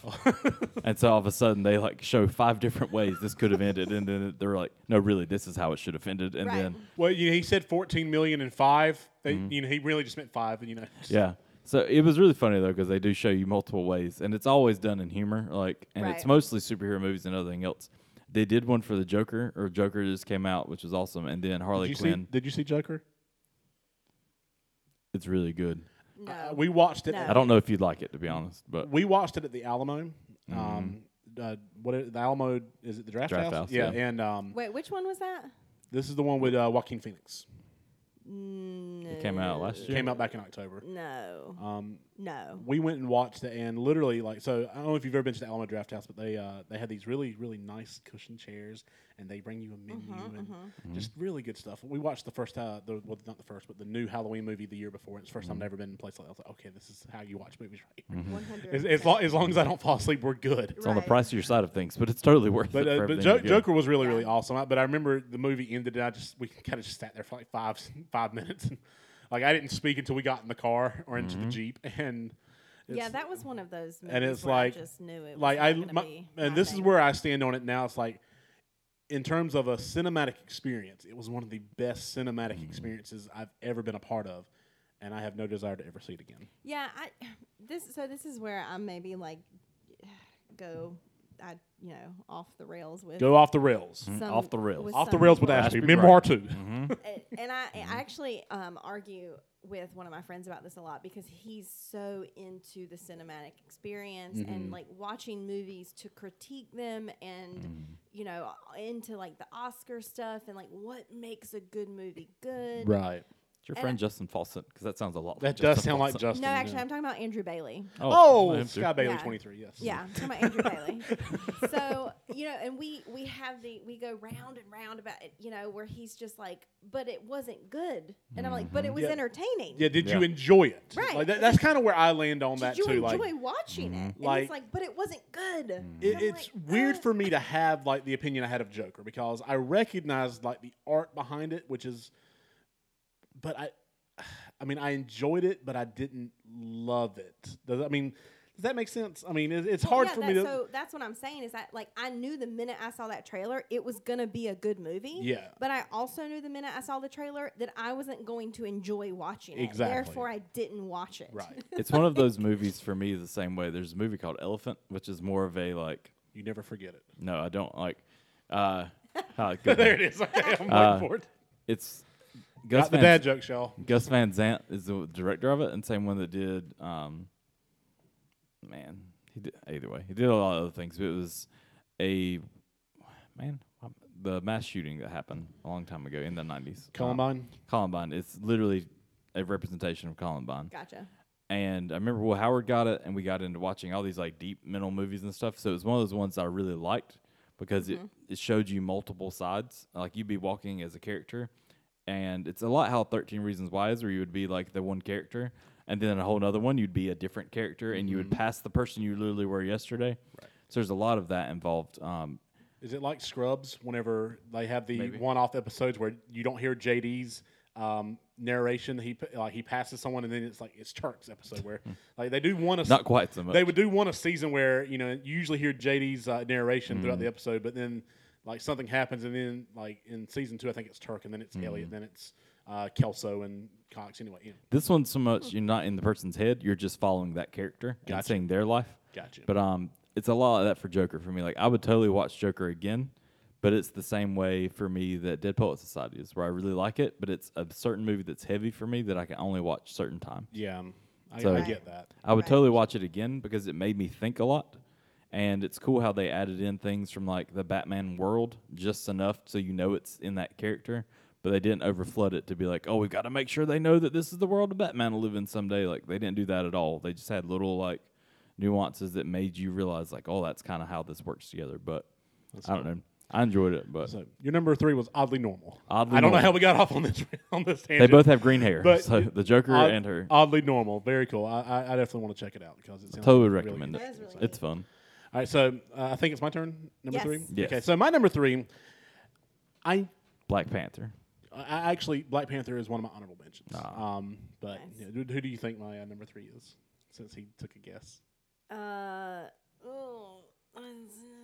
Speaker 3: and so all of a sudden they like show five different ways this could have ended, and then they're like, "No, really, this is how it should have ended." And
Speaker 1: Right.
Speaker 3: then
Speaker 2: Well, you know, he said 14 million and five. They, You know, he really just meant five. You know, just-
Speaker 3: Mm-hmm. Yeah. So it was really funny though because they do show you multiple ways, and it's always done in humor, like, and it's
Speaker 1: Right.
Speaker 3: mostly superhero movies and everything else. They did one for the Joker, or Joker just came out, which was awesome, and then
Speaker 2: Did
Speaker 3: Harley
Speaker 2: you see?
Speaker 3: Quinn.
Speaker 2: Did you see Joker?
Speaker 3: It's really good.
Speaker 1: No.
Speaker 2: Uh, we watched it.
Speaker 1: No.
Speaker 2: at-
Speaker 3: I don't know if you'd like it to be honest, but
Speaker 2: we watched it at the Alamo. Um, uh, what is- the Alamo is it the draft,
Speaker 3: Mm-hmm. Draft
Speaker 2: house?
Speaker 3: House,
Speaker 2: yeah,
Speaker 3: yeah.
Speaker 2: and um,
Speaker 1: Wait, which one was that?
Speaker 2: this is the one with uh, Joaquin Phoenix.
Speaker 3: it came out last year.
Speaker 2: Came out back in October.
Speaker 1: No.
Speaker 2: Um,
Speaker 1: no.
Speaker 2: we went and watched it, and literally, like, so I don't know if you've ever been to the Alamo Draft House, but they uh, they had these really, really nice cushion chairs, and they bring you a menu
Speaker 1: Mm-hmm,
Speaker 2: and just really good stuff. We watched the first, uh, the, well, not the first, but the new Halloween movie the year before. and It's the 1st time I've ever been in a place like that. I was like, okay, this is how you watch movies, right?
Speaker 1: One hundred.
Speaker 2: As, as, lo- as long as I don't fall asleep, we're good.
Speaker 3: It's on the
Speaker 1: Right.
Speaker 3: pricier side of things, but it's totally worth
Speaker 2: But,
Speaker 3: it. for
Speaker 2: uh, but
Speaker 3: everything
Speaker 2: jo-
Speaker 3: you get.
Speaker 2: Joker was really really
Speaker 1: Yeah.
Speaker 2: awesome. I, but I remember the movie ended, and I just we kind of just sat there for like five five minutes. And, like I didn't speak until we got in the car or into the jeep, and
Speaker 1: Yeah,
Speaker 2: it's-
Speaker 1: that was one of those. Movies
Speaker 2: and it's
Speaker 1: where I
Speaker 2: like
Speaker 1: just knew it. Was
Speaker 2: like
Speaker 1: not
Speaker 2: I
Speaker 1: gonna
Speaker 2: my,
Speaker 1: be
Speaker 2: and
Speaker 1: my
Speaker 2: this is
Speaker 1: thing.
Speaker 2: where I stand on it now. It's like in terms of a cinematic experience, it was one of the best cinematic
Speaker 3: Mm-hmm.
Speaker 2: experiences I've ever been a part of, and I have no desire to ever see it again.
Speaker 1: Yeah, I this so this is where I maybe like go I you know off the rails with
Speaker 2: Go off the rails,
Speaker 1: some-
Speaker 3: Mm-hmm. off the rails.
Speaker 1: with
Speaker 2: off the
Speaker 1: some
Speaker 2: rails with
Speaker 1: people.
Speaker 2: Ashby,
Speaker 3: Ashby
Speaker 2: memoir
Speaker 3: Bright.
Speaker 2: two.
Speaker 3: Mm-hmm.
Speaker 1: A- and I, I actually um, argue with one of my friends about this a lot because he's so into the cinematic experience and
Speaker 3: Mm-hmm.
Speaker 1: like watching movies to critique them and
Speaker 3: Mm-hmm.
Speaker 1: you know into like the Oscar stuff and like what makes a good movie good.
Speaker 2: Right,
Speaker 3: It's your friend Justin Fawcett, because that sounds a lot.
Speaker 2: that
Speaker 3: like Justin
Speaker 2: does sound like
Speaker 3: Fawcett.
Speaker 2: Justin.
Speaker 1: No,
Speaker 2: yeah.
Speaker 1: actually, I'm talking about Andrew Bailey.
Speaker 2: Oh,
Speaker 3: him too.
Speaker 2: Sky Bailey,
Speaker 1: Yeah.
Speaker 2: 23. Yes.
Speaker 1: Yeah, I'm talking about Andrew Bailey. So you know, and we we have the we go round and round about it, you know, where he's just like, but it wasn't good, and I'm like, but it
Speaker 3: Mm-hmm.
Speaker 1: was
Speaker 2: Yeah.
Speaker 1: entertaining.
Speaker 2: Yeah. Did you
Speaker 3: Yeah.
Speaker 2: enjoy it?
Speaker 1: Right.
Speaker 2: Like, that, that's kind of where I land on that
Speaker 1: Did you
Speaker 2: too.
Speaker 1: enjoy
Speaker 2: like,
Speaker 1: watching it? and
Speaker 2: Like-
Speaker 1: it's like, but it wasn't good. And
Speaker 2: It,
Speaker 1: I'm
Speaker 2: it's
Speaker 1: like,
Speaker 2: weird
Speaker 1: uh,
Speaker 2: for me to have like the opinion I had of Joker because I recognize like the art behind it, which is, but I, I mean, I enjoyed it, but I didn't love it. Does I mean, does that make sense? I mean, it, it's
Speaker 1: Well,
Speaker 2: hard
Speaker 1: yeah,
Speaker 2: for
Speaker 1: that,
Speaker 2: me to.
Speaker 1: So that's what I'm saying is that like I knew the minute I saw that trailer it was gonna be a good movie.
Speaker 2: Yeah.
Speaker 1: But I also knew the minute I saw the trailer that I wasn't going to enjoy watching it.
Speaker 2: Exactly.
Speaker 1: Therefore, I didn't watch it.
Speaker 2: right,
Speaker 3: It's one of those movies for me the same way. There's a movie called Elephant, which is more of a like
Speaker 2: you never forget it.
Speaker 3: No, I don't like. Uh, uh, good
Speaker 2: There
Speaker 3: one.
Speaker 2: it is. Okay, I'm
Speaker 3: Uh,
Speaker 2: waiting for it.
Speaker 3: it's Gus
Speaker 2: Not the
Speaker 3: Van,
Speaker 2: dad jokes, y'all.
Speaker 3: Gus Van Zant is the director of it, and same one that did. Um, man, He did, either way, he did a lot of other things. But it was a man. um, The mass shooting that happened a long time ago in the nineties.
Speaker 2: Columbine.
Speaker 3: Columbine. It's literally a representation of Columbine.
Speaker 1: Gotcha.
Speaker 3: and I remember Will Howard got it, and we got into watching all these like deep mental movies and stuff. So it was one of those ones I really liked because it, it showed you multiple sides. Like you'd be walking as a character, and it's a lot how Thirteen Reasons Why is, where you would be like the one character, and then a whole another one you'd be a different character, and you would pass the person you literally were yesterday. Right. So there's a lot of that involved. Um,
Speaker 2: Is it like Scrubs whenever they have the one-off episodes where you don't hear JD's um, narration? He p- like he passes someone, and then it's like it's Turks episode where like they do want to
Speaker 3: Hmm. Not quite so much.
Speaker 2: They would do want a season where you know you usually hear JD's uh, narration throughout
Speaker 3: Hmm.
Speaker 2: the episode, but then like something happens, and then like in season two, I think it's Turk, and then it's Elliot,
Speaker 3: Hmm.
Speaker 2: then it's uh, Kelso and Cox. Anyway, you know.
Speaker 3: This one's so much you're not in the person's head; you're just following that character and
Speaker 2: Gotcha.
Speaker 3: seeing their life.
Speaker 2: Gotcha.
Speaker 3: But um, it's a lot of that for Joker for me. Like I would totally watch Joker again, but it's the same way for me that Dead Poet Society is, where I really like it, but it's a certain movie that's heavy for me that I can only watch certain time.
Speaker 2: yeah, um, I,
Speaker 3: So-
Speaker 2: I
Speaker 3: Right.
Speaker 2: get that.
Speaker 3: I would
Speaker 1: Right.
Speaker 3: totally watch it again because it made me think a lot. And it's cool how they added in things from like the Batman world just enough so you know it's in that character, but they didn't overflood it to be like, oh, we've got to make sure they know that this is the world of Batman will live in someday. Like they didn't do that at all. They just had little like nuances that made you realize like, oh, that's kind of how this works together. But I don't know. I enjoyed it, but
Speaker 2: So your number three was oddly normal.
Speaker 3: Oddly
Speaker 2: I don't know
Speaker 3: Normal.
Speaker 2: how we got off on this on this
Speaker 3: they
Speaker 2: tangent.
Speaker 3: both have green hair.
Speaker 2: But
Speaker 3: so the Joker
Speaker 2: Odd-
Speaker 3: and her.
Speaker 2: Oddly normal, very cool. I, I, I definitely want to check it out because it's
Speaker 3: Totally recommend
Speaker 1: That
Speaker 3: it.
Speaker 1: is really
Speaker 3: It's fun.
Speaker 2: All right, so uh, I think it's my turn. Number
Speaker 1: Yes.
Speaker 2: three.
Speaker 3: Yes.
Speaker 2: Okay, so my number three, I
Speaker 3: Black Panther.
Speaker 2: I actually Black Panther is one of my honorable mentions.
Speaker 3: Ah.
Speaker 2: Um, but yeah, who, who do you think my uh, number three is? Since he took a guess,
Speaker 1: Uh, oh, oh,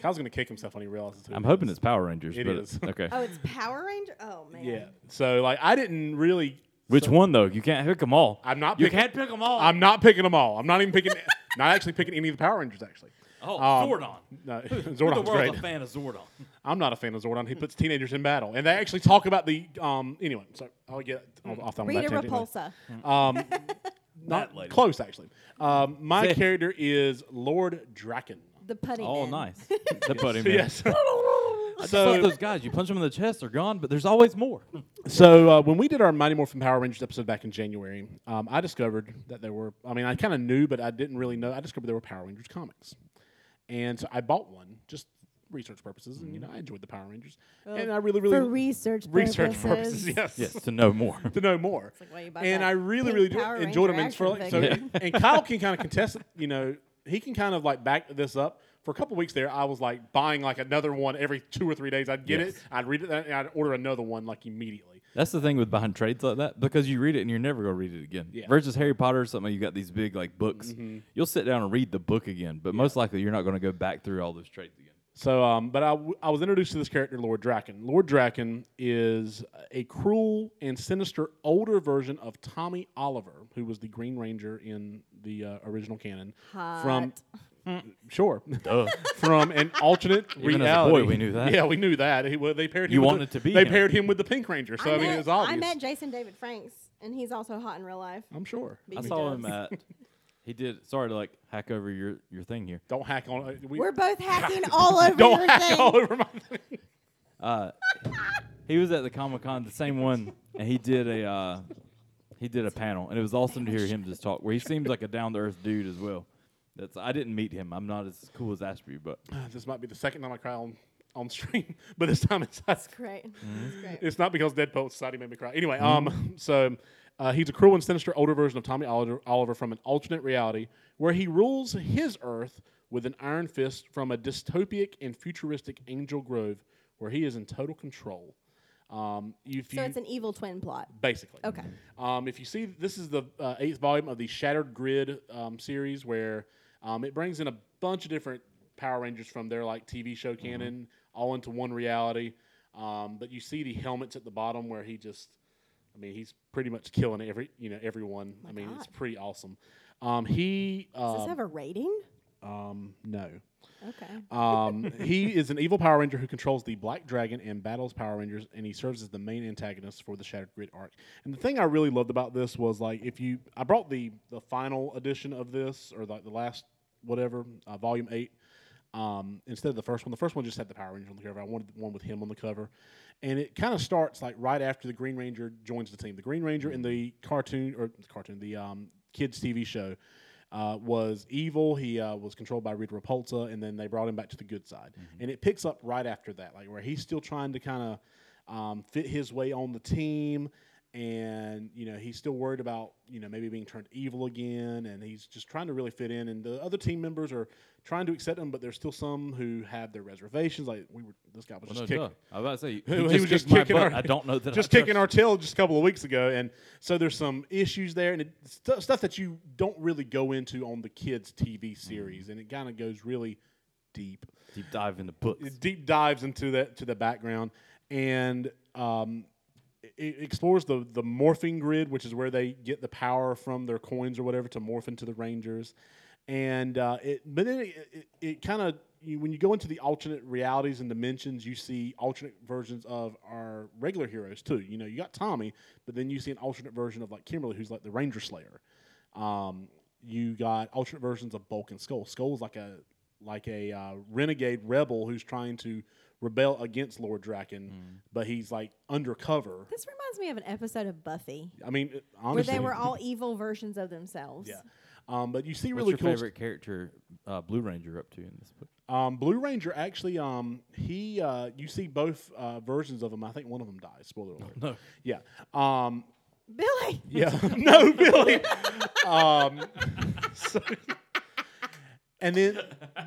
Speaker 2: Kyle's gonna kick himself when he realizes. Who
Speaker 3: I'm
Speaker 2: it
Speaker 3: hoping
Speaker 2: is.
Speaker 3: it's Power Rangers.
Speaker 2: It
Speaker 3: but
Speaker 2: is.
Speaker 3: okay.
Speaker 1: it's Power Ranger. Oh man.
Speaker 2: Yeah. So like, I didn't really.
Speaker 3: Which one though? You can't pick them all.
Speaker 2: I'm not
Speaker 3: You
Speaker 2: picking-
Speaker 3: can't pick them all.
Speaker 2: I'm not picking them all. I'm not even picking. not actually picking any of the Power Rangers. Actually,
Speaker 3: oh,
Speaker 2: um,
Speaker 3: Zordon.
Speaker 2: no,
Speaker 3: Who the
Speaker 2: Zordon's
Speaker 3: world's a
Speaker 2: great.
Speaker 3: fan of Zordon.
Speaker 2: I'm not a fan of Zordon. He puts teenagers in battle, and they actually talk about the um. Anyway, so I'll get off that one.
Speaker 1: Rita
Speaker 2: that tangent later.
Speaker 1: Repulsa.
Speaker 2: Not
Speaker 3: lady.
Speaker 2: close, actually. Um, my
Speaker 3: Zeh.
Speaker 2: character is Lord Draken.
Speaker 1: The putty.
Speaker 3: Oh,
Speaker 1: man.
Speaker 3: nice. The putty man.
Speaker 2: Yes.
Speaker 3: It's like
Speaker 2: so,
Speaker 3: those guys. You punch them in the chest, they're gone. But there's always more.
Speaker 2: so uh, when we did our Mighty Morphin Power Rangers episode back in January, um, I discovered that there were. I mean, I kind of knew, but I didn't really know. I discovered there were Power Rangers comics, and so I bought one just for research purposes, and you know, I enjoyed the Power Rangers, and I really, really
Speaker 5: For research
Speaker 2: research
Speaker 5: purposes.
Speaker 2: purposes. Yes.
Speaker 3: Yes, to know more.
Speaker 2: to know more.
Speaker 1: like why you buy
Speaker 2: and
Speaker 1: that
Speaker 2: I really,
Speaker 1: pink
Speaker 2: really do
Speaker 1: Power
Speaker 2: enjoyed them.
Speaker 1: Ranger
Speaker 2: And, for, like,
Speaker 1: action
Speaker 2: so,
Speaker 1: figure.
Speaker 2: and Kyle can kind of contest, you know, he can kind of like back this up. For a couple weeks there, I was like buying like another one every two or three days. I'd get it,
Speaker 3: Yes.
Speaker 2: I'd read it, and I'd order another one like immediately.
Speaker 3: That's the thing with behind trades like that because you read it and you're never gonna read it again.
Speaker 2: Yeah. Mm-hmm.
Speaker 3: Versus Harry Potter or something, you got these big like books. You'll sit down and read the book again, but most likely you're not gonna go back through all those trades again.
Speaker 2: So, um, but I, w- I was introduced to this character, Lord Draken. Lord Draken is a cruel and sinister older version of Tommy Oliver, who was the Green Ranger in the uh, original canon. From sure, from an alternate
Speaker 3: Hmm. Even as a
Speaker 2: reality.
Speaker 3: boy, we knew that.
Speaker 2: Yeah, we knew that. He, well, they paired him.
Speaker 3: You
Speaker 2: with
Speaker 3: wanted to
Speaker 2: the,
Speaker 3: be
Speaker 2: They
Speaker 3: him.
Speaker 2: paired him with the Pink Ranger. So I, mean,
Speaker 1: met,
Speaker 2: it was obvious.
Speaker 1: I met Jason David Franks, and he's also hot in real life.
Speaker 2: am sure.
Speaker 1: Big
Speaker 3: I
Speaker 1: Me
Speaker 3: saw
Speaker 1: too.
Speaker 3: him at. He did. Sorry to like hack over your your thing here.
Speaker 2: Don't hack on. uh, We,
Speaker 1: We're both hacking all over
Speaker 2: don't
Speaker 1: your
Speaker 2: hack
Speaker 1: thing.
Speaker 2: all over my. Thing.
Speaker 3: He was at the Comic Con, the same one, and he did a uh, he did a panel, and it was awesome to hear him just talk. Where he seems like a down to earth dude as well. That's I didn't meet him. I'm not as cool as Ashby, but
Speaker 2: This might be the second time I cry on, on stream, but this time it's not.
Speaker 1: Great. That's great.
Speaker 2: Mm-hmm.
Speaker 1: Mm.
Speaker 2: It's not because Dead Poet Society made me cry. Anyway, um, so uh, he's a cruel and sinister older version of Tommy Oliver, Oliver from an alternate reality where he rules his Earth with an iron fist from a dystopic and futuristic Angel Grove where he is in total control. Um, if
Speaker 1: So
Speaker 2: you-
Speaker 1: it's an evil twin plot.
Speaker 2: basically.
Speaker 1: Okay.
Speaker 2: Um, if you see, this is the uh, eighth volume of the Shattered Grid um, series, where um, it brings in a bunch of different Power Rangers from their like TV show canon, all into one reality. Um, but you see the helmets at the bottom where he just, I mean, he's pretty much killing every, you know, everyone. I mean, it's
Speaker 1: Oh God.
Speaker 2: pretty awesome. Um, he,
Speaker 1: Does
Speaker 2: uh,
Speaker 1: this have a rating?
Speaker 2: um, no.
Speaker 1: Okay.
Speaker 2: Um, he is an evil Power Ranger who controls the Black Dragon and battles Power Rangers, and he serves as the main antagonist for the Shattered Grid arc. And the thing I really loved about this was like, if you, I brought the the final edition of this or like the last whatever, uh, volume eight. Um, instead of the first one, the first one just had the Power Ranger on the cover. I wanted the one with him on the cover, and it kind of starts like right after the Green Ranger joins the team. The Green Ranger in the cartoon or the cartoon, the um, kids TV show, uh, was evil. He uh, was controlled by Rita Repulsa, and then they brought him back to the good side.
Speaker 3: Mm-hmm.
Speaker 2: And it picks up right after that, like where he's still trying to kind of um, fit his way on the team, and you know he's still worried about you know maybe being turned evil again, and he's just trying to really fit in. And the other team members are trying to accept him, but there's still some who have their reservations. Like we were, this guy was
Speaker 3: No,
Speaker 2: just kicking.
Speaker 3: duh. I was about to say,
Speaker 2: He
Speaker 3: he,
Speaker 2: was
Speaker 3: just
Speaker 2: just
Speaker 3: kicked my
Speaker 2: kicking
Speaker 3: butt.
Speaker 2: our-
Speaker 3: I don't know that.
Speaker 2: just
Speaker 3: I
Speaker 2: kicking our tail just a couple of weeks ago, and so there's some issues there, and it, stu stuff that you don't really go into on the kids' TV series, and it kind of goes really deep,
Speaker 3: deep dive into books.
Speaker 2: It deep dives into that to the background, and um, it- it explores the the morphing grid, which is where they get the power from their coins or whatever to morph into the Rangers, and uh, it but then it, it, it kind of you, when you go into the alternate realities and dimensions, you see alternate versions of our regular heroes too. You know, you got Tommy, but then you see an alternate version of like Kimberly, who's like the Ranger Slayer. Um, you got alternate versions of Bulk and Skull. Skull's like a like a uh, renegade rebel who's trying to rebel against Lord Draken,
Speaker 3: Mm.
Speaker 2: but he's like undercover.
Speaker 1: This reminds me of an episode of Buffy
Speaker 2: I mean, it-
Speaker 1: where
Speaker 2: honestly,
Speaker 1: they were all evil versions of themselves.
Speaker 2: yeah. Um, but you see
Speaker 3: What's
Speaker 2: really
Speaker 3: your
Speaker 2: cool.
Speaker 3: favorite character, uh, Blue Ranger, up to in this book?
Speaker 2: Um, Blue Ranger actually, um, he uh, you see both uh, versions of him. I think one of them dies. Spoiler alert.
Speaker 3: No.
Speaker 2: Yeah. Um,
Speaker 1: Billy.
Speaker 2: yeah. no, Billy. um, so- and then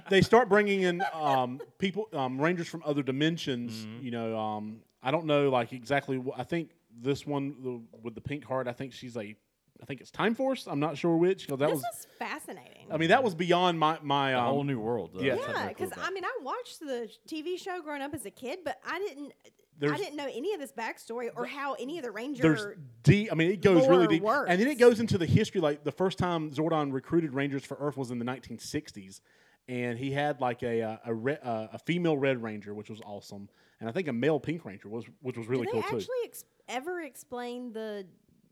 Speaker 2: they start bringing in um, people, um, rangers from other dimensions. You know, um, I don't know like exactly. What, I think this one the, with the pink heart. I think she's a. I think it's Time Force. I'm not sure which because that
Speaker 1: This
Speaker 2: was.
Speaker 1: is fascinating.
Speaker 2: I mean, that was beyond my my.
Speaker 3: A
Speaker 2: Um,
Speaker 3: whole new world. though.
Speaker 2: yeah.
Speaker 3: That's
Speaker 1: yeah,
Speaker 3: really cool
Speaker 1: because
Speaker 3: about
Speaker 1: I mean, I watched the TV show growing up as a kid, but I didn't. I
Speaker 2: There's-
Speaker 1: didn't know any of this backstory or how any of the
Speaker 2: there's
Speaker 1: Ranger.
Speaker 2: deep. I mean, it goes really
Speaker 1: lore
Speaker 2: deep, and then it
Speaker 1: works.
Speaker 2: goes into the history. Like the first time Zordon recruited Rangers for Earth was in the 1960s, and he had like a uh, a, re, uh, a female Red Ranger, which was awesome, and I think a male Pink Ranger was which was really
Speaker 1: Did they
Speaker 2: cool
Speaker 1: actually
Speaker 2: too.
Speaker 1: ex- ever explain the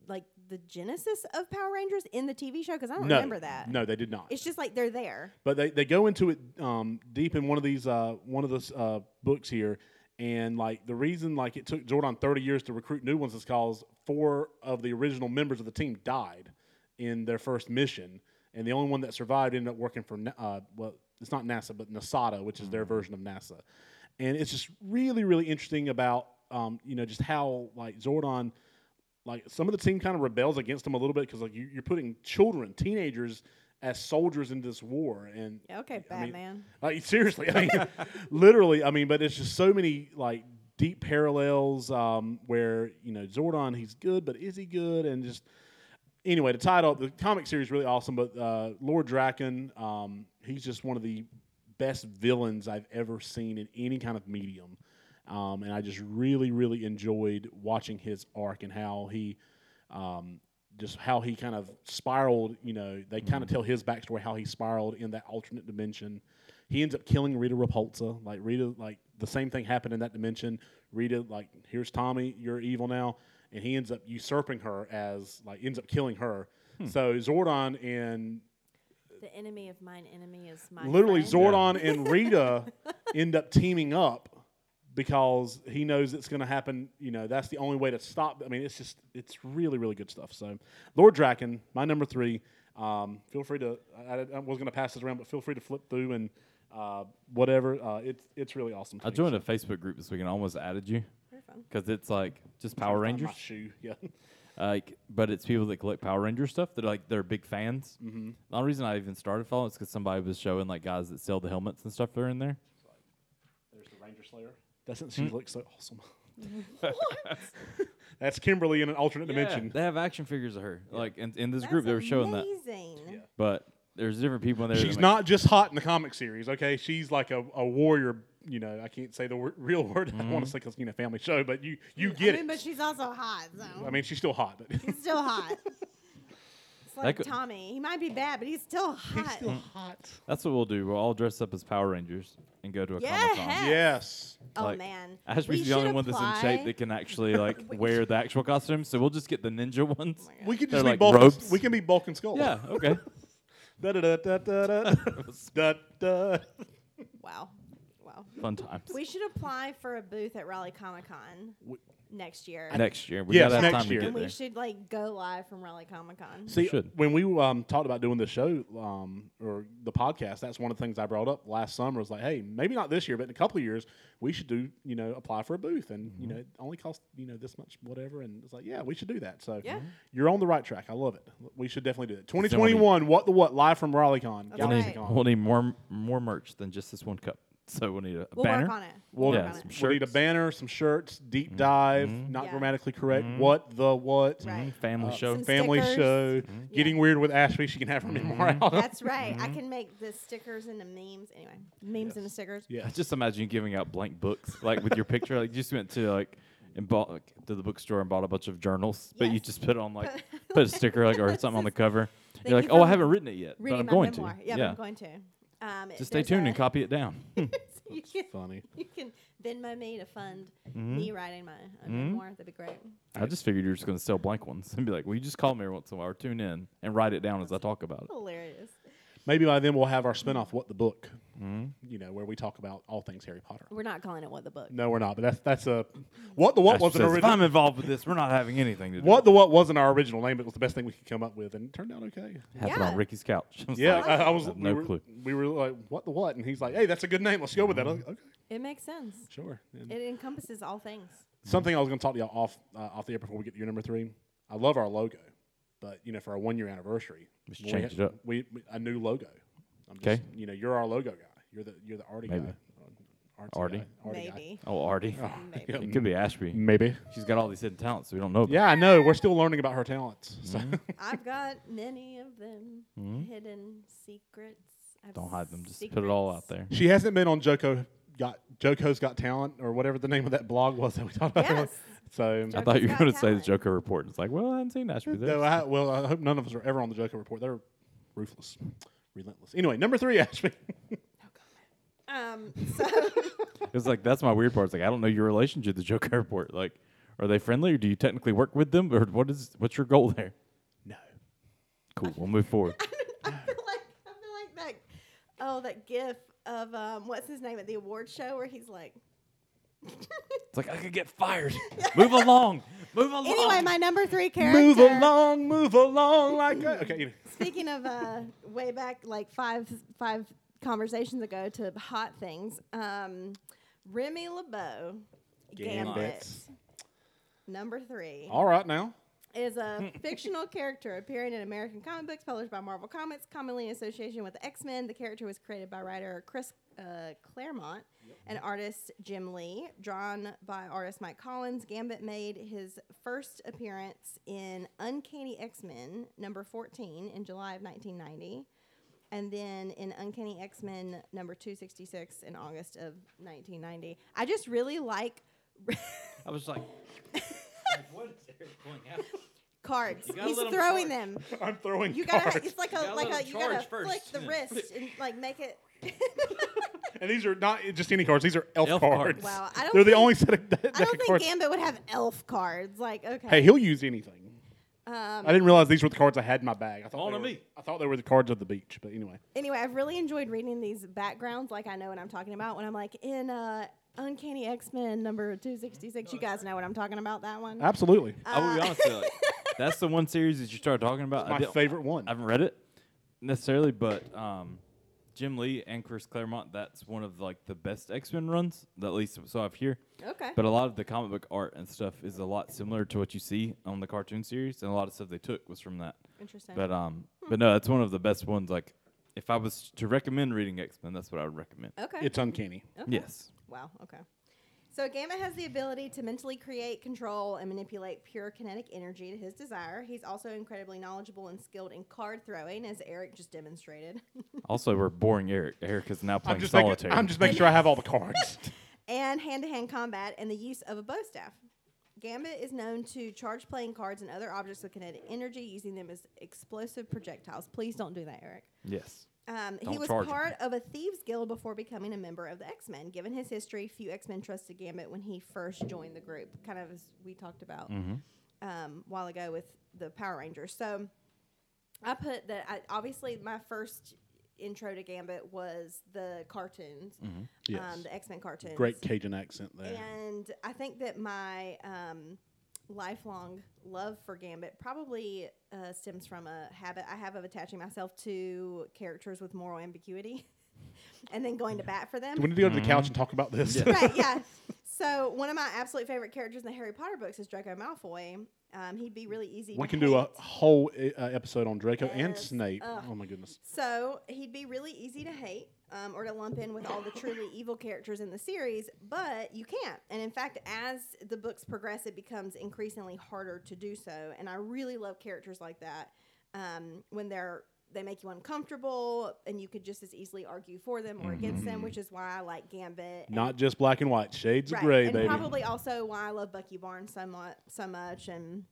Speaker 1: like the genesis of Power Rangers in the TV show? Because I don't
Speaker 2: No,
Speaker 1: remember that.
Speaker 2: No, they did not.
Speaker 1: it's just like they're there.
Speaker 2: but they, they go into it um, deep in one of these uh, one of those uh, books here and like the reason like it took jordan 30 years to recruit new ones is because four of the original members of the team died in their first mission and the only one that survived ended up working for Na- uh, well it's not nasa but nasada which is their version of nasa and it's just really really interesting about um, you know just how like zordon like some of the team kind of rebels against him a little bit because like you, you're putting children teenagers as soldiers in this war and
Speaker 1: Okay,
Speaker 2: I mean,
Speaker 1: Batman.
Speaker 2: like, seriously, I mean, literally, I mean, but it's just so many like deep parallels um, where you know Zordon, he's good, but is he good? And just anyway, to tie it up, the comic series is really awesome. But uh, Lord Draken, um, he's just one of the best villains I've ever seen in any kind of medium, um, and I just really, really enjoyed watching his arc and how he. Um, just how he kind of spiraled, you know, they kind of tell his backstory how he spiraled in that alternate dimension. He ends up killing Rita Repulsa. Like Rita, like the same thing happened in that dimension. Rita, like, here's Tommy, you're evil now, and he ends up usurping her as like ends up killing her. So Zordon and
Speaker 1: The enemy of mine enemy is my
Speaker 2: literally
Speaker 1: friend.
Speaker 2: Zordon and Rita end up teaming up because he knows it's going to happen. You know, that's the only way to stop. I mean, it's just it's really really good stuff. So, Lord Draken, my number three. Um, feel free to. I, I I was going to pass this around, but feel free to flip through and uh, whatever. Uh, it's it's really awesome.
Speaker 3: I joined a Facebook group this week and I almost added you because it's like just Power
Speaker 2: Rangers.
Speaker 3: Rangers.
Speaker 2: My shoe. Yeah.
Speaker 3: Uh, like but it's people that collect Power Ranger stuff that are like they're big fans. Mm-hmm. The only reason I even started following is because somebody was showing like guys that sell the helmets and stuff that are in there.
Speaker 2: There's the Ranger Slayer. Doesn't
Speaker 3: Hmm?
Speaker 2: she look so awesome? That's Kimberly in an alternate dimension.
Speaker 3: They have action figures of her. Like in, in this
Speaker 1: That's
Speaker 3: group they were showing that.
Speaker 1: amazing.
Speaker 3: But there's different people in there. that
Speaker 2: She's
Speaker 3: make-
Speaker 2: not just hot in the comic series, okay? She's like a, a warrior. You know, I can't say the wor- real word. I
Speaker 3: Mm-hmm.
Speaker 2: want to say because you know, family show, but you you get
Speaker 1: I mean,
Speaker 2: it.
Speaker 1: but she's also hot. So
Speaker 2: I mean, she's still hot, but
Speaker 1: he's still hot. It's like
Speaker 3: could-
Speaker 1: Tommy. He might be bad, but he's still hot.
Speaker 2: she's still hot.
Speaker 3: That's what we'll do. We'll all dress up as Power Rangers and go to a
Speaker 1: Yeah.
Speaker 3: comic con.
Speaker 1: Yes.
Speaker 2: Yes.
Speaker 1: oh
Speaker 3: Like,
Speaker 1: man,
Speaker 3: Ashby's
Speaker 1: We
Speaker 3: the only
Speaker 1: should
Speaker 3: one that's in shape
Speaker 1: apply.
Speaker 3: that can actually like wear the actual costume, so we'll just get the ninja ones.
Speaker 1: Oh my God.
Speaker 2: We could
Speaker 3: They're
Speaker 2: just be
Speaker 3: like
Speaker 2: bulk.
Speaker 3: ropes.
Speaker 2: We can be bulk and skull.
Speaker 3: yeah, okay.
Speaker 2: Da da da da da da da.
Speaker 6: Wow. Wow.
Speaker 3: Fun times.
Speaker 1: We should apply for a booth at Raleigh Comic Con next year.
Speaker 3: next year. We
Speaker 2: Yes,
Speaker 3: gotta have
Speaker 2: next
Speaker 3: time
Speaker 2: year.
Speaker 3: to
Speaker 1: and
Speaker 3: get
Speaker 1: we
Speaker 3: there.
Speaker 1: should like go live from Raleigh Comic Con.
Speaker 2: See,
Speaker 3: should.
Speaker 2: when we um, talked about doing the show um, or the podcast, that's one of the things I brought up last summer. Was like, hey, maybe not this year, but in a couple of years, we should do you know apply for a booth, and
Speaker 3: Mm-hmm.
Speaker 2: you know it only costs you know this much, whatever. And it's like, yeah, we should do that. So
Speaker 6: Yeah.
Speaker 2: you're on the right track. I love it. We should definitely do it.
Speaker 3: we-
Speaker 2: 2021, what the what live from RaleighCon.
Speaker 6: That's
Speaker 3: We'll
Speaker 6: right.
Speaker 3: need,
Speaker 2: Galveston.
Speaker 3: we'll need more more merch than just this one cup. So we'll need a
Speaker 1: We'll
Speaker 3: banner.
Speaker 1: work on it.
Speaker 2: We'll,
Speaker 3: Yeah,
Speaker 2: we'll
Speaker 3: some
Speaker 2: need a
Speaker 3: shirts. Mm-hmm.
Speaker 2: banner, some shirts, deep dive, not
Speaker 1: Yeah.
Speaker 2: grammatically correct. What the what?
Speaker 1: Right.
Speaker 3: mm-hmm,
Speaker 2: Uh,
Speaker 3: Family Mm-hmm. show.
Speaker 1: Some
Speaker 2: Family
Speaker 1: stickers.
Speaker 2: show. Getting weird with Ashley. She can have her memoir
Speaker 3: Mm-hmm.
Speaker 2: out.
Speaker 3: Oh.
Speaker 1: That's right. I can make the stickers into memes. Anyway, memes into stickers.
Speaker 2: Yeah.
Speaker 3: I just imagine you giving out blank books, like with your picture. Like you just went to like and bought like, to the bookstore and bought a bunch of journals, but you
Speaker 1: Yes.
Speaker 3: just put on like put a sticker like or something on the cover.
Speaker 1: you
Speaker 3: You're like,
Speaker 1: for
Speaker 3: oh, I
Speaker 1: m-
Speaker 3: haven't written it yet, but
Speaker 1: Reading
Speaker 3: I'm
Speaker 1: my
Speaker 3: going
Speaker 1: memoir.
Speaker 3: to.
Speaker 1: Yeah, but I'm going to. Um,
Speaker 3: just stay tuned and copy it down.
Speaker 1: you, can,
Speaker 2: Funny.
Speaker 1: you can Venmo me to fund
Speaker 3: Mm-hmm.
Speaker 1: me writing my own memoir. That'd be great.
Speaker 3: I just figured you're just going to sell blank ones and be like, well, you just call me every once in a while or tune in and write it down as I talk about it.
Speaker 1: Hilarious.
Speaker 2: Maybe by then we'll have our spinoff, What the Book,
Speaker 3: Mm-hmm.
Speaker 2: you know, where we talk about all things Harry Potter.
Speaker 1: We're not calling it what the book.
Speaker 2: No, we're not, but that's that's a what the what
Speaker 3: Ash
Speaker 2: wasn't
Speaker 3: says, if
Speaker 2: original.
Speaker 3: I'm involved with this, we're not having anything to do.
Speaker 2: What the what wasn't our original name, but it was the best thing we could come up with, and it turned out okay.
Speaker 3: Happened
Speaker 1: Yeah.
Speaker 3: on Ricky's couch. I was
Speaker 2: Yeah,
Speaker 3: like,
Speaker 2: I, I was
Speaker 3: have
Speaker 2: we
Speaker 3: no
Speaker 2: were-
Speaker 3: clue.
Speaker 2: We were like, what the what, and he's like, hey, that's a good name. Let's go with that. I was like, okay,
Speaker 1: It makes sense.
Speaker 2: sure. And
Speaker 1: It encompasses all things.
Speaker 2: Mm-hmm. Something I was going to talk to y'all off uh, off the air before we get to your number three. I love our logo, but you know, for our one year anniversary,
Speaker 3: We should
Speaker 2: we
Speaker 3: change
Speaker 2: had-
Speaker 3: it up.
Speaker 2: We, we a new logo. I'm just-
Speaker 3: 'Kay.
Speaker 2: you know, you're our logo guy. You're the you're the arty
Speaker 3: Maybe.
Speaker 2: guy. Uh,
Speaker 3: Arty.
Speaker 2: guy. Arty guy. Ah,
Speaker 1: Maybe.
Speaker 3: oh, Artie.
Speaker 1: Maybe.
Speaker 3: It could be Ashby.
Speaker 2: Maybe.
Speaker 3: She's got all these hidden talents we don't know about.
Speaker 2: Yeah, I know. We're still learning about her talents. So.
Speaker 3: Mm-hmm.
Speaker 1: I've got many of them hidden secrets. I've
Speaker 3: Don't hide them. Just put it all out
Speaker 1: secrets.
Speaker 3: there.
Speaker 2: she hasn't been on Joko got Joko's Got Talent or whatever the name of that blog was that we talked about. earlier.
Speaker 1: Yes.
Speaker 2: So
Speaker 3: I thought you were
Speaker 1: Got
Speaker 3: going to say the
Speaker 1: Talent.
Speaker 3: Joker report. It's like, well, I haven't seen Ashby there.
Speaker 2: though I, well, I hope none of us are ever on the Joko report. They're ruthless, relentless. Anyway, number three, Ashby.
Speaker 1: Um, so
Speaker 3: It's like that's my weird part. It's like I don't know your relationship to Joker report. Like, are they friendly or do you technically work with them or what is what's your goal there?
Speaker 2: no.
Speaker 3: Cool, we'll move forward.
Speaker 1: I feel like I feel like that. Oh, that gif of um, what's his name at the award show where he's like.
Speaker 3: It's like I could get fired. Move along. Move along.
Speaker 1: Anyway, my number three character.
Speaker 2: Move along, move along like a, okay. you-
Speaker 1: Speaking of uh, way back, like five five conversations ago, to hot things. Um, Remy LeBeau, Gambit,
Speaker 2: Gambits.
Speaker 1: number three.
Speaker 2: All right now.
Speaker 1: is a fictional character appearing in American comic books published by Marvel Comics, commonly in association with the X Men. The character was created by writer Chris uh, Claremont and artist Jim Lee, drawn by artist Mike Collins. Gambit made his first appearance in Uncanny X Men number 14 in July of 1990. And then in Uncanny X Men number 266 in August of 1990. I just really like
Speaker 3: I was like, what is Eric pulling out?
Speaker 1: cards.
Speaker 3: gotta
Speaker 1: He's
Speaker 3: let 'em
Speaker 1: throwing
Speaker 3: charge.
Speaker 1: them.
Speaker 2: I'm throwing
Speaker 1: You gotta.
Speaker 2: cards.
Speaker 1: It's like a
Speaker 3: gotta
Speaker 1: like
Speaker 3: let
Speaker 1: a
Speaker 3: 'em
Speaker 1: you gotta
Speaker 3: charge first,
Speaker 1: flick the
Speaker 3: then
Speaker 1: wrist and like make it.
Speaker 2: and these are not just any cards. These are elf,
Speaker 3: Elf
Speaker 2: cards.
Speaker 3: cards.
Speaker 1: Wow, I don't.
Speaker 2: They're
Speaker 1: think,
Speaker 2: the only set of deck
Speaker 1: I don't
Speaker 2: of
Speaker 1: think
Speaker 2: cards.
Speaker 1: Gambit would have elf cards. Like okay.
Speaker 2: Hey, he'll use anything.
Speaker 1: um,
Speaker 2: I didn't realize these were the cards I had in my bag. I thought
Speaker 3: On
Speaker 2: they
Speaker 3: to
Speaker 2: were-
Speaker 3: me.
Speaker 2: I thought they were the cards of the beach, but anyway.
Speaker 1: anyway, I've really enjoyed reading these backgrounds. Like I know what I'm talking about when I'm like in uh, Uncanny X Men number two sixty six. You guys know what I'm talking about that one.
Speaker 2: Absolutely.
Speaker 3: I will be honest. though, Like, that's the one series that you started talking about. I
Speaker 2: my
Speaker 3: don't-
Speaker 2: favorite one.
Speaker 3: I haven't read it necessarily, but um, Jim Lee and Chris Claremont. That's one of like the best X Men runs, at least so I've here.
Speaker 1: okay.
Speaker 3: But a lot of the comic book art and stuff is a lot similar to what you see on the cartoon series, and a lot of stuff they took was from that.
Speaker 1: Interesting.
Speaker 3: But um,
Speaker 1: Hmm.
Speaker 3: but no, that's one of the best ones. Like, if I was to recommend reading X Men, that's what I would recommend.
Speaker 1: okay.
Speaker 2: It's uncanny.
Speaker 1: okay.
Speaker 3: Yes,
Speaker 1: Wow. Okay. So Gambit has the ability to mentally create, control, and manipulate pure kinetic energy to his desire. He's also incredibly knowledgeable and skilled in card throwing, as Eric just demonstrated.
Speaker 3: Also, we're boring Eric. Eric is now
Speaker 2: I'm
Speaker 3: playing
Speaker 2: just,
Speaker 3: solitaire.
Speaker 2: making, I'm just making sure I have all the cards.
Speaker 1: and hand-to-hand combat and the use of a bow staff. Gambit is known to charge playing cards and other objects with kinetic energy, using them as explosive projectiles. Please don't do that, Eric.
Speaker 3: yes.
Speaker 1: Um, he
Speaker 3: Don't
Speaker 1: was
Speaker 3: charge 'em.
Speaker 1: part of a thieves guild before becoming a member of the X Men. Given his history, few X Men trusted Gambit when he first joined the group, kind of as we talked about um, a while ago with the Power Rangers. So I put that I, obviously my first intro to Gambit was the cartoons, um,
Speaker 2: Mm-hmm. Yes.
Speaker 1: the X Men cartoons.
Speaker 2: Great Cajun accent there.
Speaker 1: And I think that my um, lifelong love for Gambit probably uh, stems from a habit I have of attaching myself to characters with moral ambiguity and then going to bat for them.
Speaker 2: Do we need to go to the couch and talk about this?
Speaker 1: right, yeah. So one of my absolute favorite characters in the Harry Potter books is Draco Malfoy. Um, he'd be really easy.
Speaker 2: we
Speaker 1: to
Speaker 2: can do a
Speaker 1: hate.
Speaker 2: whole uh, episode on Draco and
Speaker 1: Yes.
Speaker 2: Snape.
Speaker 1: Ugh.
Speaker 2: Oh my goodness.
Speaker 1: So he'd be really easy to hate um, or to lump in with all the truly evil characters in the series, but you can't. And in fact, as the books progress, it becomes increasingly harder to do so. And I really love characters like that um, when they're they make you uncomfortable, and you could just as easily argue for them or against them, which is why I like Gambit. and
Speaker 2: Mm-hmm. Not just black and white, shades
Speaker 1: Right,
Speaker 2: of gray,
Speaker 1: and
Speaker 2: baby.
Speaker 1: probably also why I love Bucky Barnes so much, so much, and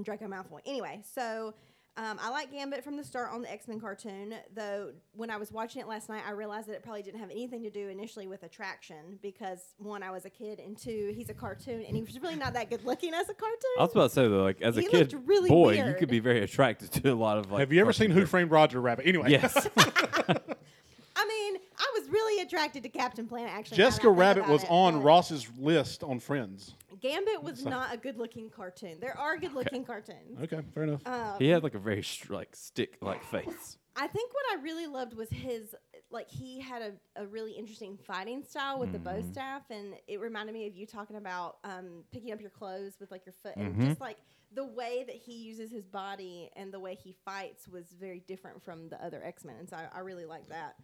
Speaker 1: Draco Malfoy. Anyway, so um, I like Gambit from the start on the X Men cartoon. Though when I was watching it last night, I realized that it probably didn't have anything to do initially with attraction because one, I was a kid, and two, he's a cartoon, and he was really not that good looking as a cartoon.
Speaker 3: I was about to say though, like as a
Speaker 1: He
Speaker 3: kid,
Speaker 1: looked really
Speaker 3: boy, you
Speaker 1: weird.
Speaker 3: could be very attracted to a lot of like.
Speaker 2: Have you ever seen
Speaker 3: cartoon
Speaker 2: Who Framed Roger Rabbit? Anyway,
Speaker 3: characters. Yes.
Speaker 1: I mean, I was really attracted to Captain Planet. Actually, now that I
Speaker 2: Jessica
Speaker 1: think
Speaker 2: Rabbit
Speaker 1: about
Speaker 2: was
Speaker 1: it,
Speaker 2: on
Speaker 1: but
Speaker 2: Ross's list on Friends.
Speaker 1: Gambit was not a good looking cartoon. There are good looking cartoons. Um,
Speaker 2: Okay, fair enough.
Speaker 1: Uh,
Speaker 3: he had like a very str- like stick like face.
Speaker 1: I think what I really loved was his, like, he had a, a really interesting fighting style with the bow
Speaker 3: Mm-hmm.
Speaker 1: staff, and it reminded me of you talking about um, picking up your clothes with, like, your foot.
Speaker 3: Mm-hmm.
Speaker 1: And just, like, the way that he uses his body and the way he fights was very different from the other X Men. And so I, I really like that.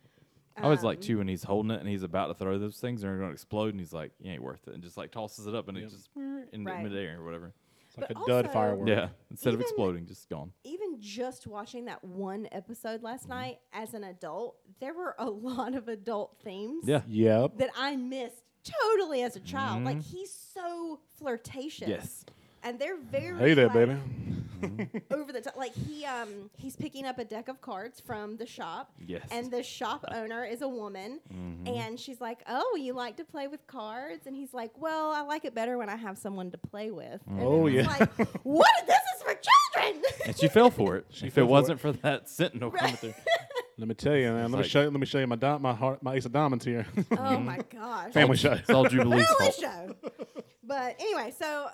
Speaker 1: Um,
Speaker 3: I always like too when he's holding it and he's about to throw those things and they're going to explode and he's like, "You ain't worth it," and just like tosses it up and it just in
Speaker 1: Right.
Speaker 3: midair or whatever.
Speaker 2: It's like a
Speaker 1: but
Speaker 2: dud
Speaker 1: also-
Speaker 2: firework.
Speaker 3: Yeah, instead of
Speaker 1: Even-
Speaker 3: exploding, just gone.
Speaker 1: Even just watching that one episode last
Speaker 3: Mm-hmm.
Speaker 1: night as an adult, there were a lot of adult themes.
Speaker 3: Yeah.
Speaker 2: Yep.
Speaker 1: that I missed totally as a child. Like he's so flirtatious.
Speaker 3: Mm-hmm. Yes.
Speaker 1: And they're very
Speaker 2: Hey there,
Speaker 1: like,
Speaker 2: baby.
Speaker 1: over the top. Like he um he's picking up a deck of cards from the shop.
Speaker 3: Yes. Mm-hmm.
Speaker 1: And the shop owner is a woman and she's like, "Oh, you like to play with cards?" And he's like, "Well, I like it better when I have someone to play with." And
Speaker 2: Oh,
Speaker 1: it's
Speaker 2: yeah.
Speaker 1: Like, what? This is for children.
Speaker 3: And she fell for it. if
Speaker 2: fell
Speaker 3: it
Speaker 2: for
Speaker 3: wasn't for that sentinel coming through,
Speaker 2: Let me tell you, man. Let me
Speaker 3: like-
Speaker 2: show. you- Let me show you my di- my heart, my ace of diamonds here.
Speaker 1: oh my
Speaker 3: Mm-hmm.
Speaker 1: gosh.
Speaker 2: Family show.
Speaker 3: it's all Jubilee's
Speaker 1: Really
Speaker 3: fault.
Speaker 1: show. But anyway, so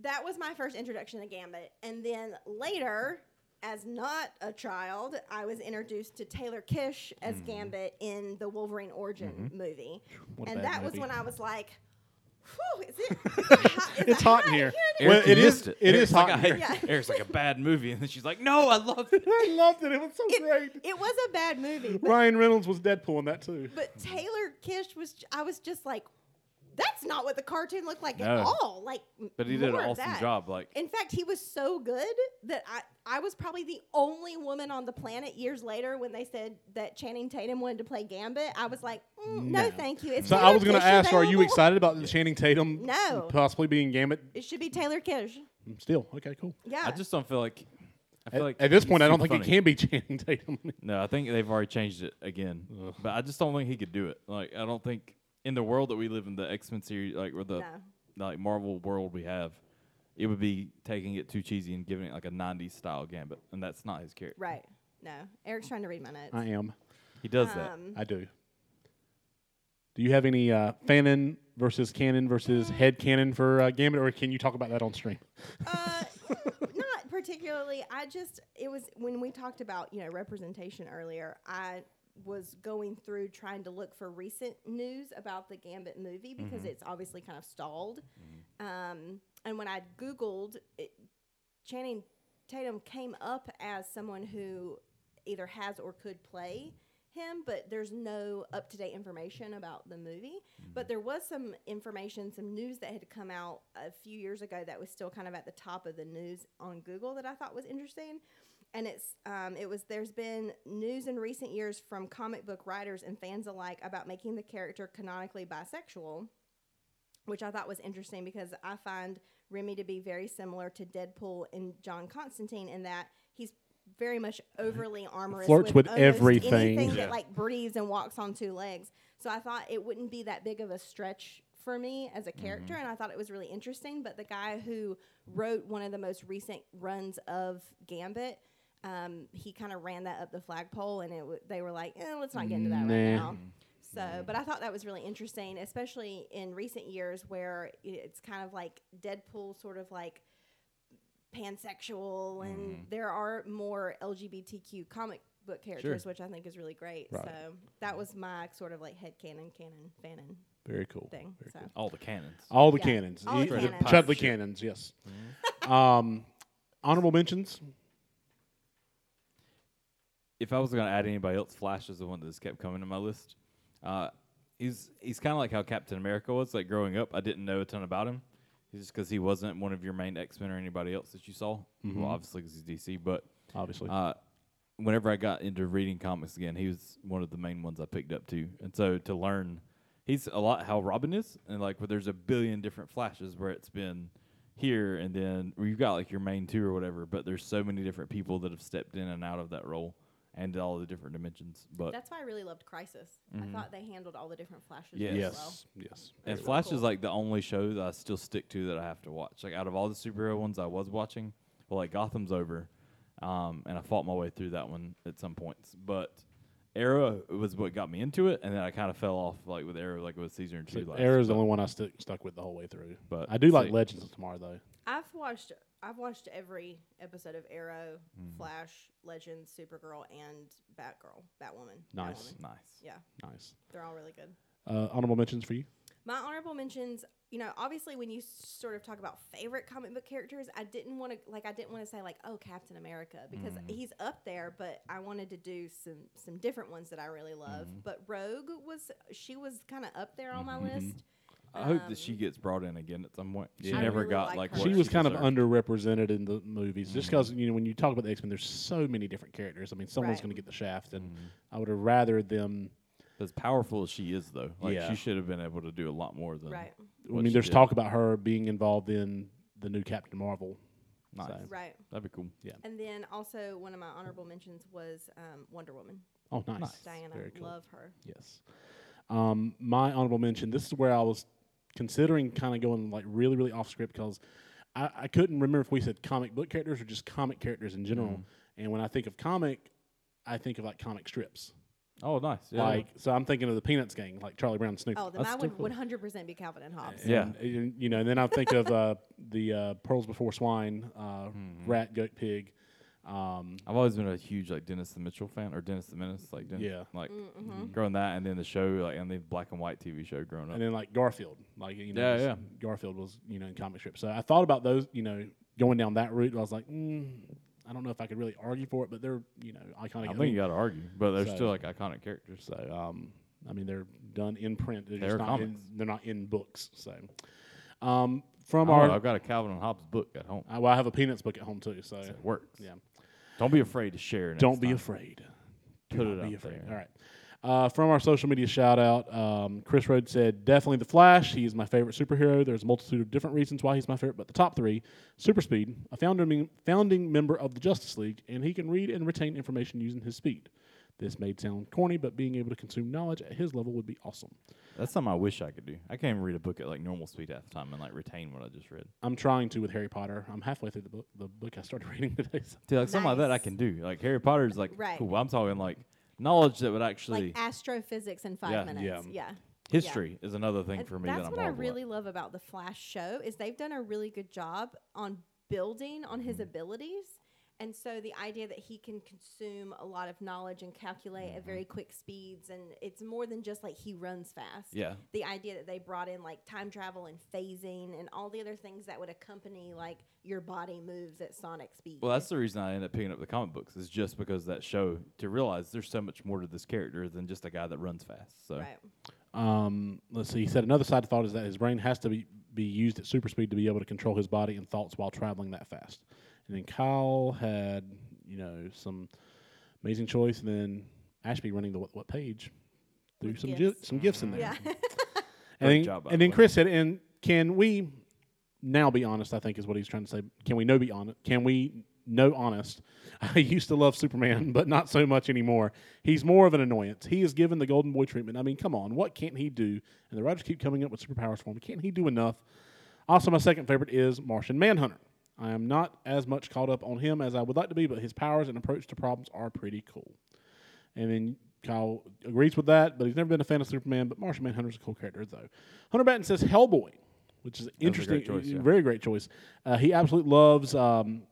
Speaker 1: that was my first introduction to Gambit. And then later, as not a child, I was introduced to Taylor Kish as
Speaker 2: Hmm.
Speaker 1: Gambit in the Wolverine Origin movie.
Speaker 2: Mm-hmm. What a
Speaker 1: and
Speaker 2: bad
Speaker 1: that was
Speaker 2: movie.
Speaker 1: when I was like, Whew, is it, is it hot, is
Speaker 2: It's
Speaker 1: it
Speaker 2: hot in here.
Speaker 3: Eric,
Speaker 2: Well,
Speaker 3: you
Speaker 2: it is.
Speaker 3: missed It.
Speaker 2: It
Speaker 3: Eric's
Speaker 2: is
Speaker 3: like,
Speaker 2: hot.
Speaker 3: I
Speaker 2: in
Speaker 3: hate-
Speaker 2: here.
Speaker 1: Yeah.
Speaker 3: Eric's like a bad movie, and then she's like, "No, I love it."
Speaker 2: I loved it. It was so great.
Speaker 1: It, it was a bad movie, but,
Speaker 2: Ryan Reynolds was Deadpool in that too.
Speaker 1: but Taylor Kish was, j- I was just like, that's not what the cartoon looked like at
Speaker 3: No.
Speaker 1: all. Like,
Speaker 3: But he did an
Speaker 1: more of
Speaker 3: awesome
Speaker 1: that.
Speaker 3: job. Like,
Speaker 1: In fact, he was so good that I, I was probably the only woman on the planet years later when they said that Channing Tatum wanted to play Gambit. I was like, mm, no.
Speaker 2: No.
Speaker 1: thank you. It's
Speaker 2: So I
Speaker 1: Taylor
Speaker 2: was going to
Speaker 1: Kish
Speaker 2: ask, are you
Speaker 1: available.
Speaker 2: excited about the Channing Tatum
Speaker 1: No.
Speaker 2: possibly being Gambit?
Speaker 1: It should be Taylor Kish.
Speaker 2: Still, okay, cool.
Speaker 1: Yeah.
Speaker 3: I just don't feel like. I feel
Speaker 2: At,
Speaker 3: like
Speaker 2: at this point, I
Speaker 3: he's
Speaker 2: don't
Speaker 3: too
Speaker 2: think it
Speaker 3: funny.
Speaker 2: can be Channing Tatum.
Speaker 3: No, I think they've already changed it again. But I just don't think he could do it. Like I don't think in the world that we live in, the X Men series, like or the
Speaker 1: No.
Speaker 3: like Marvel world we have, it would be taking it too cheesy and giving it like a '90s style gambit, and that's not his character.
Speaker 1: right. No. Eric's trying to read my notes.
Speaker 2: I am.
Speaker 3: He does that.
Speaker 1: Um,
Speaker 2: I do. Do you have any uh, fanon versus canon versus head canon for uh, Gambit, or can you talk about that on stream?
Speaker 1: uh, not particularly. I just it was when we talked about you know representation earlier. I was going through trying to look for recent news about the Gambit movie because it's obviously kind of stalled. Um, and when I googled, it, Channing Tatum came up as someone who either has or could play him, but there's no up to date information about the movie. But there was some information, some news that had come out a few years ago that was still kind of at the top of the news on Google that I thought was interesting. And it's um, it was there's been news in recent years from comic book writers and fans alike about making the character canonically bisexual which I thought was interesting because I find Remy to be very similar to Deadpool and John Constantine in that he's very much overly armorous.
Speaker 2: Flirts with
Speaker 1: almost
Speaker 2: everything.
Speaker 1: anything that
Speaker 3: Yeah.
Speaker 1: like breathes and walks on two legs. So I thought it wouldn't be that big of a stretch for me as a character, and I thought it was really interesting. But the guy who wrote one of the most recent runs of Gambit um, he kind of ran that up the flagpole, and it w- they were like, eh, let's not get into that right now. So, but I thought that was really interesting, especially in recent years where it's kind of like Deadpool, sort of like pansexual, and
Speaker 2: Mm-hmm.
Speaker 1: there are more LGBTQ comic book characters, which I think is really great. So that was my sort of like head canon, canon, fanon
Speaker 2: Very cool.
Speaker 1: thing. So
Speaker 3: All the cannons.
Speaker 2: All the
Speaker 1: Yeah.
Speaker 2: cannons.
Speaker 1: All the
Speaker 2: E-
Speaker 1: cannons. Mm-hmm.
Speaker 2: Chudley cannons, yes. um, honorable mentions.
Speaker 3: if I was going to add anybody else, Flash is the one that just kept coming to my list. Uh, he's he's kind of like how Captain America was. Like growing up, I didn't know a ton about him. It's just because he wasn't one of your main X Men or anybody else that you saw. Well, obviously because he's DC, but
Speaker 2: Obviously.
Speaker 3: uh, whenever I got into reading comics again, he was one of the main ones I picked up too. And so to learn, he's a lot how Robin is, and like where there's a billion different flashes where it's been here and then where you've got like your main two or whatever, but there's so many different people that have stepped in and out of that role and all the different dimensions. But
Speaker 1: that's why I really loved Crisis. I thought they handled all the different flashes
Speaker 3: Yes.
Speaker 1: really
Speaker 2: Mm-hmm. yes.
Speaker 1: well.
Speaker 2: Yes.
Speaker 3: and Flash is like the only show that I still stick to that I have to watch. Like out of all the superhero ones I was watching, well, like Gotham's over, um, and I fought my way through that one at some points. But Arrow was what got me into it, and then I kind of fell off like with Arrow, like with Caesar and True Lies.
Speaker 2: Arrow's the only one I stick stuck with the whole way through.
Speaker 3: But
Speaker 2: I do like
Speaker 3: see-
Speaker 2: Legends of Tomorrow though.
Speaker 1: I've watched I've watched every episode of Arrow,
Speaker 2: Mm-hmm.
Speaker 1: Flash, Legends, Supergirl, and Batgirl, Batwoman.
Speaker 2: Nice.
Speaker 1: Batwoman.
Speaker 3: nice.
Speaker 1: Yeah,
Speaker 2: Nice.
Speaker 1: they're all really good.
Speaker 2: Uh, honorable mentions for you.
Speaker 1: My honorable mentions, you know, obviously when you s- sort of talk about favorite comic book characters, I didn't want to like I didn't want to say like oh Captain America because he's up there, but I wanted to do some some different ones that I really love. But Rogue was she was kind of up there on my list.
Speaker 3: I hope
Speaker 1: Um,
Speaker 3: that she gets brought in again at some point. She
Speaker 2: Yeah. I
Speaker 3: never
Speaker 1: really
Speaker 3: got
Speaker 1: like
Speaker 3: like
Speaker 1: her.
Speaker 3: what
Speaker 2: she was kind of
Speaker 3: deserved. Mm-hmm.
Speaker 2: underrepresented in the movies, just because you know when you talk about the X Men, there's so many different characters. I mean, someone's
Speaker 1: Right.
Speaker 2: going to get the shaft, and
Speaker 3: Mm-hmm.
Speaker 2: I would have rather them.
Speaker 3: as powerful as she is though. Like
Speaker 2: Yeah.
Speaker 3: she should have been able to do a lot more than
Speaker 1: Right.
Speaker 2: I
Speaker 3: what
Speaker 2: mean,
Speaker 3: she
Speaker 2: there's
Speaker 3: did.
Speaker 2: talk about her being involved in the new Captain Marvel.
Speaker 3: Nice.
Speaker 2: So-
Speaker 1: Right.
Speaker 3: That'd be cool.
Speaker 1: And then also one of my honorable mentions was um, Wonder Woman.
Speaker 2: Oh, nice.
Speaker 1: Diana,
Speaker 2: Very cool.
Speaker 1: love her.
Speaker 2: Yes. Um, my honorable mention. This is where I was considering kind of going like really, really off script because I, I couldn't remember if we said comic book characters or just comic characters in general.
Speaker 3: Mm-hmm.
Speaker 2: And when I think of comic, I think of like comic strips.
Speaker 3: Oh, nice. Yeah.
Speaker 2: Like, so I'm thinking of the Peanuts gang, like Charlie Brown and Snoopy.
Speaker 1: Oh, then
Speaker 3: That's
Speaker 1: mine
Speaker 3: still
Speaker 1: would
Speaker 3: cool.
Speaker 1: one hundred percent be Calvin and Hobbes.
Speaker 3: Yeah.
Speaker 2: And, and, you know, and then I think of uh, the uh, Pearls Before Swine, uh,
Speaker 3: Mm-hmm.
Speaker 2: Rat, Goat, Pig. Um,
Speaker 3: I've always been a huge like Dennis the Mitchell fan or Dennis the Menace, like Dennis,
Speaker 2: Yeah.
Speaker 3: like
Speaker 1: Mm-hmm.
Speaker 3: growing that, and then the show like and the black and white TV show growing up.
Speaker 2: and then like Garfield, like you know,
Speaker 3: Yeah,
Speaker 2: just-
Speaker 3: yeah.
Speaker 2: Garfield was you know in comic strips. So I thought about those, you know, going down that route. I was like, mm, I don't know if I could really argue for it, but they're you know iconic.
Speaker 3: I
Speaker 2: I
Speaker 3: think
Speaker 2: mean,
Speaker 3: you got to argue, but they're
Speaker 2: so-
Speaker 3: still like iconic characters.
Speaker 2: so um, I mean they're done in print. They're,
Speaker 3: They're
Speaker 2: just not in,
Speaker 3: comics.
Speaker 2: they're not in books. So um, from
Speaker 3: I don't
Speaker 2: our,
Speaker 3: know, I've got a Calvin and Hobbes book at home.
Speaker 2: I, well, I have a Peanuts book at home too. So
Speaker 3: It works.
Speaker 2: yeah,
Speaker 3: Don't be afraid to share. Next
Speaker 2: don't be
Speaker 3: time.
Speaker 2: afraid. Do
Speaker 3: Put
Speaker 2: not
Speaker 3: it out
Speaker 2: be afraid.
Speaker 3: there.
Speaker 2: All right. Uh, from our social media shout out, um, Chris Rhodes said, definitely The Flash. He is my favorite superhero. There's a multitude of different reasons why he's my favorite, but the top three super speed, a founding, founding member of the Justice League, and he can read and retain information using his speed. This may sound corny, but being able to consume knowledge at his level would be awesome.
Speaker 3: That's something I wish I could do. I can't even read a book at like normal speed half the time and like retain what I just read.
Speaker 2: I'm trying to with Harry Potter. I'm halfway through the book, the book I started reading today. So.
Speaker 3: See, like something like that I
Speaker 1: Nice.
Speaker 3: can do. Like Harry Potter's like
Speaker 1: Right.
Speaker 3: cool. I'm talking like knowledge that would actually
Speaker 1: Like astrophysics in five
Speaker 3: Yeah.
Speaker 1: minutes.
Speaker 2: Yeah.
Speaker 1: Yeah.
Speaker 3: history is another thing
Speaker 1: And
Speaker 3: for me
Speaker 1: that's
Speaker 3: that I'm
Speaker 1: what I
Speaker 3: horrible at.
Speaker 1: really love about the Flash show is they've done a really good job on building on his abilities. And so the idea that he can consume a lot of knowledge and calculate at very quick speeds and it's more than just like he runs fast.
Speaker 3: Yeah.
Speaker 1: The idea that they brought in like time travel and phasing and all the other things that would accompany like your body moves at sonic speed.
Speaker 3: Well, that's the reason I ended up picking up the comic books is just because that show to realize there's so much more to this character than just a guy that runs fast. So
Speaker 1: right.
Speaker 2: Um, let's see. He said another side thought is that his brain has to be, be used at super speed to be able to control his body and thoughts while traveling that fast. And then Kyle had, you know, some amazing choice. And then Ashby running the what, what page threw
Speaker 1: With
Speaker 2: some
Speaker 1: gifts. Mm-hmm.
Speaker 2: gi- some gifts in there.
Speaker 1: Yeah.
Speaker 2: And
Speaker 3: Great
Speaker 2: then,
Speaker 3: job, by
Speaker 2: and
Speaker 3: the
Speaker 2: then
Speaker 3: way.
Speaker 2: Chris said, and can we now be honest? I think is what he's trying to say. Can we no be honest? Can we no honest? I used to love Superman, but not so much anymore. He's more of an annoyance. He is given the Golden Boy treatment. I mean, come on, what can't he do? And the writers keep coming up with superpowers for him. Can't he do enough? Also, my second favorite is Martian Manhunter. I am not as much caught up on him as I would like to be, but his powers and approach to problems are pretty cool. And then Kyle agrees with that, but he's never been a fan of Superman. But Martian Manhunter's a cool character, though. Hunter Batten says Hellboy, which is interesting,
Speaker 3: great choice, yeah.
Speaker 2: very great choice. Uh, he absolutely loves um,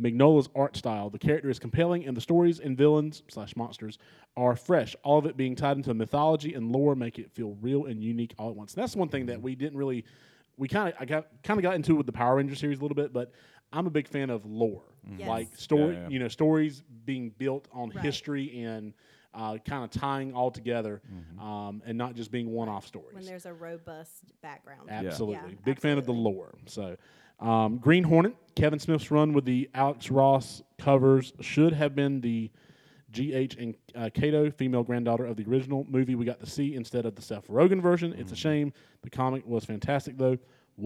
Speaker 2: Mignola's art style. The character is compelling, and the stories and villains slash monsters are fresh. All of it being tied into mythology and lore make it feel real and unique all at once. And that's one thing that we didn't really. We kind of I got kind of got into with the Power Ranger series a little bit, but I'm a big fan of lore,
Speaker 1: Yes.
Speaker 2: like story,
Speaker 3: Yeah, yeah.
Speaker 2: you know, stories being built on history and uh, kind of tying all together, um, and not just being one-off
Speaker 1: when
Speaker 2: stories.
Speaker 1: there's a robust background.
Speaker 2: Absolutely,
Speaker 1: Yeah,
Speaker 2: big fan of the lore. So, um, Green Hornet, Kevin Smith's run with the Alex Ross covers should have been the GH and uh, Kato, female granddaughter of the original movie we got to see instead of the Seth Rogen version. It's a shame. The comic was fantastic though.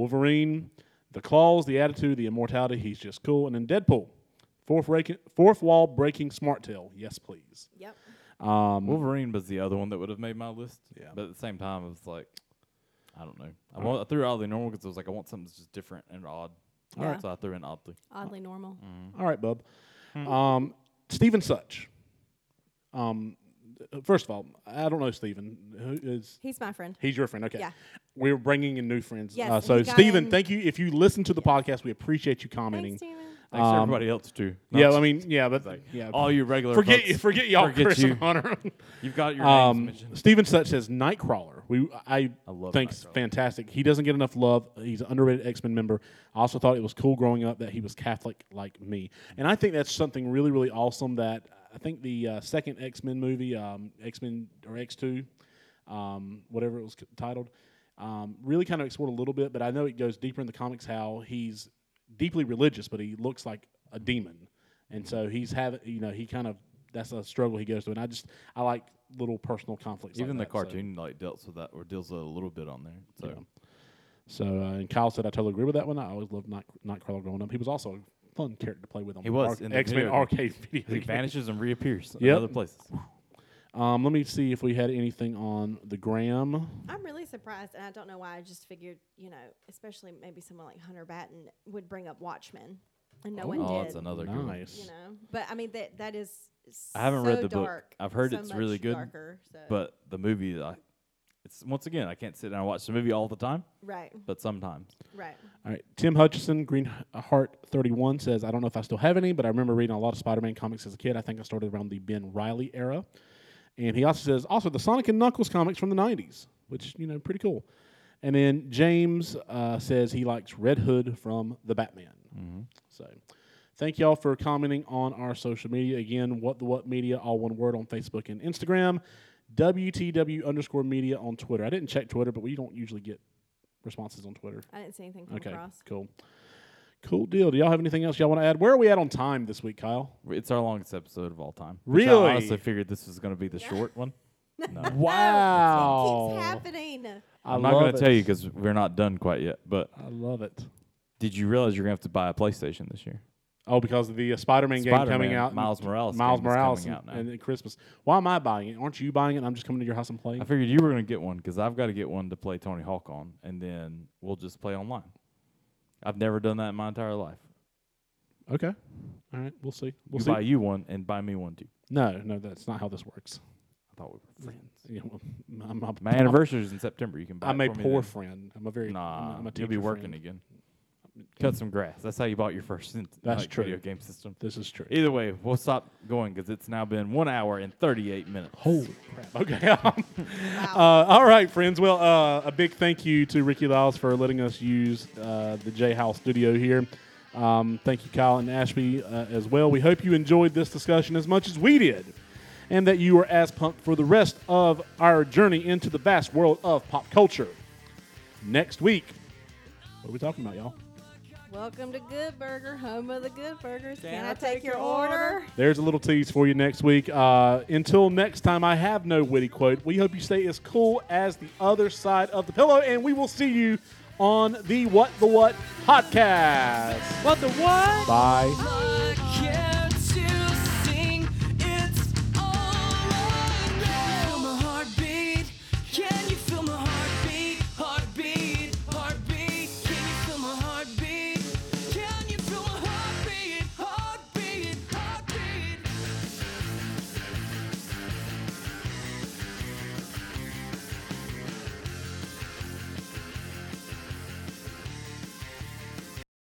Speaker 2: Wolverine, the claws, the attitude, the immortality. He's just cool. And then Deadpool, fourth, breaking, fourth wall breaking smart tail. Yes, please.
Speaker 1: Yep.
Speaker 3: Wolverine was the other one that would have made my list.
Speaker 2: Um, Yeah.
Speaker 3: But at the same time, I was like, I don't know. I, want, I threw out the normal because I was like, I want something that's just different and odd.
Speaker 1: Yeah.
Speaker 3: So I threw in oddly.
Speaker 1: Oddly normal.
Speaker 2: All right, bub.
Speaker 3: Hmm.
Speaker 2: Um, Stephen Such. Um, first of all, I don't know Stephen. Who is
Speaker 1: He's my friend.
Speaker 2: he's your friend? Okay.
Speaker 1: Yeah.
Speaker 2: We're bringing in new friends.
Speaker 1: Yes,
Speaker 2: uh,
Speaker 1: and
Speaker 2: so
Speaker 1: he got
Speaker 2: Stephen,
Speaker 1: in-
Speaker 2: thank you. If you listen to the podcast, we appreciate you commenting.
Speaker 1: Thanks, Steven.
Speaker 3: Thanks to everybody else, too.
Speaker 2: Um, yeah,
Speaker 3: Not
Speaker 2: I mean, yeah, but yeah.
Speaker 3: all you regular
Speaker 2: forget
Speaker 3: folks.
Speaker 2: forget y'all,
Speaker 3: Forget
Speaker 2: Chris
Speaker 3: you.
Speaker 2: and Hunter.
Speaker 3: You've got your names
Speaker 2: um,
Speaker 3: mentioned.
Speaker 2: Stephen Such says Nightcrawler. We I,
Speaker 3: I love
Speaker 2: think it's
Speaker 3: Nightcrawler.
Speaker 2: fantastic. He doesn't get enough love. He's an underrated X Men member. I also thought it was cool growing up that he was Catholic like me, and I think that's something really really awesome. That I think the uh, second X Men movie, um, X Men or X Two, um, whatever it was c- titled, um, really kind of explored a little bit. But I know it goes deeper in the comics how he's deeply religious, but he looks like a demon, and so he's having you know he kind of that's a struggle he goes through. And I just I like little personal conflicts. like
Speaker 3: Even the
Speaker 2: that, so-
Speaker 3: cartoon like deals with that or deals with it a little bit on there. So
Speaker 2: So uh, and Kyle said, I totally agree with that one. I always loved Night Nightcrawler growing up. He was also a fun character to play with on
Speaker 3: He was in the
Speaker 2: X Men
Speaker 3: video
Speaker 2: arcade video.
Speaker 3: he
Speaker 2: game.
Speaker 3: vanishes and reappears in
Speaker 2: Yep.
Speaker 3: other places.
Speaker 2: Um, let me see if we had anything on the gram.
Speaker 5: I'm really surprised, and I don't know why. I just figured, you know, especially maybe someone like Hunter Batten would bring up Watchmen, and no one
Speaker 3: oh,
Speaker 5: did.
Speaker 3: it's another good one.
Speaker 2: Nice.
Speaker 5: You know, but I mean that that is.
Speaker 3: I haven't
Speaker 5: so
Speaker 3: read the book.
Speaker 5: dark,
Speaker 3: I've heard
Speaker 5: so
Speaker 3: it's really
Speaker 5: much
Speaker 3: good,
Speaker 5: Darker, so.
Speaker 3: But the movie, I, it's once again, I can't sit down and watch the movie all the time,
Speaker 5: right,
Speaker 3: but sometimes.
Speaker 5: right.
Speaker 2: All right. Tim Hutchison, Green Heart 31 says, I don't know if I still have any, but I remember reading a lot of Spider Man comics as a kid. I think I started around the Ben Riley era. And he also says, also the Sonic and Knuckles comics from the 90s, which, you know, pretty cool. And then James uh, says he likes Red Hood from The Batman. So thank y'all for commenting on our social media. Again, What the What Media, all one word on Facebook and Instagram. WTW underscore media on Twitter. I didn't check Twitter, but we don't usually get responses on Twitter.
Speaker 5: I didn't see anything come
Speaker 2: Okay,
Speaker 5: across.
Speaker 2: cool. Cool deal. Do y'all have anything else y'all want to add? Where are we at on time this week, Kyle?
Speaker 3: It's our longest episode of all time. which
Speaker 2: Really?
Speaker 3: I honestly figured this was going to be the short one. No.
Speaker 2: Wow.
Speaker 5: Keeps happening.
Speaker 2: Oh, I
Speaker 3: I'm not going
Speaker 2: love
Speaker 3: to
Speaker 2: it.
Speaker 3: tell you because we're not done quite yet. But
Speaker 2: I love it.
Speaker 3: did you realize you're going to have to buy a PlayStation this year?
Speaker 2: Oh, because of the uh, Spider-Man, game coming
Speaker 3: Spider-Man,
Speaker 2: out.
Speaker 3: Miles Morales
Speaker 2: Miles
Speaker 3: game is
Speaker 2: Morales
Speaker 3: coming
Speaker 2: and,
Speaker 3: out now.
Speaker 2: and at Christmas. Why am I buying it? Aren't you buying it? I'm just coming to your house and playing.
Speaker 3: I figured you were going to get one because I've got to get one to play Tony Hawk on, and then we'll just play online. I've never done that in my entire life.
Speaker 2: Okay. All right. We'll see. We'll
Speaker 3: you
Speaker 2: see.
Speaker 3: buy you one and buy me one too.
Speaker 2: No, no, that's not how this works.
Speaker 3: I thought we were friends.
Speaker 2: Yeah, well, I'm, a-
Speaker 3: My anniversary is in September. You can buy.
Speaker 2: I'm
Speaker 3: it
Speaker 2: a
Speaker 3: for me then.
Speaker 2: poor friend. I'm a very.
Speaker 3: Nah,
Speaker 2: I'm a
Speaker 3: you'll be
Speaker 2: teacher
Speaker 3: working
Speaker 2: friend.
Speaker 3: again. Cut some grass. That's how you bought your first in-
Speaker 2: That's
Speaker 3: like, video
Speaker 2: true.
Speaker 3: game system.
Speaker 2: This is true.
Speaker 3: Either way, we'll stop going because it's now been one hour and 38 minutes.
Speaker 2: Holy crap. Okay. Um, uh, all right, friends. Well, uh, a big thank you to Ricky Lyles for letting us use uh, the J House studio here. Um, thank you, Kyle and Ashby, uh, as well. We hope you enjoyed this discussion as much as we did and that you are as pumped for the rest of our journey into the vast world of pop culture. Next week, what are we talking about, y'all?
Speaker 5: Welcome to Good Burger, home of the Good Burgers. Can,
Speaker 1: Can
Speaker 5: I, take, your, order?
Speaker 2: There's a little tease for you next week. Uh, until next time, I have no witty quote. We hope you stay as cool as the other side of the pillow, and we will see you on the What the What podcast. What the What? Bye.
Speaker 1: Bye.